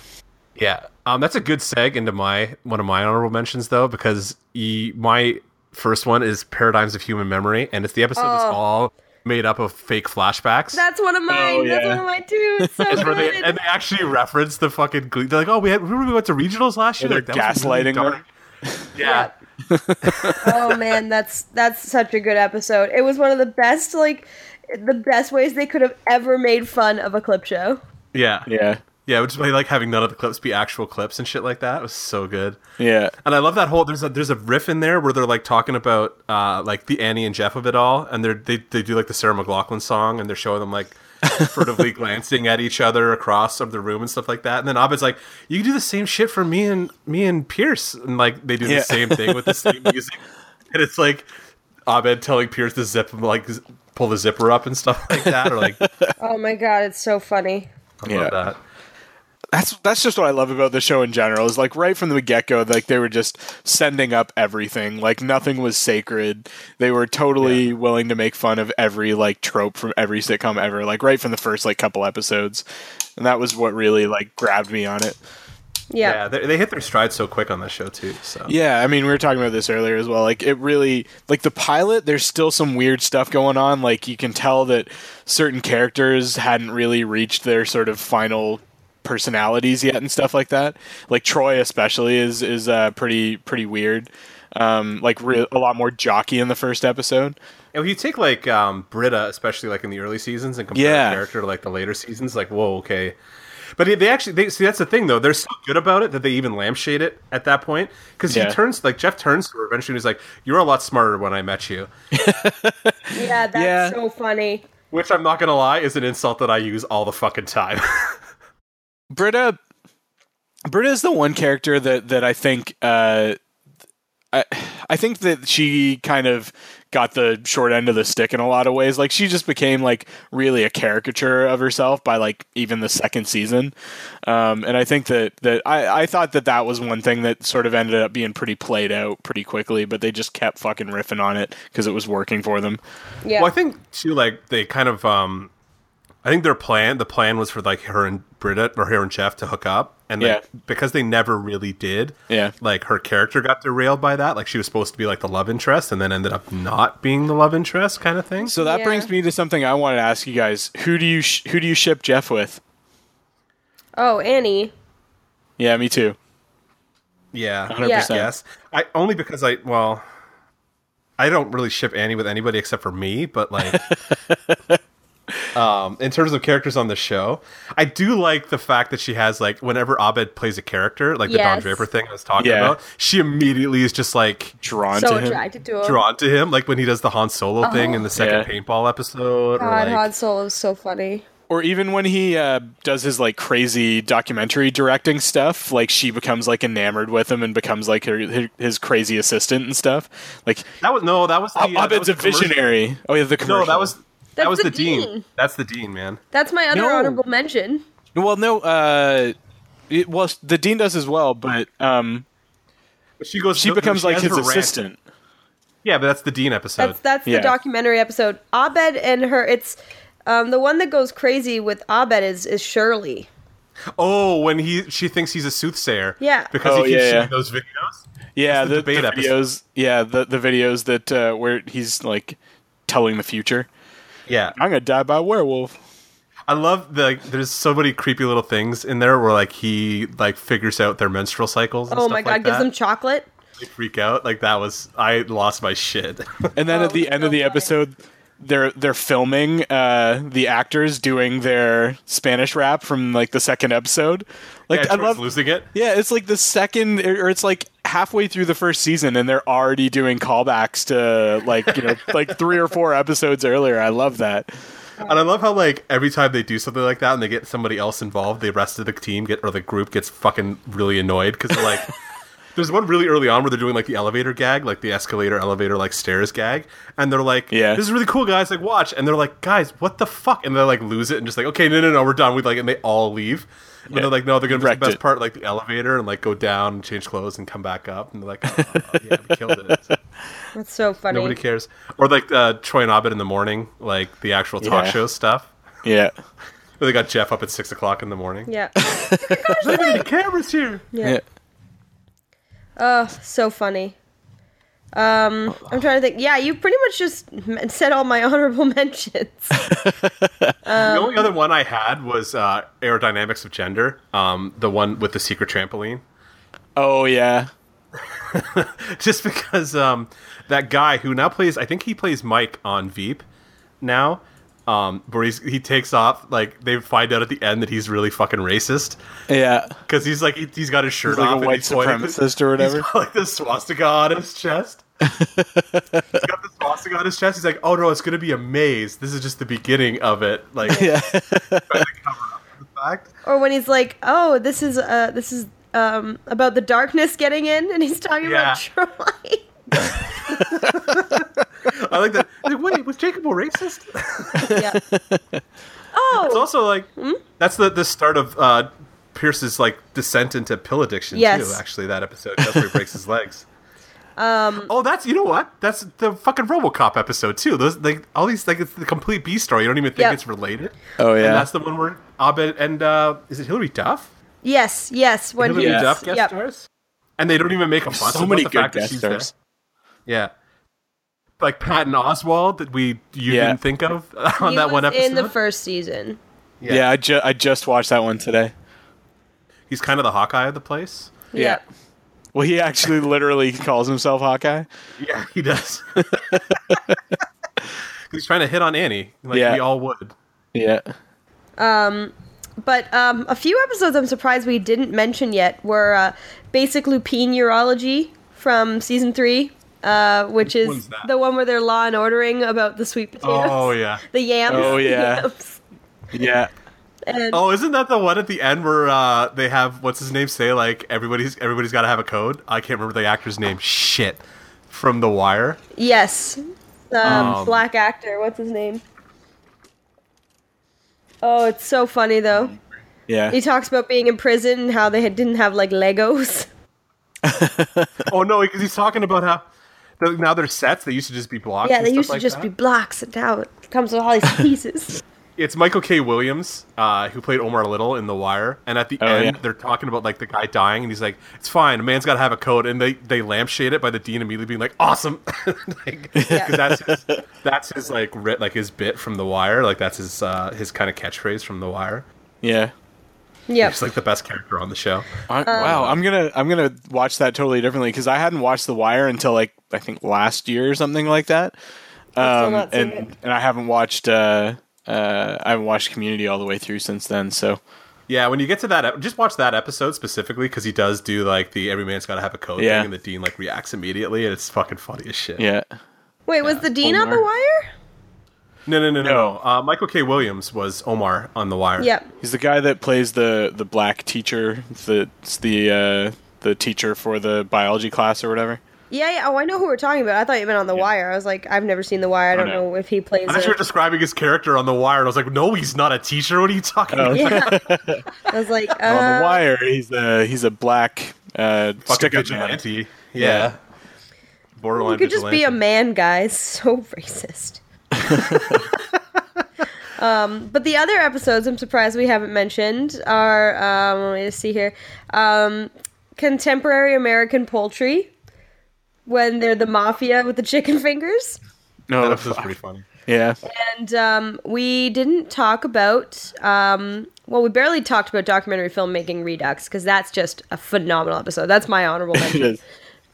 Speaker 2: Yeah. Um, that's a good seg into my one of my honorable mentions though, because e, my first one is Paradigms of Human Memory, and it's the episode that's all made up of fake flashbacks.
Speaker 1: That's one of mine.
Speaker 3: Oh,
Speaker 1: That's
Speaker 3: yeah.
Speaker 1: one of mine too. It's so
Speaker 2: That's where they
Speaker 1: good.
Speaker 2: and they actually reference the fucking. Glee. They're like, oh, we had remember we went to regionals last year.
Speaker 3: They're
Speaker 2: Like, that was
Speaker 3: gaslighting them.
Speaker 2: dark. Yeah.
Speaker 1: oh man, that's that's such a good episode. It was one of the best like the best ways they could have ever made fun of a clip show.
Speaker 2: yeah, yeah,
Speaker 3: Yeah,
Speaker 2: yeah. Which is why I like having none of the clips be actual clips and shit like that. It was so good.
Speaker 3: yeah,
Speaker 2: And I love that whole there's a there's a riff in there where they're like talking about uh like the Annie and Jeff of it all, and they're they, they do like the Sarah McLaughlin song, and they're showing them like
Speaker 3: *laughs*
Speaker 2: furtively glancing at each other across of the room and stuff like that. And then Abed's like, "You can do the same shit for me and me and Pierce," and like they do
Speaker 3: Yeah.
Speaker 2: the same thing with the
Speaker 3: *laughs*
Speaker 2: same music, and it's like Abed telling Pierce to zip like z- pull the zipper up and stuff like that, or like
Speaker 3: *laughs*
Speaker 2: I
Speaker 1: Oh my god, it's so funny.
Speaker 3: yeah.
Speaker 2: love that.
Speaker 3: that's that's just what I love about the show in general. Is like right from the get go, like they were just sending up everything. Like nothing was sacred. They were totally willing to make fun of every like trope from every sitcom ever. Like right from the first like couple episodes, and that was what really like grabbed me on it.
Speaker 1: Yeah.
Speaker 2: Yeah, they, they hit their stride so quick on this show too. So
Speaker 3: Yeah, I mean, we were talking about this earlier as well. Like, it really, like the pilot, there's still some weird stuff going on. Like, you can tell that certain characters hadn't really reached their sort of final personalities yet and stuff like that. Like Troy, especially, is is uh, pretty pretty weird. Um, like re- a lot more jockey in the first episode.
Speaker 2: If you take like um, Britta, especially like in the early seasons, and compare
Speaker 3: Yeah.
Speaker 2: her character to like the later seasons, like whoa, okay. But they- they actually they see that's the thing though. They're so good about it that they even lampshade it at that point because
Speaker 3: Yeah.
Speaker 2: he turns like Jeff turns to her eventually. and He's like, "You're a lot smarter when I met you,"
Speaker 1: Yeah, that's
Speaker 3: Yeah.
Speaker 1: so funny.
Speaker 2: which I'm not gonna lie is an insult that I use all the fucking time. *laughs*
Speaker 3: Britta Britta is the one character that that I think uh I I think that she kind of got the short end of the stick in a lot of ways. Like she just became like really a caricature of herself by like even the second season. Um and I think that that I I thought that that was one thing that sort of ended up being pretty played out pretty quickly, but they just kept fucking riffing on it cuz it was working for them.
Speaker 1: Yeah.
Speaker 2: Well, I think too, like they kind of, um, I think their plan, the plan was for like her and Britta or her and Jeff to hook up, and like,
Speaker 3: Yeah.
Speaker 2: because they never really did,
Speaker 3: Yeah.
Speaker 2: like her character got derailed by that. Like she was supposed to be like the love interest, and then ended up not being the love interest, kind of thing.
Speaker 3: So that
Speaker 1: Yeah.
Speaker 3: brings me to something I wanted to ask you guys. Who do you sh- who do you ship Jeff with?
Speaker 1: oh, Annie.
Speaker 3: Yeah, me too.
Speaker 2: yeah,
Speaker 3: 100%.
Speaker 2: Yes, I only because I well,
Speaker 3: *laughs*
Speaker 2: I don't really ship Annie with anybody except for me, but like. Um, in terms of characters on the show, I do like the fact that she has like whenever Abed plays a character, like the Don
Speaker 4: Yes.
Speaker 2: Draper thing I was talking
Speaker 3: Yeah.
Speaker 2: about, she immediately is just like
Speaker 3: Drawn
Speaker 4: so
Speaker 3: to him.
Speaker 4: attracted to him.
Speaker 2: drawn to him, like when he does the Han Solo thing in the second
Speaker 3: Yeah.
Speaker 2: paintball episode. or
Speaker 1: God,
Speaker 2: like,
Speaker 1: Han Solo's so funny.
Speaker 3: or even when he uh, does his like crazy documentary directing stuff like she becomes like enamored with him and becomes like her, her- his crazy assistant and stuff like
Speaker 2: that was no, that was the, uh, that was
Speaker 3: Abed's a
Speaker 2: the commercial.
Speaker 3: visionary oh yeah the commercial
Speaker 2: No, that was that
Speaker 4: That's
Speaker 2: was
Speaker 4: the
Speaker 2: the, dean.
Speaker 4: dean.
Speaker 2: That's the dean, man.
Speaker 4: That's my other
Speaker 3: No.
Speaker 4: honorable mention.
Speaker 3: well no uh it, well the dean does as well but um
Speaker 2: She goes.
Speaker 3: she becomes like
Speaker 2: has
Speaker 3: his
Speaker 2: her rant.
Speaker 3: assistant
Speaker 2: Yeah, but that's the dean episode.
Speaker 1: That's that's
Speaker 3: Yeah.
Speaker 1: the documentary episode. Abed and her. It's um, the one that goes crazy with Abed is is Shirley.
Speaker 2: Oh, when he she thinks he's a soothsayer.
Speaker 1: Yeah.
Speaker 2: Because
Speaker 3: Oh,
Speaker 2: he keeps
Speaker 3: yeah,
Speaker 2: shooting
Speaker 3: yeah.
Speaker 2: those videos.
Speaker 3: yeah
Speaker 2: That's the
Speaker 3: the, the
Speaker 2: debate
Speaker 3: videos
Speaker 2: episode.
Speaker 3: yeah the, the videos that uh, where he's like telling the future
Speaker 2: Yeah.
Speaker 3: i'm gonna die by a werewolf
Speaker 2: I love the there's so many creepy little things in there where like he like figures out their menstrual cycles and
Speaker 1: Oh
Speaker 2: stuff
Speaker 1: my God,
Speaker 2: like
Speaker 1: gives
Speaker 2: that.
Speaker 1: them chocolate.
Speaker 2: They freak out. Like that was I lost my shit. *laughs*
Speaker 3: And then
Speaker 4: Oh,
Speaker 3: at the end of the
Speaker 4: so funny.
Speaker 3: episode, they're they're filming uh, the actors doing their Spanish rap from like the second episode. Like
Speaker 2: Yeah,
Speaker 3: I
Speaker 2: George's
Speaker 3: love,
Speaker 2: losing it.
Speaker 3: yeah, it's like the second or or it's like halfway through the first season, and they're already doing callbacks to like *laughs* you know like three or four episodes earlier. I love that.
Speaker 2: And I love how like every time they do something like that and they get somebody else involved, the rest of the team get or the group gets fucking really annoyed because they're like, *laughs* there's one really early on where they're doing like the elevator gag, like the escalator, elevator, like stairs gag, and they're like,
Speaker 3: Yeah.
Speaker 2: this is really cool, guys. Like watch, and they're like, guys, what the fuck? And they like lose it and just like, okay, no, no, no, we're done. We like, and they all leave. And
Speaker 3: Yeah.
Speaker 2: they're like, no, they're gonna miss the
Speaker 3: Wrecked
Speaker 2: best
Speaker 3: it.
Speaker 2: part, like the elevator, and like go down, and change clothes, and come back up, and they're like, oh, yeah, we killed it.
Speaker 1: That's so funny.
Speaker 2: Nobody cares. Or like uh, Troy and Abed in the morning, like the actual talk
Speaker 3: Yeah.
Speaker 2: show stuff.
Speaker 3: Yeah.
Speaker 2: They got Jeff up at six o'clock in the morning. *laughs*
Speaker 1: Yeah.
Speaker 2: Hey, the camera's here.
Speaker 1: Yeah. Oh, so funny. Um, I'm trying to think. Yeah, you pretty much just m- said all my *laughs* honorable mentions.
Speaker 2: the only other one I had was uh, aerodynamics of gender. Um, the one with the secret trampoline. *laughs*
Speaker 3: Oh yeah.
Speaker 2: Just because um, that guy who now plays, I think he plays Mike on Veep now. Um, where he's, he takes off like they find out at the end that he's really fucking racist
Speaker 3: Yeah.
Speaker 2: because he's like he, has got his shirt
Speaker 3: He's like
Speaker 2: off
Speaker 3: a
Speaker 2: and
Speaker 3: white
Speaker 2: he's pointing-
Speaker 3: supremacist or
Speaker 2: *laughs*
Speaker 3: whatever.
Speaker 2: He's got like the swastika on his
Speaker 3: *laughs*
Speaker 2: chest. he's got the swastika on his chest. He's like, oh no, it's gonna be a maze. This is just the beginning of it. Like, *laughs*
Speaker 3: Yeah.
Speaker 2: fact.
Speaker 1: or when he's like, "Oh, this is uh, this is um about the darkness getting in," and he's talking about Troy.
Speaker 2: *laughs* I like that. Like, wait, was Jacob a racist? *laughs*
Speaker 1: yeah.
Speaker 2: It's
Speaker 1: Oh,
Speaker 2: also like that's the the start of uh, Pierce's like descent into pill addiction
Speaker 1: Yes.
Speaker 2: too. Actually, that episode that's where he
Speaker 1: *laughs*
Speaker 2: breaks his legs. Um, oh, that's you know what? That's the fucking RoboCop episode too. Those like all these like it's the complete B story. You don't even think
Speaker 1: Yep.
Speaker 2: it's related.
Speaker 3: *laughs* Oh
Speaker 2: And
Speaker 3: yeah.
Speaker 2: that's the one where Abed and uh, is it Hillary Duff?
Speaker 1: yes, yes. When
Speaker 2: Hillary
Speaker 1: he's-
Speaker 3: Yes.
Speaker 2: Duff guest
Speaker 1: yep.
Speaker 2: stars. And they don't even make a fuss.
Speaker 3: So
Speaker 2: about
Speaker 3: many
Speaker 2: the
Speaker 3: good
Speaker 2: fact that
Speaker 3: guest
Speaker 2: she's there.
Speaker 3: stars.
Speaker 2: Yeah. Like Patton Oswald that we you
Speaker 3: Yeah.
Speaker 2: didn't think of *laughs* on
Speaker 1: He
Speaker 2: that one
Speaker 1: was
Speaker 2: episode.
Speaker 1: in the first season.
Speaker 3: Yeah. I, ju- I just watched that one today.
Speaker 2: He's kind of the Hawkeye of the place.
Speaker 3: Yeah. Well, he actually literally calls himself Hawkeye.
Speaker 2: Yeah, *laughs* he
Speaker 3: *laughs*
Speaker 2: does. He's trying to hit on Annie, like
Speaker 3: Yeah.
Speaker 2: we all would.
Speaker 3: Yeah.
Speaker 1: But um, a few episodes I'm surprised we didn't mention yet were uh, basic lupine urology from season three, uh, which
Speaker 2: one's
Speaker 1: is
Speaker 2: that?
Speaker 1: the one where they're law and ordering about the sweet potatoes.
Speaker 2: Oh yeah.
Speaker 1: *laughs* The yams.
Speaker 3: Oh,
Speaker 1: the
Speaker 3: yeah.
Speaker 1: yams.
Speaker 3: Yeah.
Speaker 1: And
Speaker 2: Oh, isn't that the one at the end where uh, they have what's his name say like everybody's everybody's got to have a code? I can't remember the actor's name. Shit, from The Wire.
Speaker 1: yes, the
Speaker 2: Um,
Speaker 1: black actor. What's his name? Oh, it's so funny though.
Speaker 3: Yeah.
Speaker 1: He talks about being in prison and how they had, didn't have like
Speaker 2: *laughs*
Speaker 1: Legos.
Speaker 2: Oh no, because he's talking about how the, now their sets they used to just be blocks.
Speaker 1: yeah,
Speaker 2: and
Speaker 1: they
Speaker 2: stuff
Speaker 1: used to
Speaker 2: like
Speaker 1: just
Speaker 2: that.
Speaker 1: be blocks, and now it comes with all these *laughs* pieces.
Speaker 2: It's Michael K. Williams uh, who played Omar Little in The Wire, and at the
Speaker 3: Oh,
Speaker 2: end
Speaker 3: yeah.
Speaker 2: they're talking about like the guy dying, and he's like, "It's fine, a man's got to have a code," and they they lampshade it by the dean immediately being like, "Awesome," *laughs* like, 'cause that's his, that's his like writ, like his bit from The Wire, like that's his uh, his kind of catchphrase from The Wire.
Speaker 3: Yeah.
Speaker 1: yep.
Speaker 2: He's like the best character on the show.
Speaker 3: I,
Speaker 1: Um,
Speaker 3: wow, I'm gonna I'm gonna watch that totally differently because I hadn't watched The Wire until like I think last year or something like that,
Speaker 1: still
Speaker 3: um,
Speaker 1: not seen
Speaker 3: and
Speaker 1: it.
Speaker 3: and I haven't watched uh, uh, I haven't watched Community all the way through since then. So
Speaker 2: Yeah, when you get to that, ep- just watch that episode specifically because he does do like the every man's got to have a code
Speaker 3: Yeah.
Speaker 2: thing, and the dean like reacts immediately, and it's fucking funny as shit.
Speaker 3: yeah,
Speaker 1: Wait, was the dean on the
Speaker 3: Omar.
Speaker 1: wire?
Speaker 2: No, no, no, no.
Speaker 3: No.
Speaker 2: Uh, Michael K. Williams was Omar on The Wire.
Speaker 1: Yep.
Speaker 3: he's the guy that plays the the black teacher. That's the uh, the teacher for the biology class or whatever.
Speaker 1: Yeah, yeah. Oh, I know who we're talking about. I thought you meant on The Wire. I was like, I've never seen The Wire. I don't
Speaker 3: no.
Speaker 1: know if he plays.
Speaker 2: I thought
Speaker 1: it.
Speaker 2: you were describing his character on The Wire, and I was like, no, he's not a teacher. What are you talking
Speaker 3: Oh,
Speaker 2: about?
Speaker 1: *laughs* Yeah. I was like, uh,
Speaker 3: On the wire, he's a he's a black uh,
Speaker 2: Fucking
Speaker 3: stick-up man.
Speaker 2: vigilante. Yeah.
Speaker 3: Yeah.
Speaker 2: Borderline
Speaker 1: you could just be a
Speaker 2: vigilante.
Speaker 1: man, guys. *laughs* So racist. um, but the other episodes, I'm surprised we haven't mentioned are. Um, let me just see here. Um, contemporary American poultry. When they're the mafia with the chicken fingers.
Speaker 3: No,
Speaker 2: That was
Speaker 1: *laughs*
Speaker 2: pretty funny.
Speaker 3: yeah,
Speaker 1: And um, we didn't talk about, um, well, we barely talked about documentary filmmaking Redux because that's just a phenomenal episode. That's my honorable
Speaker 3: *laughs* it
Speaker 1: mention.
Speaker 3: is.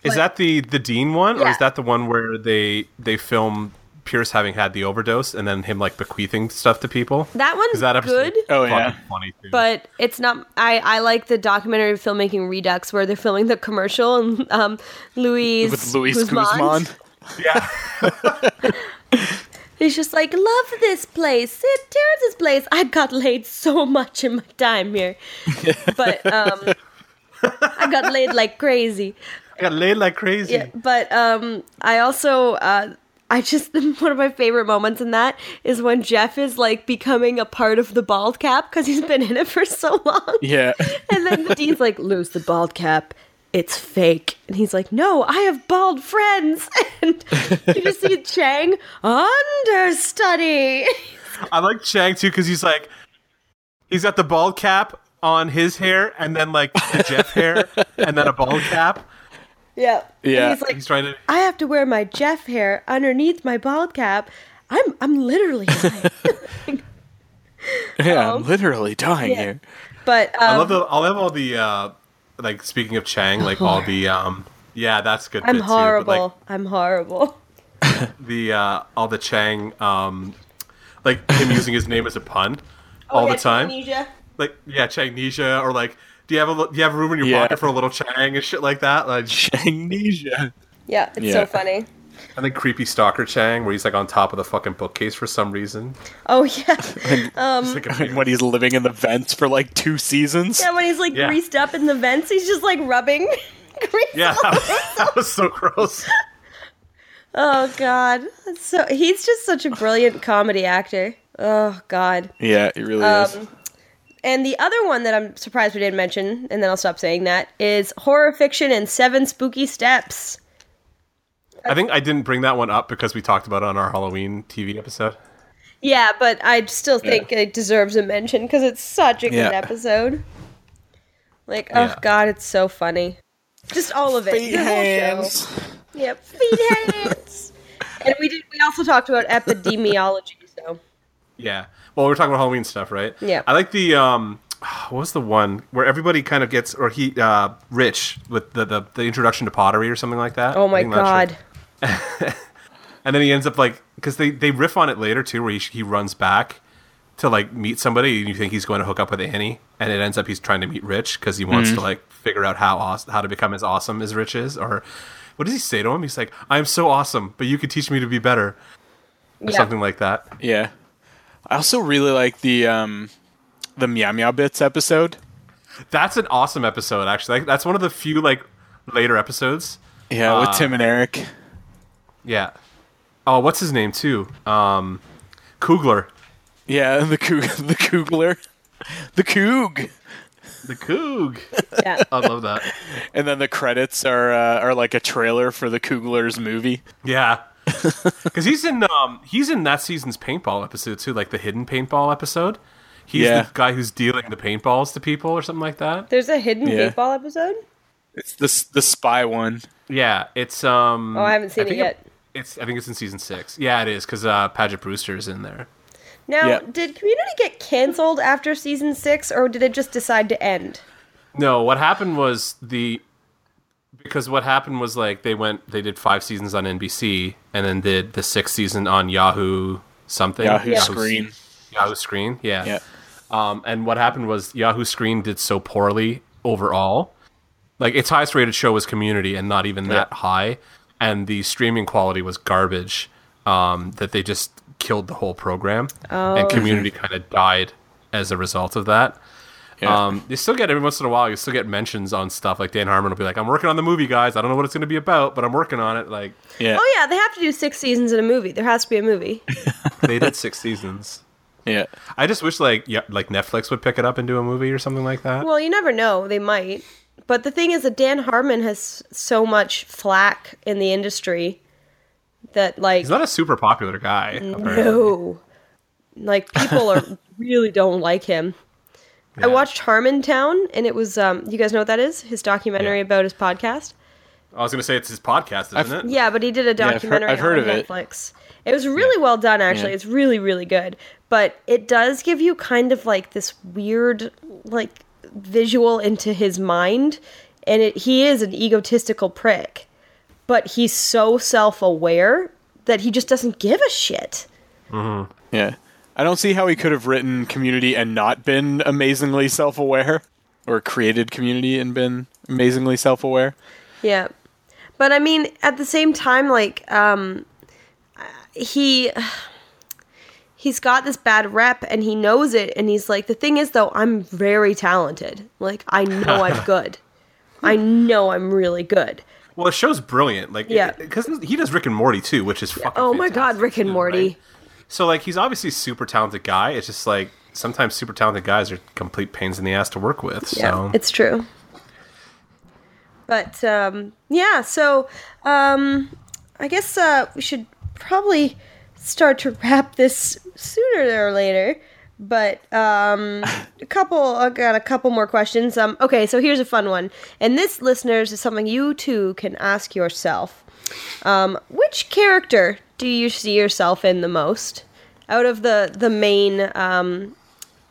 Speaker 2: Is that the the Dean one, or
Speaker 1: Yeah.
Speaker 2: is that the one where they they film Pierce having had the overdose and then him like bequeathing stuff to people?
Speaker 1: that one's
Speaker 2: Is that episode
Speaker 1: good,
Speaker 3: Oh,
Speaker 2: fucking
Speaker 3: yeah.
Speaker 2: funny too.
Speaker 1: but it's not. I, I like the documentary filmmaking Redux where they're filming the commercial and um, Luis
Speaker 3: with Luis
Speaker 1: Guzman.
Speaker 3: Guzman.
Speaker 2: yeah, *laughs*
Speaker 1: He's just like, love this place. It tears this place. I got laid so much in my time
Speaker 3: *laughs*
Speaker 1: here, but um, I got laid like crazy.
Speaker 2: I got laid like crazy.
Speaker 1: Yeah, but um, I also uh, I just *laughs* one of my favorite moments in that is when Jeff is like becoming a part of the bald cap because he's been in it for so long,
Speaker 3: Yeah,
Speaker 1: *laughs* and then the dean's like, "Lose the bald cap." It's fake. And he's like, No, I have bald friends. *laughs* And you just
Speaker 2: *laughs*
Speaker 1: see Chang understudy.
Speaker 2: I like Chang too because he's like, he's got the bald cap on his hair and then like the Jeff hair and then a bald cap.
Speaker 1: Yeah. And
Speaker 3: Yeah.
Speaker 1: he's like,
Speaker 2: He's trying to.
Speaker 1: I have to wear my Jeff hair underneath my bald cap. I'm I'm literally
Speaker 2: *laughs*
Speaker 1: dying.
Speaker 3: yeah, I'm literally
Speaker 1: Um,
Speaker 3: dying
Speaker 1: Yeah.
Speaker 3: here.
Speaker 1: But um,
Speaker 2: I love the. I love all the. uh Like speaking of Chang, like
Speaker 1: *laughs*
Speaker 2: all the. um Yeah, that's a good.
Speaker 1: I'm
Speaker 2: bit, too, but,
Speaker 1: horrible.
Speaker 2: like,
Speaker 1: I'm horrible.
Speaker 2: the uh, all the Chang, um, like him using his name as a pun
Speaker 1: Oh,
Speaker 2: all the time. Like yeah, Changnesia, or like, do you have a li- do you have room in your
Speaker 3: Yeah.
Speaker 2: pocket for a little Chang and shit like that? Like,
Speaker 3: *laughs* Amnesia.
Speaker 1: Yeah, it's
Speaker 3: Yeah.
Speaker 1: so funny.
Speaker 2: and then creepy stalker Chang, where he's like on top of the fucking bookcase for some reason.
Speaker 1: Oh yeah, *laughs* Um,
Speaker 2: Just like a-
Speaker 3: when he's living in the vents for like two seasons.
Speaker 1: yeah. When he's like
Speaker 2: Yeah.
Speaker 1: greased up in the vents, he's just like rubbing. *laughs* grease.
Speaker 2: *laughs* yeah, that was, that was so gross.
Speaker 1: Oh god. That's So he's just such a brilliant comedy actor. Oh god.
Speaker 3: Yeah, it really is.
Speaker 1: Um, and the other one that I'm surprised we didn't mention, and then I'll stop saying that, is horror fiction and Seven Spooky Steps.
Speaker 2: I think I didn't bring that one up because we talked about it on our Halloween TV episode.
Speaker 1: Yeah, but I still think it deserves a mention because it's such a good
Speaker 3: Yeah.
Speaker 1: episode. Like, oh
Speaker 2: Yeah.
Speaker 1: god, it's so funny. Just all of it.
Speaker 3: Feet
Speaker 1: the whole show.
Speaker 3: hands.
Speaker 1: Yep, feet hands. *laughs* and we did. We also talked about epidemiology. So
Speaker 2: Yeah. Well, we're talking about Halloween stuff, right?
Speaker 1: Yeah.
Speaker 2: I like the um what was the one where everybody kind of gets or he uh rich with the the, the introduction to pottery or something like that.
Speaker 1: oh
Speaker 2: I
Speaker 1: my
Speaker 2: think that's
Speaker 1: god,
Speaker 2: right. And then he ends up like cuz they they riff on it later too where he he runs back to like meet somebody and you think he's going to hook up with Annie and it ends up he's trying to meet Rich cuz he wants to like figure out how aw- how to become as awesome as Rich is or what does he say to him? He's like, "I'm so awesome, but you could teach me to be better." Or
Speaker 1: Yeah.
Speaker 2: something like that.
Speaker 3: Yeah. I also really like the um the Meow Meow Bits episode.
Speaker 2: That's an awesome episode, actually. Like, that's one of the few like later episodes.
Speaker 3: Yeah, with Tim and Eric.
Speaker 2: Yeah. Oh, what's his name too? Um, Kugler.
Speaker 3: Yeah, *laughs* the Coog the Coogler. The Coog.
Speaker 2: The Coog.
Speaker 1: yeah,
Speaker 2: I love that.
Speaker 3: And then the credits are uh, are like a trailer for the Coogler's movie.
Speaker 2: Yeah. *laughs* Because he's in um he's in that season's paintball episode too, like the hidden paintball episode. He's
Speaker 3: Yeah.
Speaker 2: the guy who's dealing the paintballs to people or something like that.
Speaker 1: there's a hidden
Speaker 3: Yeah.
Speaker 1: paintball episode.
Speaker 3: It's the s- the spy one.
Speaker 2: Yeah, it's um.
Speaker 1: Oh, I haven't seen it
Speaker 2: think
Speaker 1: yet.
Speaker 2: It's I think it's in season six. Yeah, it is because uh, Paget Brewster is in there.
Speaker 1: Now,
Speaker 3: Yeah.
Speaker 1: did Community get canceled after season six, or did it just decide to end?
Speaker 2: No, what happened was the because what happened was like they went they did five seasons on NBC and then did the sixth season on Yahoo something
Speaker 3: Yahoo
Speaker 2: Yahoo-
Speaker 3: Screen.
Speaker 2: Yahoo Screen. Yeah.
Speaker 3: Yeah.
Speaker 2: Um, and what happened was Yahoo Screen did so poorly overall. Like its highest rated show was Community, and not even that high. And the streaming quality was garbage. Um, that they just killed the whole program, and Community kind of died as a result of that.
Speaker 3: Yeah.
Speaker 2: Um, you still get every once in a while, you still get mentions on stuff like Dan Harmon will be like, "I'm working on the movie, guys. I don't know what it's going to be about, but I'm working on it." Like
Speaker 3: yeah.
Speaker 1: Oh yeah, they have to do six seasons in a movie. There has to be a movie.
Speaker 2: they did six seasons.
Speaker 3: Yeah.
Speaker 2: I just wish like yeah, like Netflix would pick it up and do a movie or something like that.
Speaker 1: Well, you never know. They might. But the thing is that Dan Harmon has so much flack in the industry that like
Speaker 2: He's not a super popular guy. apparently.
Speaker 1: no. Like people
Speaker 3: *laughs*
Speaker 1: are really don't like him. I watched Harmontown and it was um you guys know what that is? His documentary
Speaker 2: Yeah.
Speaker 1: about his podcast.
Speaker 2: I was gonna say it's his podcast, isn't it?
Speaker 1: Yeah, but he did a
Speaker 3: I've heard-
Speaker 1: documentary
Speaker 3: I've heard
Speaker 1: on
Speaker 3: of it.
Speaker 1: Netflix. It. was really well done, actually.
Speaker 3: Yeah.
Speaker 1: It's really, really good. But it does give you kind of like this weird, like, visual into his mind. And it, he is an egotistical prick, but he's so self aware that he just doesn't give a shit.
Speaker 3: Yeah. I don't see how he could have written community and not been amazingly self aware or created community and been amazingly self aware.
Speaker 1: Yeah. But I mean, at the same time, like, um, he. He's got this bad rep and he knows it. And he's like, the thing is, though, I'm very talented. Like, I know I'm good. I know I'm really good.
Speaker 2: Well, the show's brilliant. Like,
Speaker 1: Yeah.
Speaker 2: because he does Rick and Morty too, which is fucking.
Speaker 1: Oh my God,
Speaker 2: fantastic,
Speaker 1: Rick and
Speaker 2: right?
Speaker 1: Morty.
Speaker 2: So like, he's obviously a super talented guy. It's just like sometimes super talented guys are complete pains in the ass to work with.
Speaker 1: Yeah,
Speaker 2: so
Speaker 1: it's true. But um, yeah, so um, I guess uh, we should probably start to wrap this sooner or later. But um, a couple, I got a couple more questions. Um, okay, so here's a fun one, and this, listeners, is something you too can ask yourself: um, Which character do you see yourself in the most? Out of the the main um,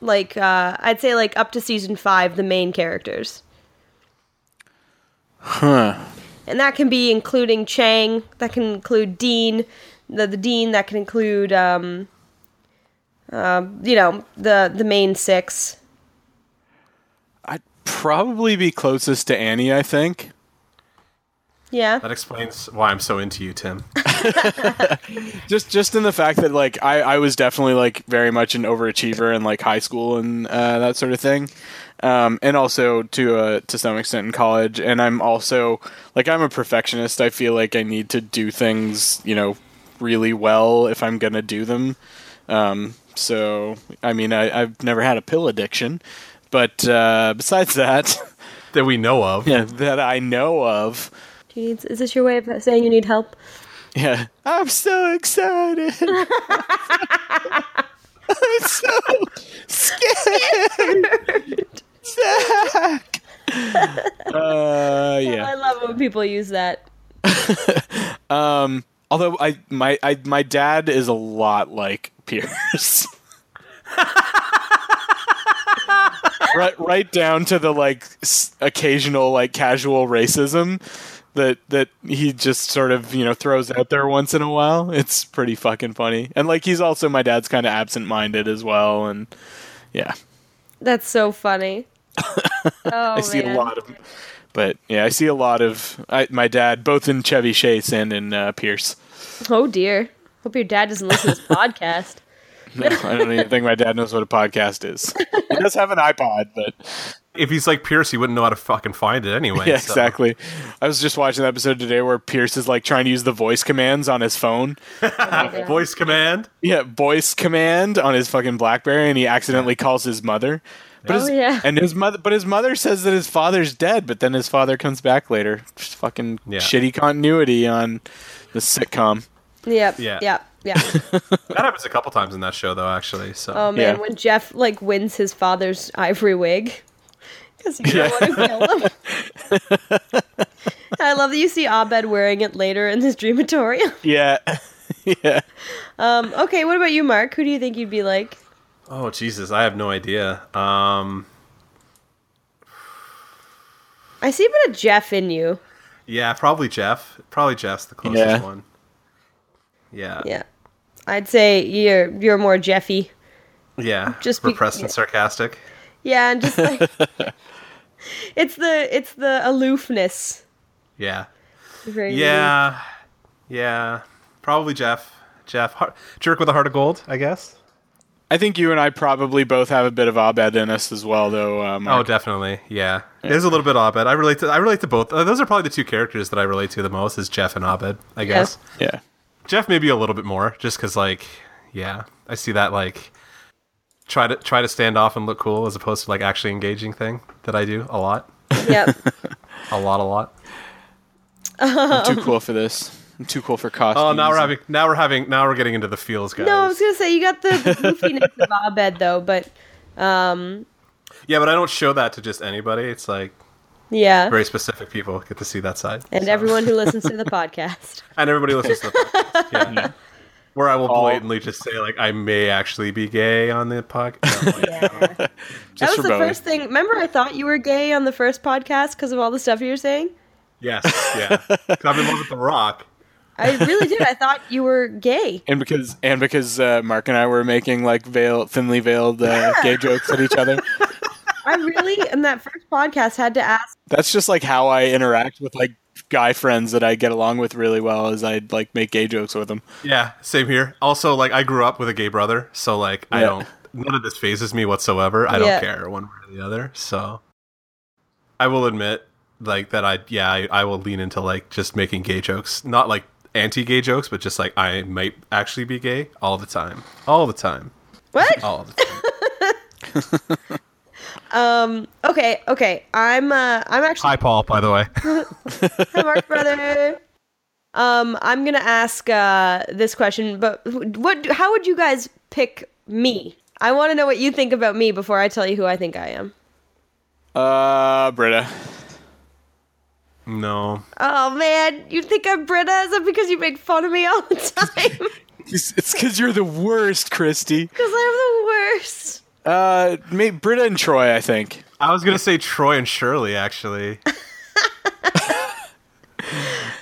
Speaker 1: like uh i'd say like up to season five the main characters huh and that can be including chang that can include dean the, the dean that can include um um you know the the main six
Speaker 3: I'd probably be closest to Annie, I think.
Speaker 1: yeah
Speaker 2: that explains why I'm so into you, Tim. *laughs*
Speaker 3: Just just in the fact that like I, I was definitely like very much an overachiever in like high school and uh, that sort of thing. Um, and also to uh, to some extent in college and I'm also like I'm a perfectionist. I feel like I need to do things, you know, really well if I'm gonna do them. Um, so, I mean, I, I've never had a pill addiction, but uh, besides that,
Speaker 2: that we know of.
Speaker 3: yeah, *laughs* that I know of,
Speaker 1: do you need, is this your way of saying you need help
Speaker 3: yeah, I'm so excited. *laughs* I'm so scared. Zach. Uh, yeah.
Speaker 1: i love when people use that
Speaker 3: Although I my I my dad is a lot like *laughs* Pierce. right right down to the like s- occasional like casual racism that that he just sort of, you know, throws out there once in a while. It's pretty fucking funny. And like he's also my dad's kind of absent-minded as well and yeah.
Speaker 1: that's so funny oh
Speaker 3: I see a lot of but yeah, I see a lot of I, my dad both in Chevy Chase and in uh, Pierce.
Speaker 1: oh dear hope your dad doesn't listen to this podcast
Speaker 3: No, I don't even think my dad knows what a podcast is. He does have an iPod,
Speaker 2: *laughs*
Speaker 3: but
Speaker 2: If he's like Pierce, he wouldn't know how to fucking find it anyway.
Speaker 3: *laughs* yeah,
Speaker 2: so-
Speaker 3: exactly. I was just watching the episode today where Pierce is like trying to use the voice commands on his phone.
Speaker 2: Voice command.
Speaker 3: Yeah, voice command on his fucking BlackBerry, and he accidentally calls his mother. But
Speaker 1: Oh,
Speaker 3: his,
Speaker 1: yeah.
Speaker 3: and his mother, but his mother says that his father's dead, but then his father comes back later. Just fucking
Speaker 2: Yeah.
Speaker 3: shitty continuity on the sitcom.
Speaker 1: yep
Speaker 2: Yeah.
Speaker 1: yep yep
Speaker 2: That happens a couple times in that show, though. Actually, so
Speaker 1: Oh man,
Speaker 3: Yeah.
Speaker 1: when Jeff like wins his father's ivory wig because he
Speaker 3: Yeah.
Speaker 1: didn't want to kill him. I love that you see Abed wearing it later in his dreamatorium.
Speaker 3: Yeah, yeah.
Speaker 1: Um, okay, what about you, Mark? Who do you think you'd be like?
Speaker 2: Oh Jesus, I have no idea. Um,
Speaker 1: I see a bit of Jeff in you.
Speaker 2: yeah, probably Jeff. Probably Jeff's the closest
Speaker 3: Yeah.
Speaker 2: one. Yeah.
Speaker 1: Yeah, I'd say you're you're more Jeffy.
Speaker 2: Yeah.
Speaker 1: Just be-
Speaker 2: repressed and sarcastic.
Speaker 1: Yeah, and just like it's the it's the aloofness.
Speaker 2: Yeah.
Speaker 1: Very
Speaker 2: Yeah. Yeah. Probably Jeff. Jeff. Heart- jerk with a heart of gold, I guess.
Speaker 3: I think you and I probably both have a bit of Abed in us as well, though. Uh,
Speaker 2: Oh,
Speaker 3: Mark.
Speaker 2: definitely. Yeah. There's a little bit Abed. I relate to I relate to both. Uh, those are probably the two characters that I relate to the most is Jeff and Abed, I guess.
Speaker 3: yeah.
Speaker 2: Jeff maybe a little bit more just cuz like yeah, I see that like try to try to stand off and look cool as opposed to like actually engaging thing that I do a lot.
Speaker 1: Yep.
Speaker 2: A lot a lot.
Speaker 3: I'm
Speaker 1: Um,
Speaker 3: too cool for this. I'm too cool for costumes.
Speaker 2: Oh, now we're having now we're having now we're getting into the feels guys.
Speaker 1: No, I was gonna say you got the, the goofiness of Abed though, but
Speaker 2: yeah, but I don't show that to just anybody. It's like
Speaker 1: yeah,
Speaker 2: very specific people get to see that side.
Speaker 1: and
Speaker 2: so-
Speaker 1: everyone who listens to the podcast.
Speaker 2: and everybody listens to the podcast. Yeah. Where I will
Speaker 3: All-
Speaker 2: blatantly just say like I may actually be gay on the podcast.
Speaker 1: that was
Speaker 3: for
Speaker 1: the
Speaker 3: Bowie.
Speaker 1: first thing. Remember, I thought you were gay on the first podcast because of all the stuff you were saying.
Speaker 2: yes, yeah. 'Cause I'm in love with The Rock.
Speaker 1: I really did. I thought you were gay.
Speaker 3: and because and because uh, Mark and I were making like veil, thinly veiled uh, gay jokes at each
Speaker 1: *laughs*
Speaker 3: other.
Speaker 1: I really, in that first podcast, had to ask.
Speaker 3: That's just like how I interact with like guy friends that I get along with really well. Is I'd like make gay jokes with them.
Speaker 2: Yeah, same here. Also, like I grew up with a gay brother, so like I
Speaker 3: Yeah.
Speaker 2: don't none of this phases me whatsoever. I don't
Speaker 1: Yeah.
Speaker 2: care one way or the other. So I will admit like that I yeah, I, I will lean into like just making gay jokes. Not like anti gay jokes, but just like I might actually be gay all the time. All the time.
Speaker 1: What?
Speaker 2: All the time.
Speaker 1: Okay, okay. I'm uh, I'm actually
Speaker 2: *laughs* Hi Paul, by the way.
Speaker 1: Hi, Mark brother. Um, I'm gonna ask uh, this question, but what? How would you guys pick me? I want to know what you think about me before I tell you who I think I am.
Speaker 3: Uh, Britta.
Speaker 2: No.
Speaker 1: Oh man, you think I'm Britta? Is that because you make fun of me all the *laughs* time?
Speaker 3: It's because you're the worst, Christy.
Speaker 1: Because I'm the worst.
Speaker 3: Uh, ma- Britta and Troy, I think.
Speaker 2: I was gonna say Troy and Shirley actually.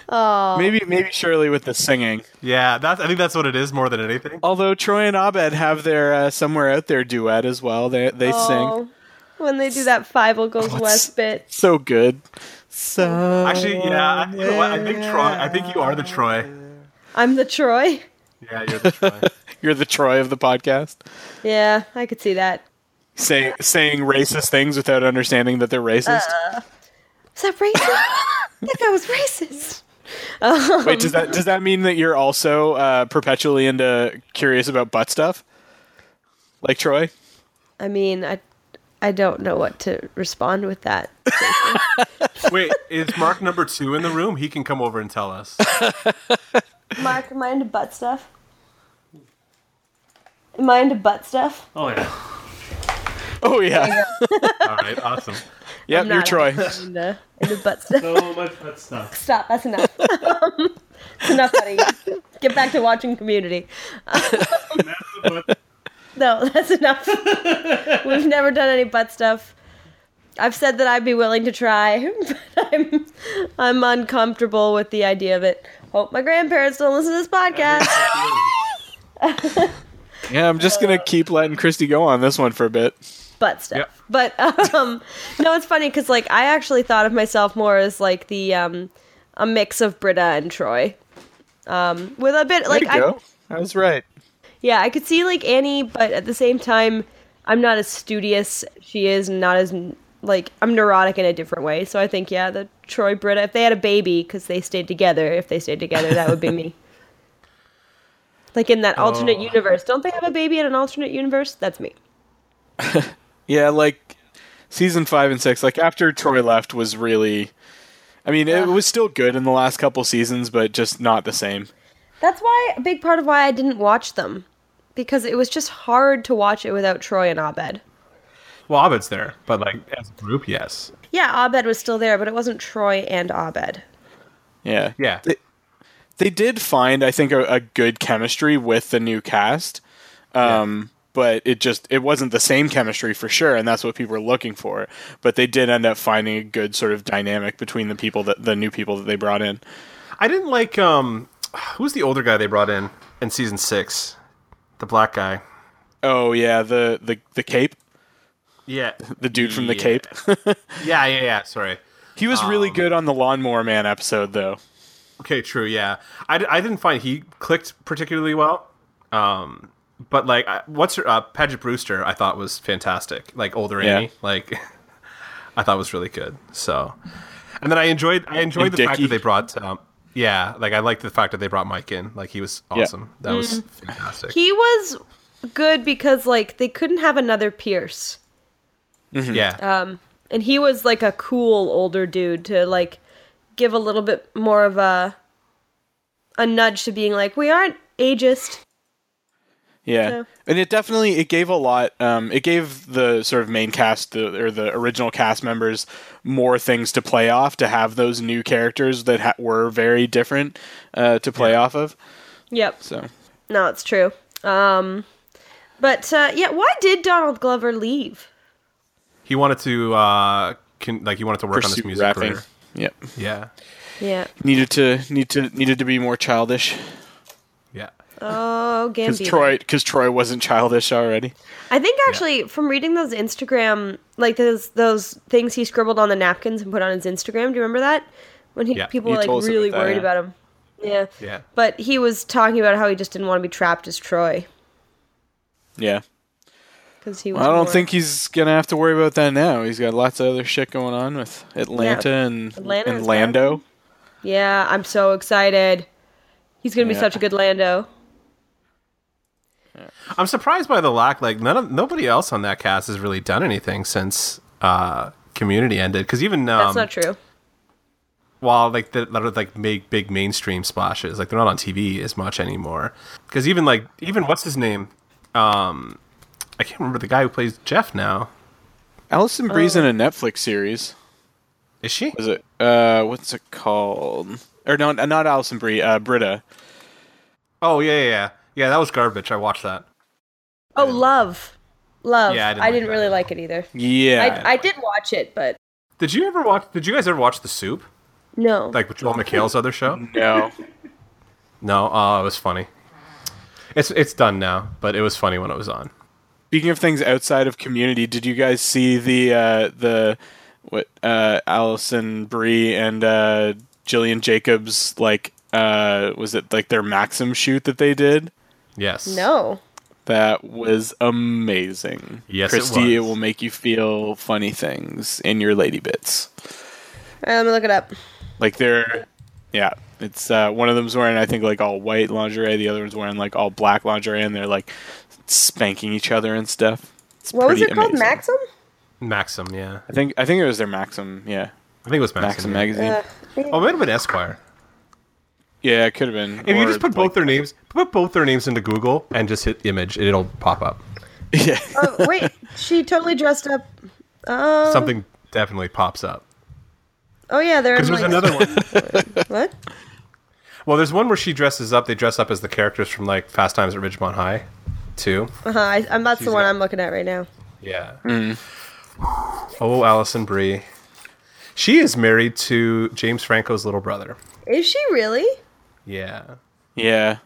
Speaker 1: Oh.
Speaker 3: Maybe maybe Shirley with the singing.
Speaker 2: Yeah, that's I think that's what it is more than anything.
Speaker 3: Although Troy and Abed have their uh, somewhere out there duet as well. They they sing
Speaker 1: Oh, when they do that five will goes
Speaker 3: What's-
Speaker 1: west bit.
Speaker 3: so good. So
Speaker 2: Actually, yeah, I, you know what, I think Troy I think you are the Troy.
Speaker 1: I'm the Troy.
Speaker 2: Yeah, you're the Troy.
Speaker 3: you're the Troy of the podcast,
Speaker 1: Yeah, I could see that.
Speaker 3: saying saying racist things without understanding that they're racist.
Speaker 1: Uh. Is that
Speaker 3: *laughs*
Speaker 1: racist? I think I was racist.
Speaker 3: Wait, does that does that mean that you're also uh, perpetually into curious about butt stuff, like Troy?
Speaker 1: I mean, I I don't know what to respond with that.
Speaker 2: Wait, is Mark number two in the room? He can come over and tell us.
Speaker 1: Mark, am I into butt stuff? Am I into butt stuff?
Speaker 5: Oh yeah.
Speaker 3: Oh yeah,
Speaker 2: All right, awesome.
Speaker 3: *laughs* yep, you're
Speaker 1: not.
Speaker 3: Troy. *laughs*
Speaker 1: Into, into
Speaker 5: *laughs*
Speaker 1: butt stuff.
Speaker 5: So much butt stuff.
Speaker 1: Stop. That's enough. *laughs* It's enough, buddy. Get back to watching Community. *laughs*
Speaker 5: But
Speaker 1: No,
Speaker 5: *laughs*
Speaker 1: that's enough. We've never done any butt stuff. I've said that I'd be willing to try, *laughs* but I'm I'm uncomfortable with the idea of it. Hope my grandparents don't listen to this podcast.
Speaker 3: Yeah, I'm just gonna keep letting Christy go on this one for a bit.
Speaker 1: butt stuff. But *laughs* um, no, it's funny because like I actually thought of myself more as like the um, a mix of Britta and Troy, um, with a bit
Speaker 3: Way
Speaker 1: like
Speaker 3: to
Speaker 1: I,
Speaker 3: go. I was right.
Speaker 1: yeah, I could see like Annie, but at the same time, I'm not as studious. She is not as like I'm neurotic in a different way. So I think yeah, the Troy Britta. If they had a baby, because they stayed together. If they stayed together, that would be me. Like in that alternate universe, don't they have a baby in an alternate universe? That's me.
Speaker 3: Yeah, like season five and six, like after Troy left was really I mean, it was still good in the last couple seasons, but just not the same.
Speaker 1: That's why a big part of why I didn't watch them because it was just hard to watch it without Troy and Abed.
Speaker 2: Well, Abed's there, but like as a group, yes.
Speaker 1: Yeah, Abed was still there, but it wasn't Troy and Abed.
Speaker 3: Yeah.
Speaker 2: Yeah.
Speaker 3: They, they did find, I think, a, a good chemistry with the new cast. Um But it just it wasn't the same chemistry for sure, and that's what people were looking for. But they did end up finding a good sort of dynamic between the people that the new people that they brought in.
Speaker 2: I didn't like um who's the older guy they brought in in season six? The black guy.
Speaker 3: Oh yeah, the the the Cape,
Speaker 2: Yeah.
Speaker 3: the dude from the
Speaker 2: Yeah.
Speaker 3: Cape.
Speaker 2: Yeah, yeah, yeah. Sorry.
Speaker 3: he was really good on the Lawnmower Man episode though.
Speaker 2: Okay, true. Yeah, I, d- I didn't find he clicked particularly well. Um, but like, I- what's her, uh, Paget Brewster? I thought was fantastic. Like older
Speaker 3: Yeah.
Speaker 2: Annie, like *laughs* I thought was really good. So, and then I enjoyed I enjoyed
Speaker 3: And
Speaker 2: the fact
Speaker 3: Dickie.
Speaker 2: that they brought um, yeah, like I liked the fact that they brought Mike in. Like he was awesome. That was fantastic.
Speaker 1: He was good because like they couldn't have another Pierce,
Speaker 2: yeah,
Speaker 1: and he was like a cool older dude to like give a little bit more of a a nudge to being like we aren't ageist.
Speaker 3: Yeah.
Speaker 1: So-
Speaker 3: And it definitely it gave a lot. Um, it gave the sort of main cast the, or the original cast members more things to play off to have those new characters that ha- were very different uh, to play off of.
Speaker 1: Yep.
Speaker 3: So
Speaker 1: No, it's true. Um, but uh, yeah, why did Donald Glover leave?
Speaker 2: he wanted to uh, can, like he wanted to work on his
Speaker 3: pursue
Speaker 2: music
Speaker 3: rapping.
Speaker 2: career.
Speaker 3: Yep.
Speaker 2: Yeah,
Speaker 1: Yeah.
Speaker 3: Needed to need to needed to be more childish
Speaker 2: yeah.
Speaker 1: Oh,
Speaker 3: because
Speaker 1: Gambino.
Speaker 3: Troy because Troy wasn't childish already.
Speaker 1: I think actually, from reading those Instagram, like those those things he scribbled on the napkins and put on his Instagram. Do you remember that? When he
Speaker 2: Yeah,
Speaker 1: people
Speaker 3: you
Speaker 1: were like
Speaker 3: told us
Speaker 1: really
Speaker 3: about that,
Speaker 1: worried
Speaker 3: yeah.
Speaker 1: about him. Yeah.
Speaker 2: Yeah.
Speaker 1: But he was talking about how he just didn't want to be trapped as Troy
Speaker 3: Yeah.
Speaker 1: because he was.
Speaker 3: I don't
Speaker 1: more-
Speaker 3: think he's gonna have to worry about that now. He's got lots of other shit going on with Atlanta and
Speaker 1: Atlanta
Speaker 3: and
Speaker 1: is
Speaker 3: Lando.
Speaker 1: Yeah, I'm so excited. He's gonna be
Speaker 3: Yeah.
Speaker 1: such a good Lando.
Speaker 2: I'm surprised by the lack. Like none of nobody else on that cast has really done anything since uh, Community ended. Because even um,
Speaker 1: That's not true.
Speaker 2: while like the, that are like make big mainstream splashes, like they're not on TV as much anymore. Because even like even what's his name? Um, I can't remember the guy who plays Jeff now.
Speaker 3: Allison Bree's
Speaker 1: Oh.
Speaker 3: in a Netflix series.
Speaker 2: Is she?
Speaker 3: Was it uh what's it called? Or no, not Allison Brie, uh Britta.
Speaker 2: Oh yeah, yeah, yeah. Yeah, that was garbage. I watched that.
Speaker 1: Oh, love, love.
Speaker 2: Yeah, I
Speaker 1: I didn't,
Speaker 2: didn't like that
Speaker 1: really
Speaker 2: either.
Speaker 1: like it either.
Speaker 3: Yeah.
Speaker 1: I, I did watch it, but
Speaker 2: Did you ever watch? Did you guys ever watch The Soup?
Speaker 1: no.
Speaker 2: Like Joel McHale's other show?
Speaker 3: no.
Speaker 2: No. Oh, it was funny. It's it's done now, but it was funny when it was on.
Speaker 3: Speaking of things outside of community, did you guys see the uh the what uh Allison Brie and uh Jillian Jacobs like uh was it like their Maxim shoot that they did?
Speaker 2: Yes.
Speaker 1: no.
Speaker 3: That was amazing.
Speaker 2: Yes, it
Speaker 3: Christy, it
Speaker 2: was.
Speaker 3: will make you feel funny things in your lady bits.
Speaker 1: All right, let me look it up.
Speaker 3: Like they're, yeah. It's uh, one of them's wearing I think like all white lingerie, the other one's wearing like all black lingerie, and they're like spanking each other and stuff. It's
Speaker 1: What was
Speaker 3: pretty
Speaker 1: it called?
Speaker 3: amazing.
Speaker 1: Maxim?
Speaker 2: Maxim. Yeah.
Speaker 3: I think I think it was their Maxim. Yeah,
Speaker 2: I think it was
Speaker 3: Maxim
Speaker 2: Maxim. yeah.
Speaker 3: magazine.
Speaker 1: Uh,
Speaker 2: Oh, it might have been Esquire.
Speaker 3: yeah, it could have been.
Speaker 2: If you
Speaker 3: or,
Speaker 2: just put both
Speaker 3: like-
Speaker 2: their names, put both their names into Google and just hit image, it'll pop up.
Speaker 3: yeah,
Speaker 1: oh, wait, she totally dressed up. Um,
Speaker 2: Something definitely pops up.
Speaker 1: Oh yeah, there
Speaker 2: Because
Speaker 1: is
Speaker 2: there's
Speaker 1: like,
Speaker 2: another one.
Speaker 1: what?
Speaker 2: Well, there's one where she dresses up. They dress up as the characters from like Fast Times at Ridgemont High, too.
Speaker 1: Uh-huh, I, I'm, that's the one
Speaker 2: got-
Speaker 1: I'm looking at right now.
Speaker 2: Yeah.
Speaker 3: Mm.
Speaker 2: Oh, Allison Brie. She is married to James Franco's little brother.
Speaker 1: Is she really?
Speaker 2: Yeah.
Speaker 3: yeah.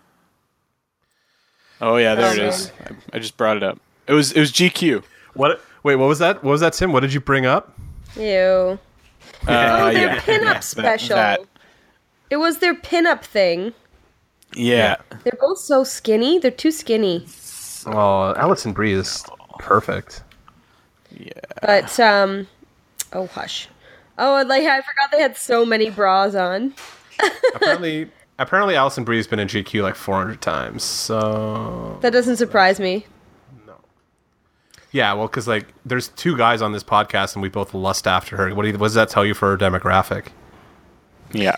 Speaker 3: Oh yeah, there it
Speaker 1: Oh,
Speaker 3: is. I, I just brought it up. It was it was GQ.
Speaker 2: What? Wait, what was that? What was that, Tim? What did you bring up?
Speaker 1: Ew. oh,
Speaker 3: Uh,
Speaker 1: their
Speaker 3: yeah.
Speaker 1: pinup
Speaker 3: Yeah, that-
Speaker 1: special.
Speaker 3: that-
Speaker 1: It was their pinup thing.
Speaker 3: yeah.
Speaker 1: They're both so skinny. They're too skinny.
Speaker 2: Oh, Allison Brie is perfect.
Speaker 1: But um, oh hush. Oh, like I forgot they had so many bras on.
Speaker 2: apparently, apparently, Allison Brie's been in GQ like 400 times. So
Speaker 1: That doesn't surprise me.
Speaker 2: yeah, well, because like there's two guys on this podcast, and we both lust after her. What, do you, what does that tell you for her demographic?
Speaker 3: yeah.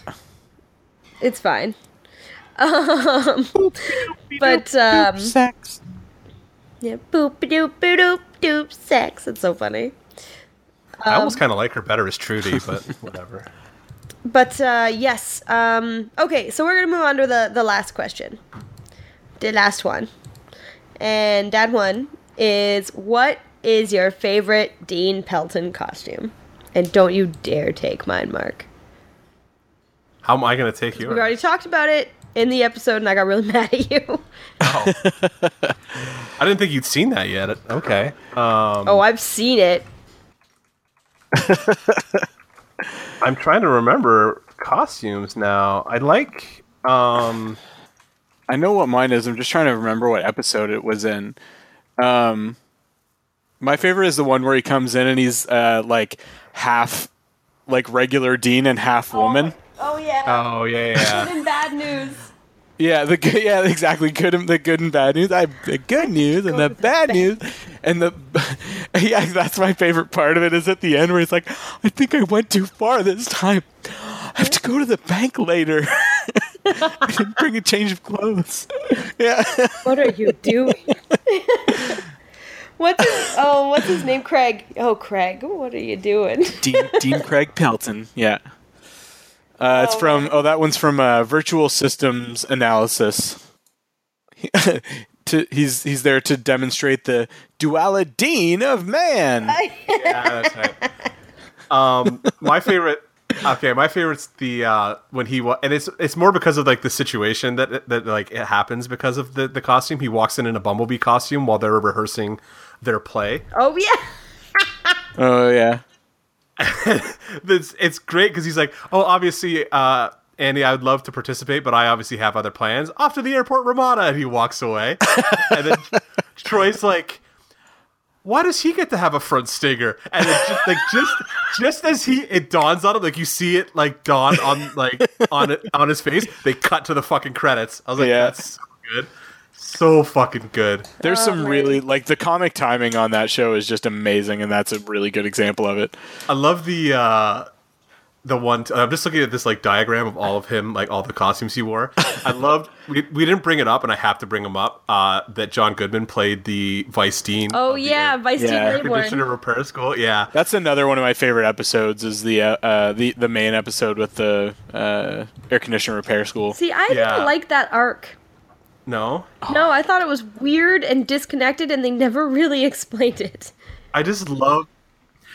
Speaker 1: It's fine. *laughs* Um, but um,
Speaker 3: Sex.
Speaker 1: Yeah, boop doop boop doop doop sex. It's so funny.
Speaker 2: I almost kind of like her better as Trudy, but whatever.
Speaker 1: But uh, yes, um, okay. So we're gonna move on to the the last question, the last one, and that one is what is your favorite Dean Pelton costume? And don't you dare take mine, Mark.
Speaker 2: How am I gonna take you?
Speaker 1: We've already talked about it. in the episode, and I got really *laughs* mad at you.
Speaker 2: I didn't think you'd seen that yet. Okay.
Speaker 1: oh, I've seen it.
Speaker 2: I'm trying to remember costumes now. I like um
Speaker 3: I know what mine is. I'm just trying to remember what episode it was in. Um, my favorite is the one where he comes in and he's uh, like half like regular Dean and half woman.
Speaker 1: Oh yeah,
Speaker 2: Oh yeah, yeah.
Speaker 1: and bad news.
Speaker 3: Yeah, the good, yeah, *laughs* exactly. Good, and- the good and bad news. I the good news and the bad news, and the *laughs* yeah, that's my favorite part of it is at the end where he's like, I think I went too far this time. I have to go to the bank later. *laughs* I didn't bring a change of clothes. *laughs* Yeah,
Speaker 4: What are you doing?
Speaker 1: What's his, oh, what's his name? Craig. Oh, Craig, what are you *laughs* doing?
Speaker 3: Dean, Dean Craig Pelton. Yeah, uh, it's
Speaker 1: Oh,
Speaker 3: from oh that one's from uh, Virtual Systems Analysis. *laughs* to, he's he's there to demonstrate the duality of man.
Speaker 2: yeah that's right. Um my favorite Okay, my favorite's the uh when he wa- and it's it's more because of like the situation that that like it happens because of the the costume. He walks in in a bumblebee costume while they're rehearsing their play.
Speaker 1: Oh yeah.
Speaker 3: Oh yeah.
Speaker 2: it's, it's great because he's like, oh, obviously, uh, Andy, I would love to participate, but I obviously have other plans. Off to the airport, Ramada, and he walks away. and then Troy's like, why does he get to have a front stinger? And it just, like just just as he it dawns on him, like you see it like dawn on like on it on his face. They cut to the fucking credits. I was like,
Speaker 3: Yeah.
Speaker 2: that's so good, so fucking good.
Speaker 3: There's
Speaker 1: Oh,
Speaker 3: some really like the comic timing on that show is just amazing, and that's a really good example of it.
Speaker 2: I love the uh the one. i I'm just looking at this like diagram of all of him, like all the costumes he wore.
Speaker 3: *laughs*
Speaker 2: I loved. We, we didn't bring it up, and I have to bring him up. Uh, that John Goodman played the vice dean.
Speaker 1: Oh
Speaker 2: of the
Speaker 1: yeah,
Speaker 2: air
Speaker 1: Vice
Speaker 3: Yeah.
Speaker 1: Dean
Speaker 2: conditioner
Speaker 1: Claiborne.
Speaker 2: repair school. Yeah,
Speaker 3: That's another one of my favorite episodes is the uh, uh, the the main episode with the uh, air conditioner repair school.
Speaker 1: See, I
Speaker 2: Yeah.
Speaker 1: didn't like that arc.
Speaker 2: no,
Speaker 1: No, I thought it was weird and disconnected, and they never really *laughs* explained it.
Speaker 2: I just love.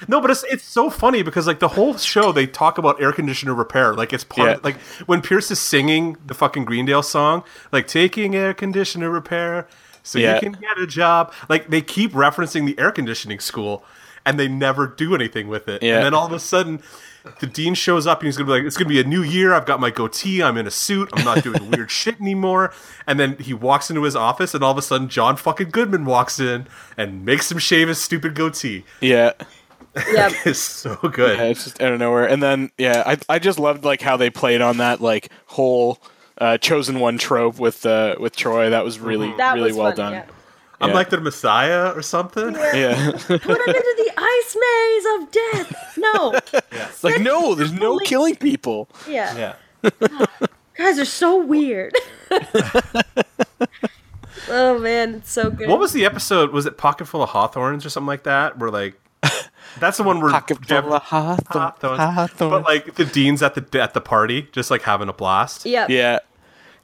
Speaker 2: No, but it's it's so funny because like the whole show they talk about air conditioner repair. Like it's part
Speaker 3: Yeah.
Speaker 2: of, like when Pierce is singing the fucking Greendale song, like taking air conditioner repair so
Speaker 3: Yeah.
Speaker 2: you can get a job. Like they keep referencing the air conditioning school and they never do anything with it.
Speaker 3: Yeah.
Speaker 2: And then all of a sudden the dean shows up and he's gonna be like, It's gonna be a new year, I've got my goatee, I'm in a suit, I'm not doing weird *laughs* shit anymore. And then he walks into his office and all of a sudden John fucking Goodman walks in and makes him shave his stupid goatee *laughs*
Speaker 3: Yeah.
Speaker 1: Yep.
Speaker 2: is so
Speaker 3: Yeah,
Speaker 2: good.
Speaker 3: it's just out of nowhere. And then yeah, I I just loved like how they played on that like whole uh, chosen one trope with uh, with Troy. That was really
Speaker 1: That
Speaker 3: really
Speaker 1: was
Speaker 3: well
Speaker 1: funny,
Speaker 3: done.
Speaker 2: I'm
Speaker 3: Yeah.
Speaker 2: like the Messiah or something.
Speaker 1: *laughs*
Speaker 3: Yeah. *laughs*
Speaker 1: yeah. Put him into the ice maze of death. No. *laughs*
Speaker 3: It's like no, there's no killing people.
Speaker 1: Yeah.
Speaker 2: Yeah.
Speaker 1: Guys are so weird. oh man, it's so good.
Speaker 2: What was the episode? Was it Pocket Full of Hawthorns or something like that? Where
Speaker 3: *laughs*
Speaker 2: like that's the one where Jeff- Hawthorns. But like the dean's at the at the party, just like having a blast.
Speaker 1: Yep.
Speaker 3: Yeah.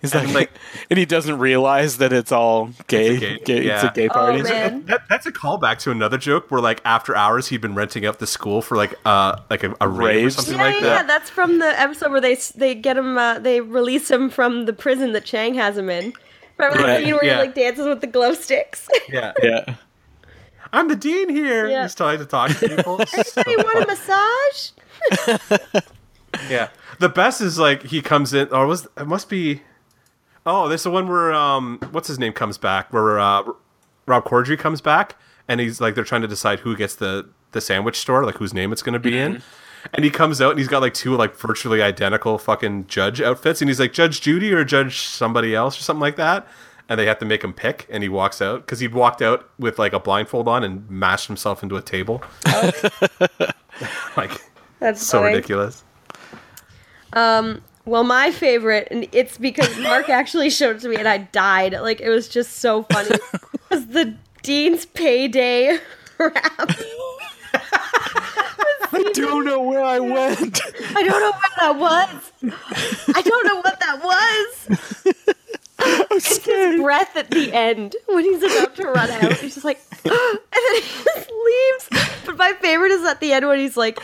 Speaker 3: He's like,
Speaker 2: And, like-
Speaker 3: *laughs* and he doesn't realize that it's all gay.
Speaker 2: It's a gay-
Speaker 3: gay- It's a
Speaker 2: yeah.
Speaker 3: gay
Speaker 1: Oh,
Speaker 3: party.
Speaker 1: man.
Speaker 2: That, that's a callback to another joke where like after hours he'd been renting out the school for like uh like a, a rave or
Speaker 3: Raves?
Speaker 2: something
Speaker 1: Yeah,
Speaker 2: like
Speaker 1: yeah, yeah,
Speaker 2: that.
Speaker 1: that's from the episode where they s- they get him, uh, they release him from the prison that Chang has him in. Remember
Speaker 3: Right,
Speaker 1: the scene where
Speaker 2: yeah.
Speaker 1: he like dances with the glow sticks? *laughs*
Speaker 2: yeah.
Speaker 3: *laughs* yeah.
Speaker 2: I'm the dean here.
Speaker 1: Yeah.
Speaker 2: He's trying to talk to people. So
Speaker 1: hey, want a massage?
Speaker 2: Yeah. The best is like he comes in or was it must be Oh, there's the one where um what's his name comes back where uh Rob Corddry comes back and he's like they're trying to decide who gets the the sandwich store, like whose name it's going to be in. And he comes out and he's got like two like virtually identical fucking judge outfits and he's like Judge Judy or Judge somebody else or something like that. And they have to make him pick, and he walks out because he'd walked out with like a blindfold on and mashed himself into a table. *laughs* like,
Speaker 1: That's
Speaker 2: so
Speaker 1: funny.
Speaker 2: ridiculous.
Speaker 1: Well, my favorite, and it's because *laughs* Mark actually showed it to me, and I died. Like it was just so funny. was the Dean's payday *laughs* rap?
Speaker 3: I don't know where I went. *laughs*
Speaker 1: I don't know what that was. I don't know what that was.
Speaker 3: I'm scared.
Speaker 1: Breath at the end when he's about to run out. He's just like, *gasps* and then he just leaves. But my favorite is at the end when he's like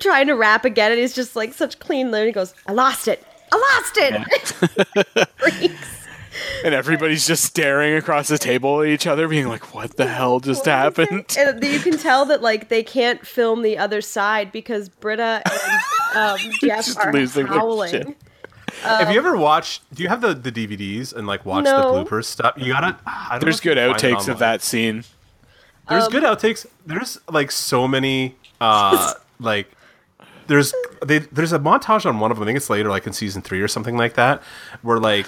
Speaker 1: trying to rap again, and he's just like such clean. There he goes, I lost it. I lost it. *laughs* Freaks.
Speaker 3: and everybody's just staring across the table at each other, being like, "What the hell just
Speaker 1: What is it?
Speaker 3: happened?"
Speaker 1: And you can tell that like they can't film the other side because Britta and um, Jeff
Speaker 3: *laughs* Just
Speaker 1: are
Speaker 3: losing their shit.
Speaker 1: howling.
Speaker 2: Have you ever watched? Do you have the, the DVDs and like watch
Speaker 1: Oh. No.
Speaker 2: the bloopers stuff? You gotta. I don't know
Speaker 3: There's
Speaker 2: if you
Speaker 3: good
Speaker 2: can find it
Speaker 3: outtakes
Speaker 2: online.
Speaker 3: of that scene.
Speaker 2: There's
Speaker 1: Um,
Speaker 2: good outtakes. There's like so many.
Speaker 1: *laughs*
Speaker 2: uh Like there's they, there's a montage on one of them. I think it's later, like in season three or something like that, where like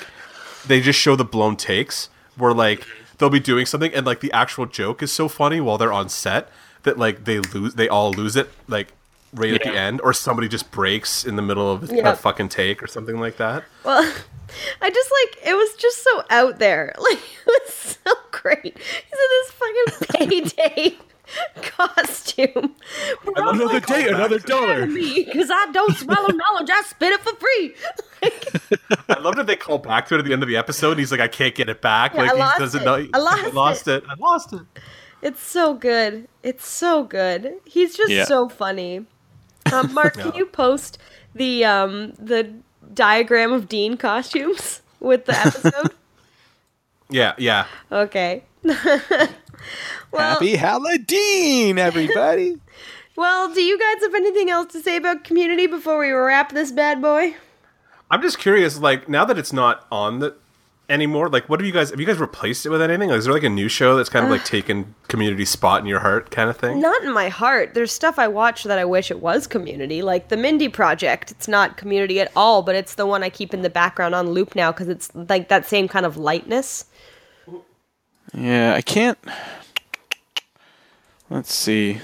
Speaker 2: they just show the blown takes. Where like they'll be doing something and like the actual joke is so funny while they're on set that like they lose they all lose it like right at the
Speaker 3: Yeah.
Speaker 2: end or somebody just breaks in the middle of
Speaker 1: Yeah.
Speaker 2: a fucking take or something like that.
Speaker 1: Well, *laughs* I just like it was just so out there. *laughs* Like it was so great. He's in this
Speaker 3: *laughs*
Speaker 1: fucking payday costume.
Speaker 3: Another day, another dollar.
Speaker 1: Because I don't
Speaker 3: *laughs*
Speaker 1: swallow knowledge, I spit it for free.
Speaker 2: I love that they call back to it at the end of the episode. And he's like, I can't get it back.
Speaker 1: Yeah,
Speaker 2: like
Speaker 1: I
Speaker 2: he
Speaker 1: lost
Speaker 2: doesn't
Speaker 1: it.
Speaker 2: know.
Speaker 1: I lost
Speaker 2: it. I lost it.
Speaker 1: It's so good. It's so good. He's just
Speaker 3: Yeah.
Speaker 1: so funny.
Speaker 3: *laughs*
Speaker 1: Um, Mark, can you post the um, the diagram of Dean costumes *laughs* with the
Speaker 3: *laughs*
Speaker 1: episode?
Speaker 2: Yeah, yeah.
Speaker 1: okay. *laughs* well,
Speaker 3: *laughs* Happy Halloween, everybody!
Speaker 1: well, do you guys have anything else to say about Community before we wrap this bad boy?
Speaker 2: I'm just curious. Like now that it's not on the anymore, like what have you guys? Have you guys replaced it with anything? Like, is there like a new show that's kind of like taken community spot in your heart, kind of thing?
Speaker 1: Not in my heart. There's stuff I watch that I wish it was Community, like the Mindy Project. It's not Community at all, but it's the one I keep in the background on loop now because it's like that same kind of lightness.
Speaker 3: Yeah, I can't. Let's see.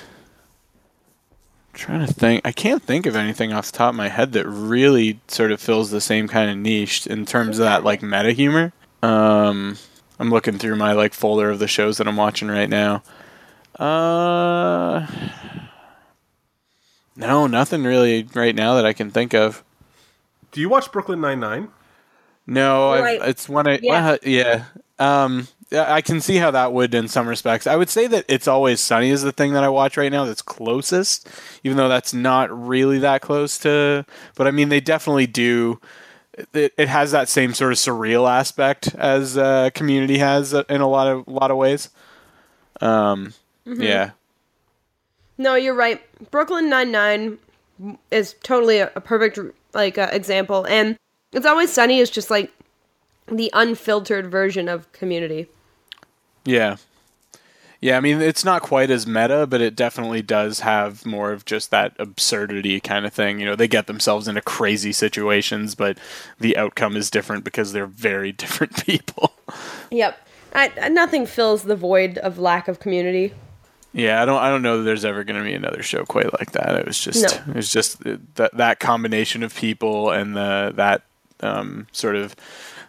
Speaker 3: trying to think. I can't think of anything off the top of my head that really sort of fills the same kind of niche in terms of that like meta humor. Um, I'm looking through my like folder of the shows that I'm watching right now. Uh, no, nothing really right now that I can think of.
Speaker 2: Do you watch Brooklyn Nine Nine?
Speaker 3: No,
Speaker 1: Right.
Speaker 3: I, it's one. I,
Speaker 4: Yeah.
Speaker 3: uh, yeah. Um, yeah, I can see how that would in some respects. I would say that it's always sunny is the thing that I watch right now that's closest, even though that's not really that close to. But I mean, they definitely do. It, it has that same sort of surreal aspect as uh, Community has in a lot of lot of ways. Um, yeah,
Speaker 1: No, you're right. Brooklyn Nine Nine is totally a, a perfect like uh, example, and it's always sunny is just like the unfiltered version of Community.
Speaker 3: yeah, yeah. I mean, it's not quite as meta, but it definitely does have more of just that absurdity kind of thing. You know, they get themselves into crazy situations, but the outcome is different because they're very *laughs* different people.
Speaker 1: Yep. I, I- nothing fills the void of lack of community.
Speaker 3: Yeah, I don't. I don't know that there's ever going to be another show quite like that. It was just,
Speaker 1: No.
Speaker 3: it was just uh, that that combination of people and the that um, sort of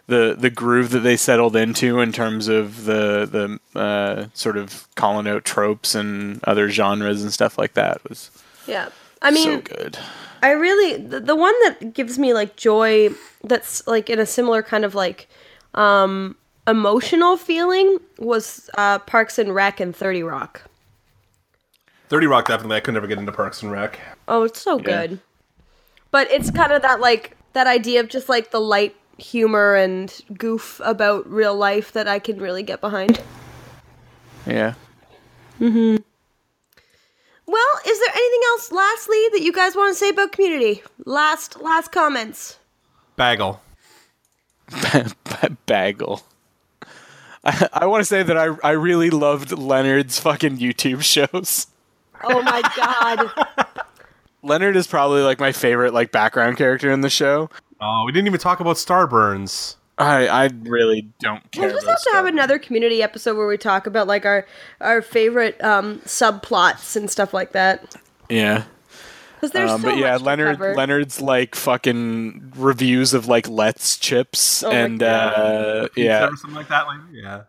Speaker 3: the the groove that they settled into in terms of the the uh, sort of calling out tropes and other genres and stuff like that was
Speaker 1: Yeah. I mean,
Speaker 3: so good.
Speaker 1: I really the, the one that gives me like joy that's like in a similar kind of like um emotional feeling was uh Parks and Rec and 30 Rock.
Speaker 2: Thirty Rock definitely. I could never get into Parks and Rec.
Speaker 1: Oh, it's so
Speaker 3: Yeah.
Speaker 1: good. But it's kind of that like that idea of just like the light humor and goof about real life that I can really get behind.
Speaker 3: Yeah. *laughs*
Speaker 1: Well, is there anything else lastly that you guys want to say about community? Last last comments.
Speaker 2: Bagel.
Speaker 3: Ba- Bagel. I, I want to say that I I really loved Leonard's fucking YouTube *laughs* shows.
Speaker 1: Oh my
Speaker 3: *laughs*
Speaker 1: god.
Speaker 3: Leonard is probably like my favorite like background character in the show.
Speaker 2: Oh, we didn't even talk about Starburns.
Speaker 3: I I really don't care.
Speaker 1: We'll just
Speaker 3: about
Speaker 1: have to have
Speaker 3: Star-
Speaker 1: another community episode where we talk about like our our favorite um subplots and stuff like that.
Speaker 3: Yeah.
Speaker 1: Cuz there's
Speaker 3: Um,
Speaker 1: so
Speaker 3: but yeah,
Speaker 1: much to
Speaker 3: Leonard
Speaker 1: cover.
Speaker 3: Leonard's like fucking reviews of like Let's chips
Speaker 1: Oh my
Speaker 3: and uh yeah.
Speaker 2: Or something like that. Like, yeah.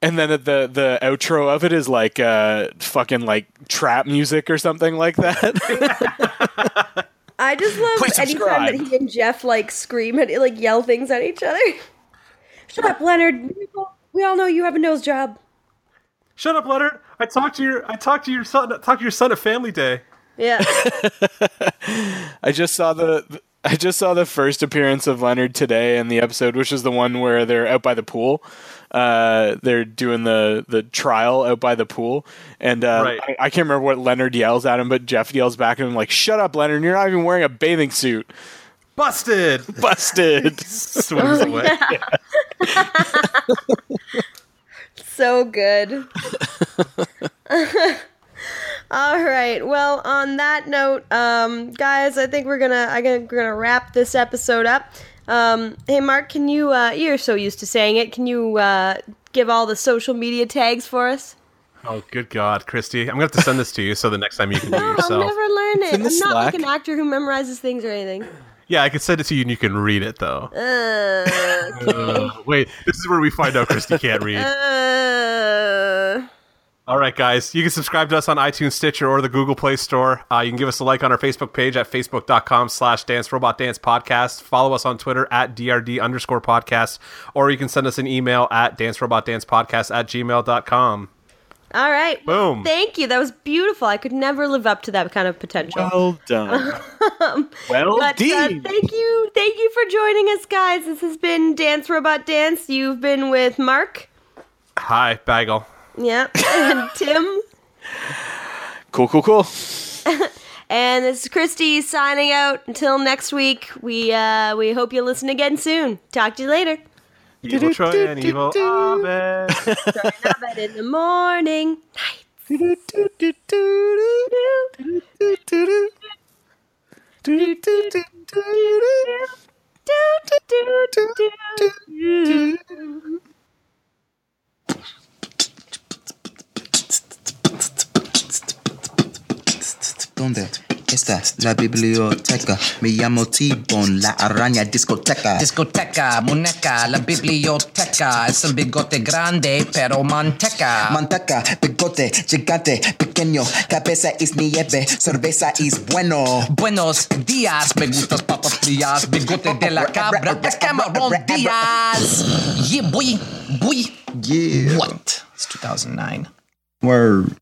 Speaker 3: And then the the outro of it is like uh fucking like trap music or something
Speaker 1: *laughs*
Speaker 3: like that.
Speaker 1: I just love
Speaker 3: Please
Speaker 1: anytime that
Speaker 3: subscribe.
Speaker 1: he and Jeff like scream and like yell things at each other. *laughs* Shut up, Leonard. We all know you have a nose job.
Speaker 2: Shut up, Leonard. I talked to your I talked to your son. Talked to your son at Family Day.
Speaker 1: Yeah.
Speaker 3: I just saw the I just saw the first appearance of Leonard today in the episode, which is the one where they're out by the pool. Uh, they're doing the the trial out by the pool, and uh,
Speaker 2: Right.
Speaker 3: I, I can't remember what Leonard yells at him, but Jeff yells back at him like, "Shut up, Leonard! You're not even wearing a bathing *laughs* suit."
Speaker 2: Busted. *laughs*
Speaker 3: Busted.
Speaker 1: Oh,
Speaker 2: Swims away.
Speaker 1: *laughs* so good.
Speaker 3: *laughs*
Speaker 1: *laughs* All right. Well, on that note, um, guys, I think we're gonna I gonna, we're gonna wrap this episode up. Um, hey, Mark, can you? Uh, you're so used to saying it. Can you uh, give all the social media tags for us?
Speaker 2: Oh, good God, Christy! I'm gonna have to send this to you so the next time you can do it
Speaker 1: I'll
Speaker 2: yourself.
Speaker 1: never learn it.
Speaker 3: in
Speaker 1: I'm
Speaker 3: the
Speaker 1: not like
Speaker 3: Slack.
Speaker 1: an actor who memorizes things or anything.
Speaker 2: Yeah, I could send it to you and you can read it though.
Speaker 1: Uh,
Speaker 2: Uh, wait, this is where we find out Christy can't
Speaker 1: *laughs*
Speaker 2: read.
Speaker 1: uh,
Speaker 2: All right, guys, you can subscribe to us on iTunes, Stitcher, or the Google Play Store. Uh, you can give us a like on our Facebook page at facebook.com slash dance robot dance podcast. Follow us on Twitter at DRD underscore podcast, or you can send us an email at dance robot dance podcast at gmail.com.
Speaker 1: all right.
Speaker 2: Boom.
Speaker 1: Thank you. That was beautiful. I could never live up to that kind of potential.
Speaker 3: well
Speaker 1: *laughs*
Speaker 3: done. well,
Speaker 1: Um, But uh,
Speaker 3: done.
Speaker 1: thank you, thank you for joining us, guys. This has been Dance Robot Dance. You've been with Mark,
Speaker 2: Hi, Bagel.
Speaker 1: yeah, *laughs* and Tim,
Speaker 3: Cool, cool, cool.
Speaker 1: and this is Christy signing out. Until next week, we uh, we hope you listen again soon. Talk to you later.
Speaker 2: Evil Troy and Evil Abed.
Speaker 1: Have it in the morning. Night. Do, do, do, do, do.
Speaker 6: ¿Dónde está la biblioteca? Me llamo T-Bone, la araña discoteca.
Speaker 7: Discoteca, muñeca, la biblioteca. Es un bigote grande, pero manteca.
Speaker 6: Manteca, bigote, gigante, pequeño. Cabeza es nieve, cerveza es bueno.
Speaker 7: Buenos días, me gustas papas frías. Bigote de la cabra, es Cameron Díaz. Yeah, boy, boy.
Speaker 6: Yeah.
Speaker 7: What? It's 2009.
Speaker 6: Word.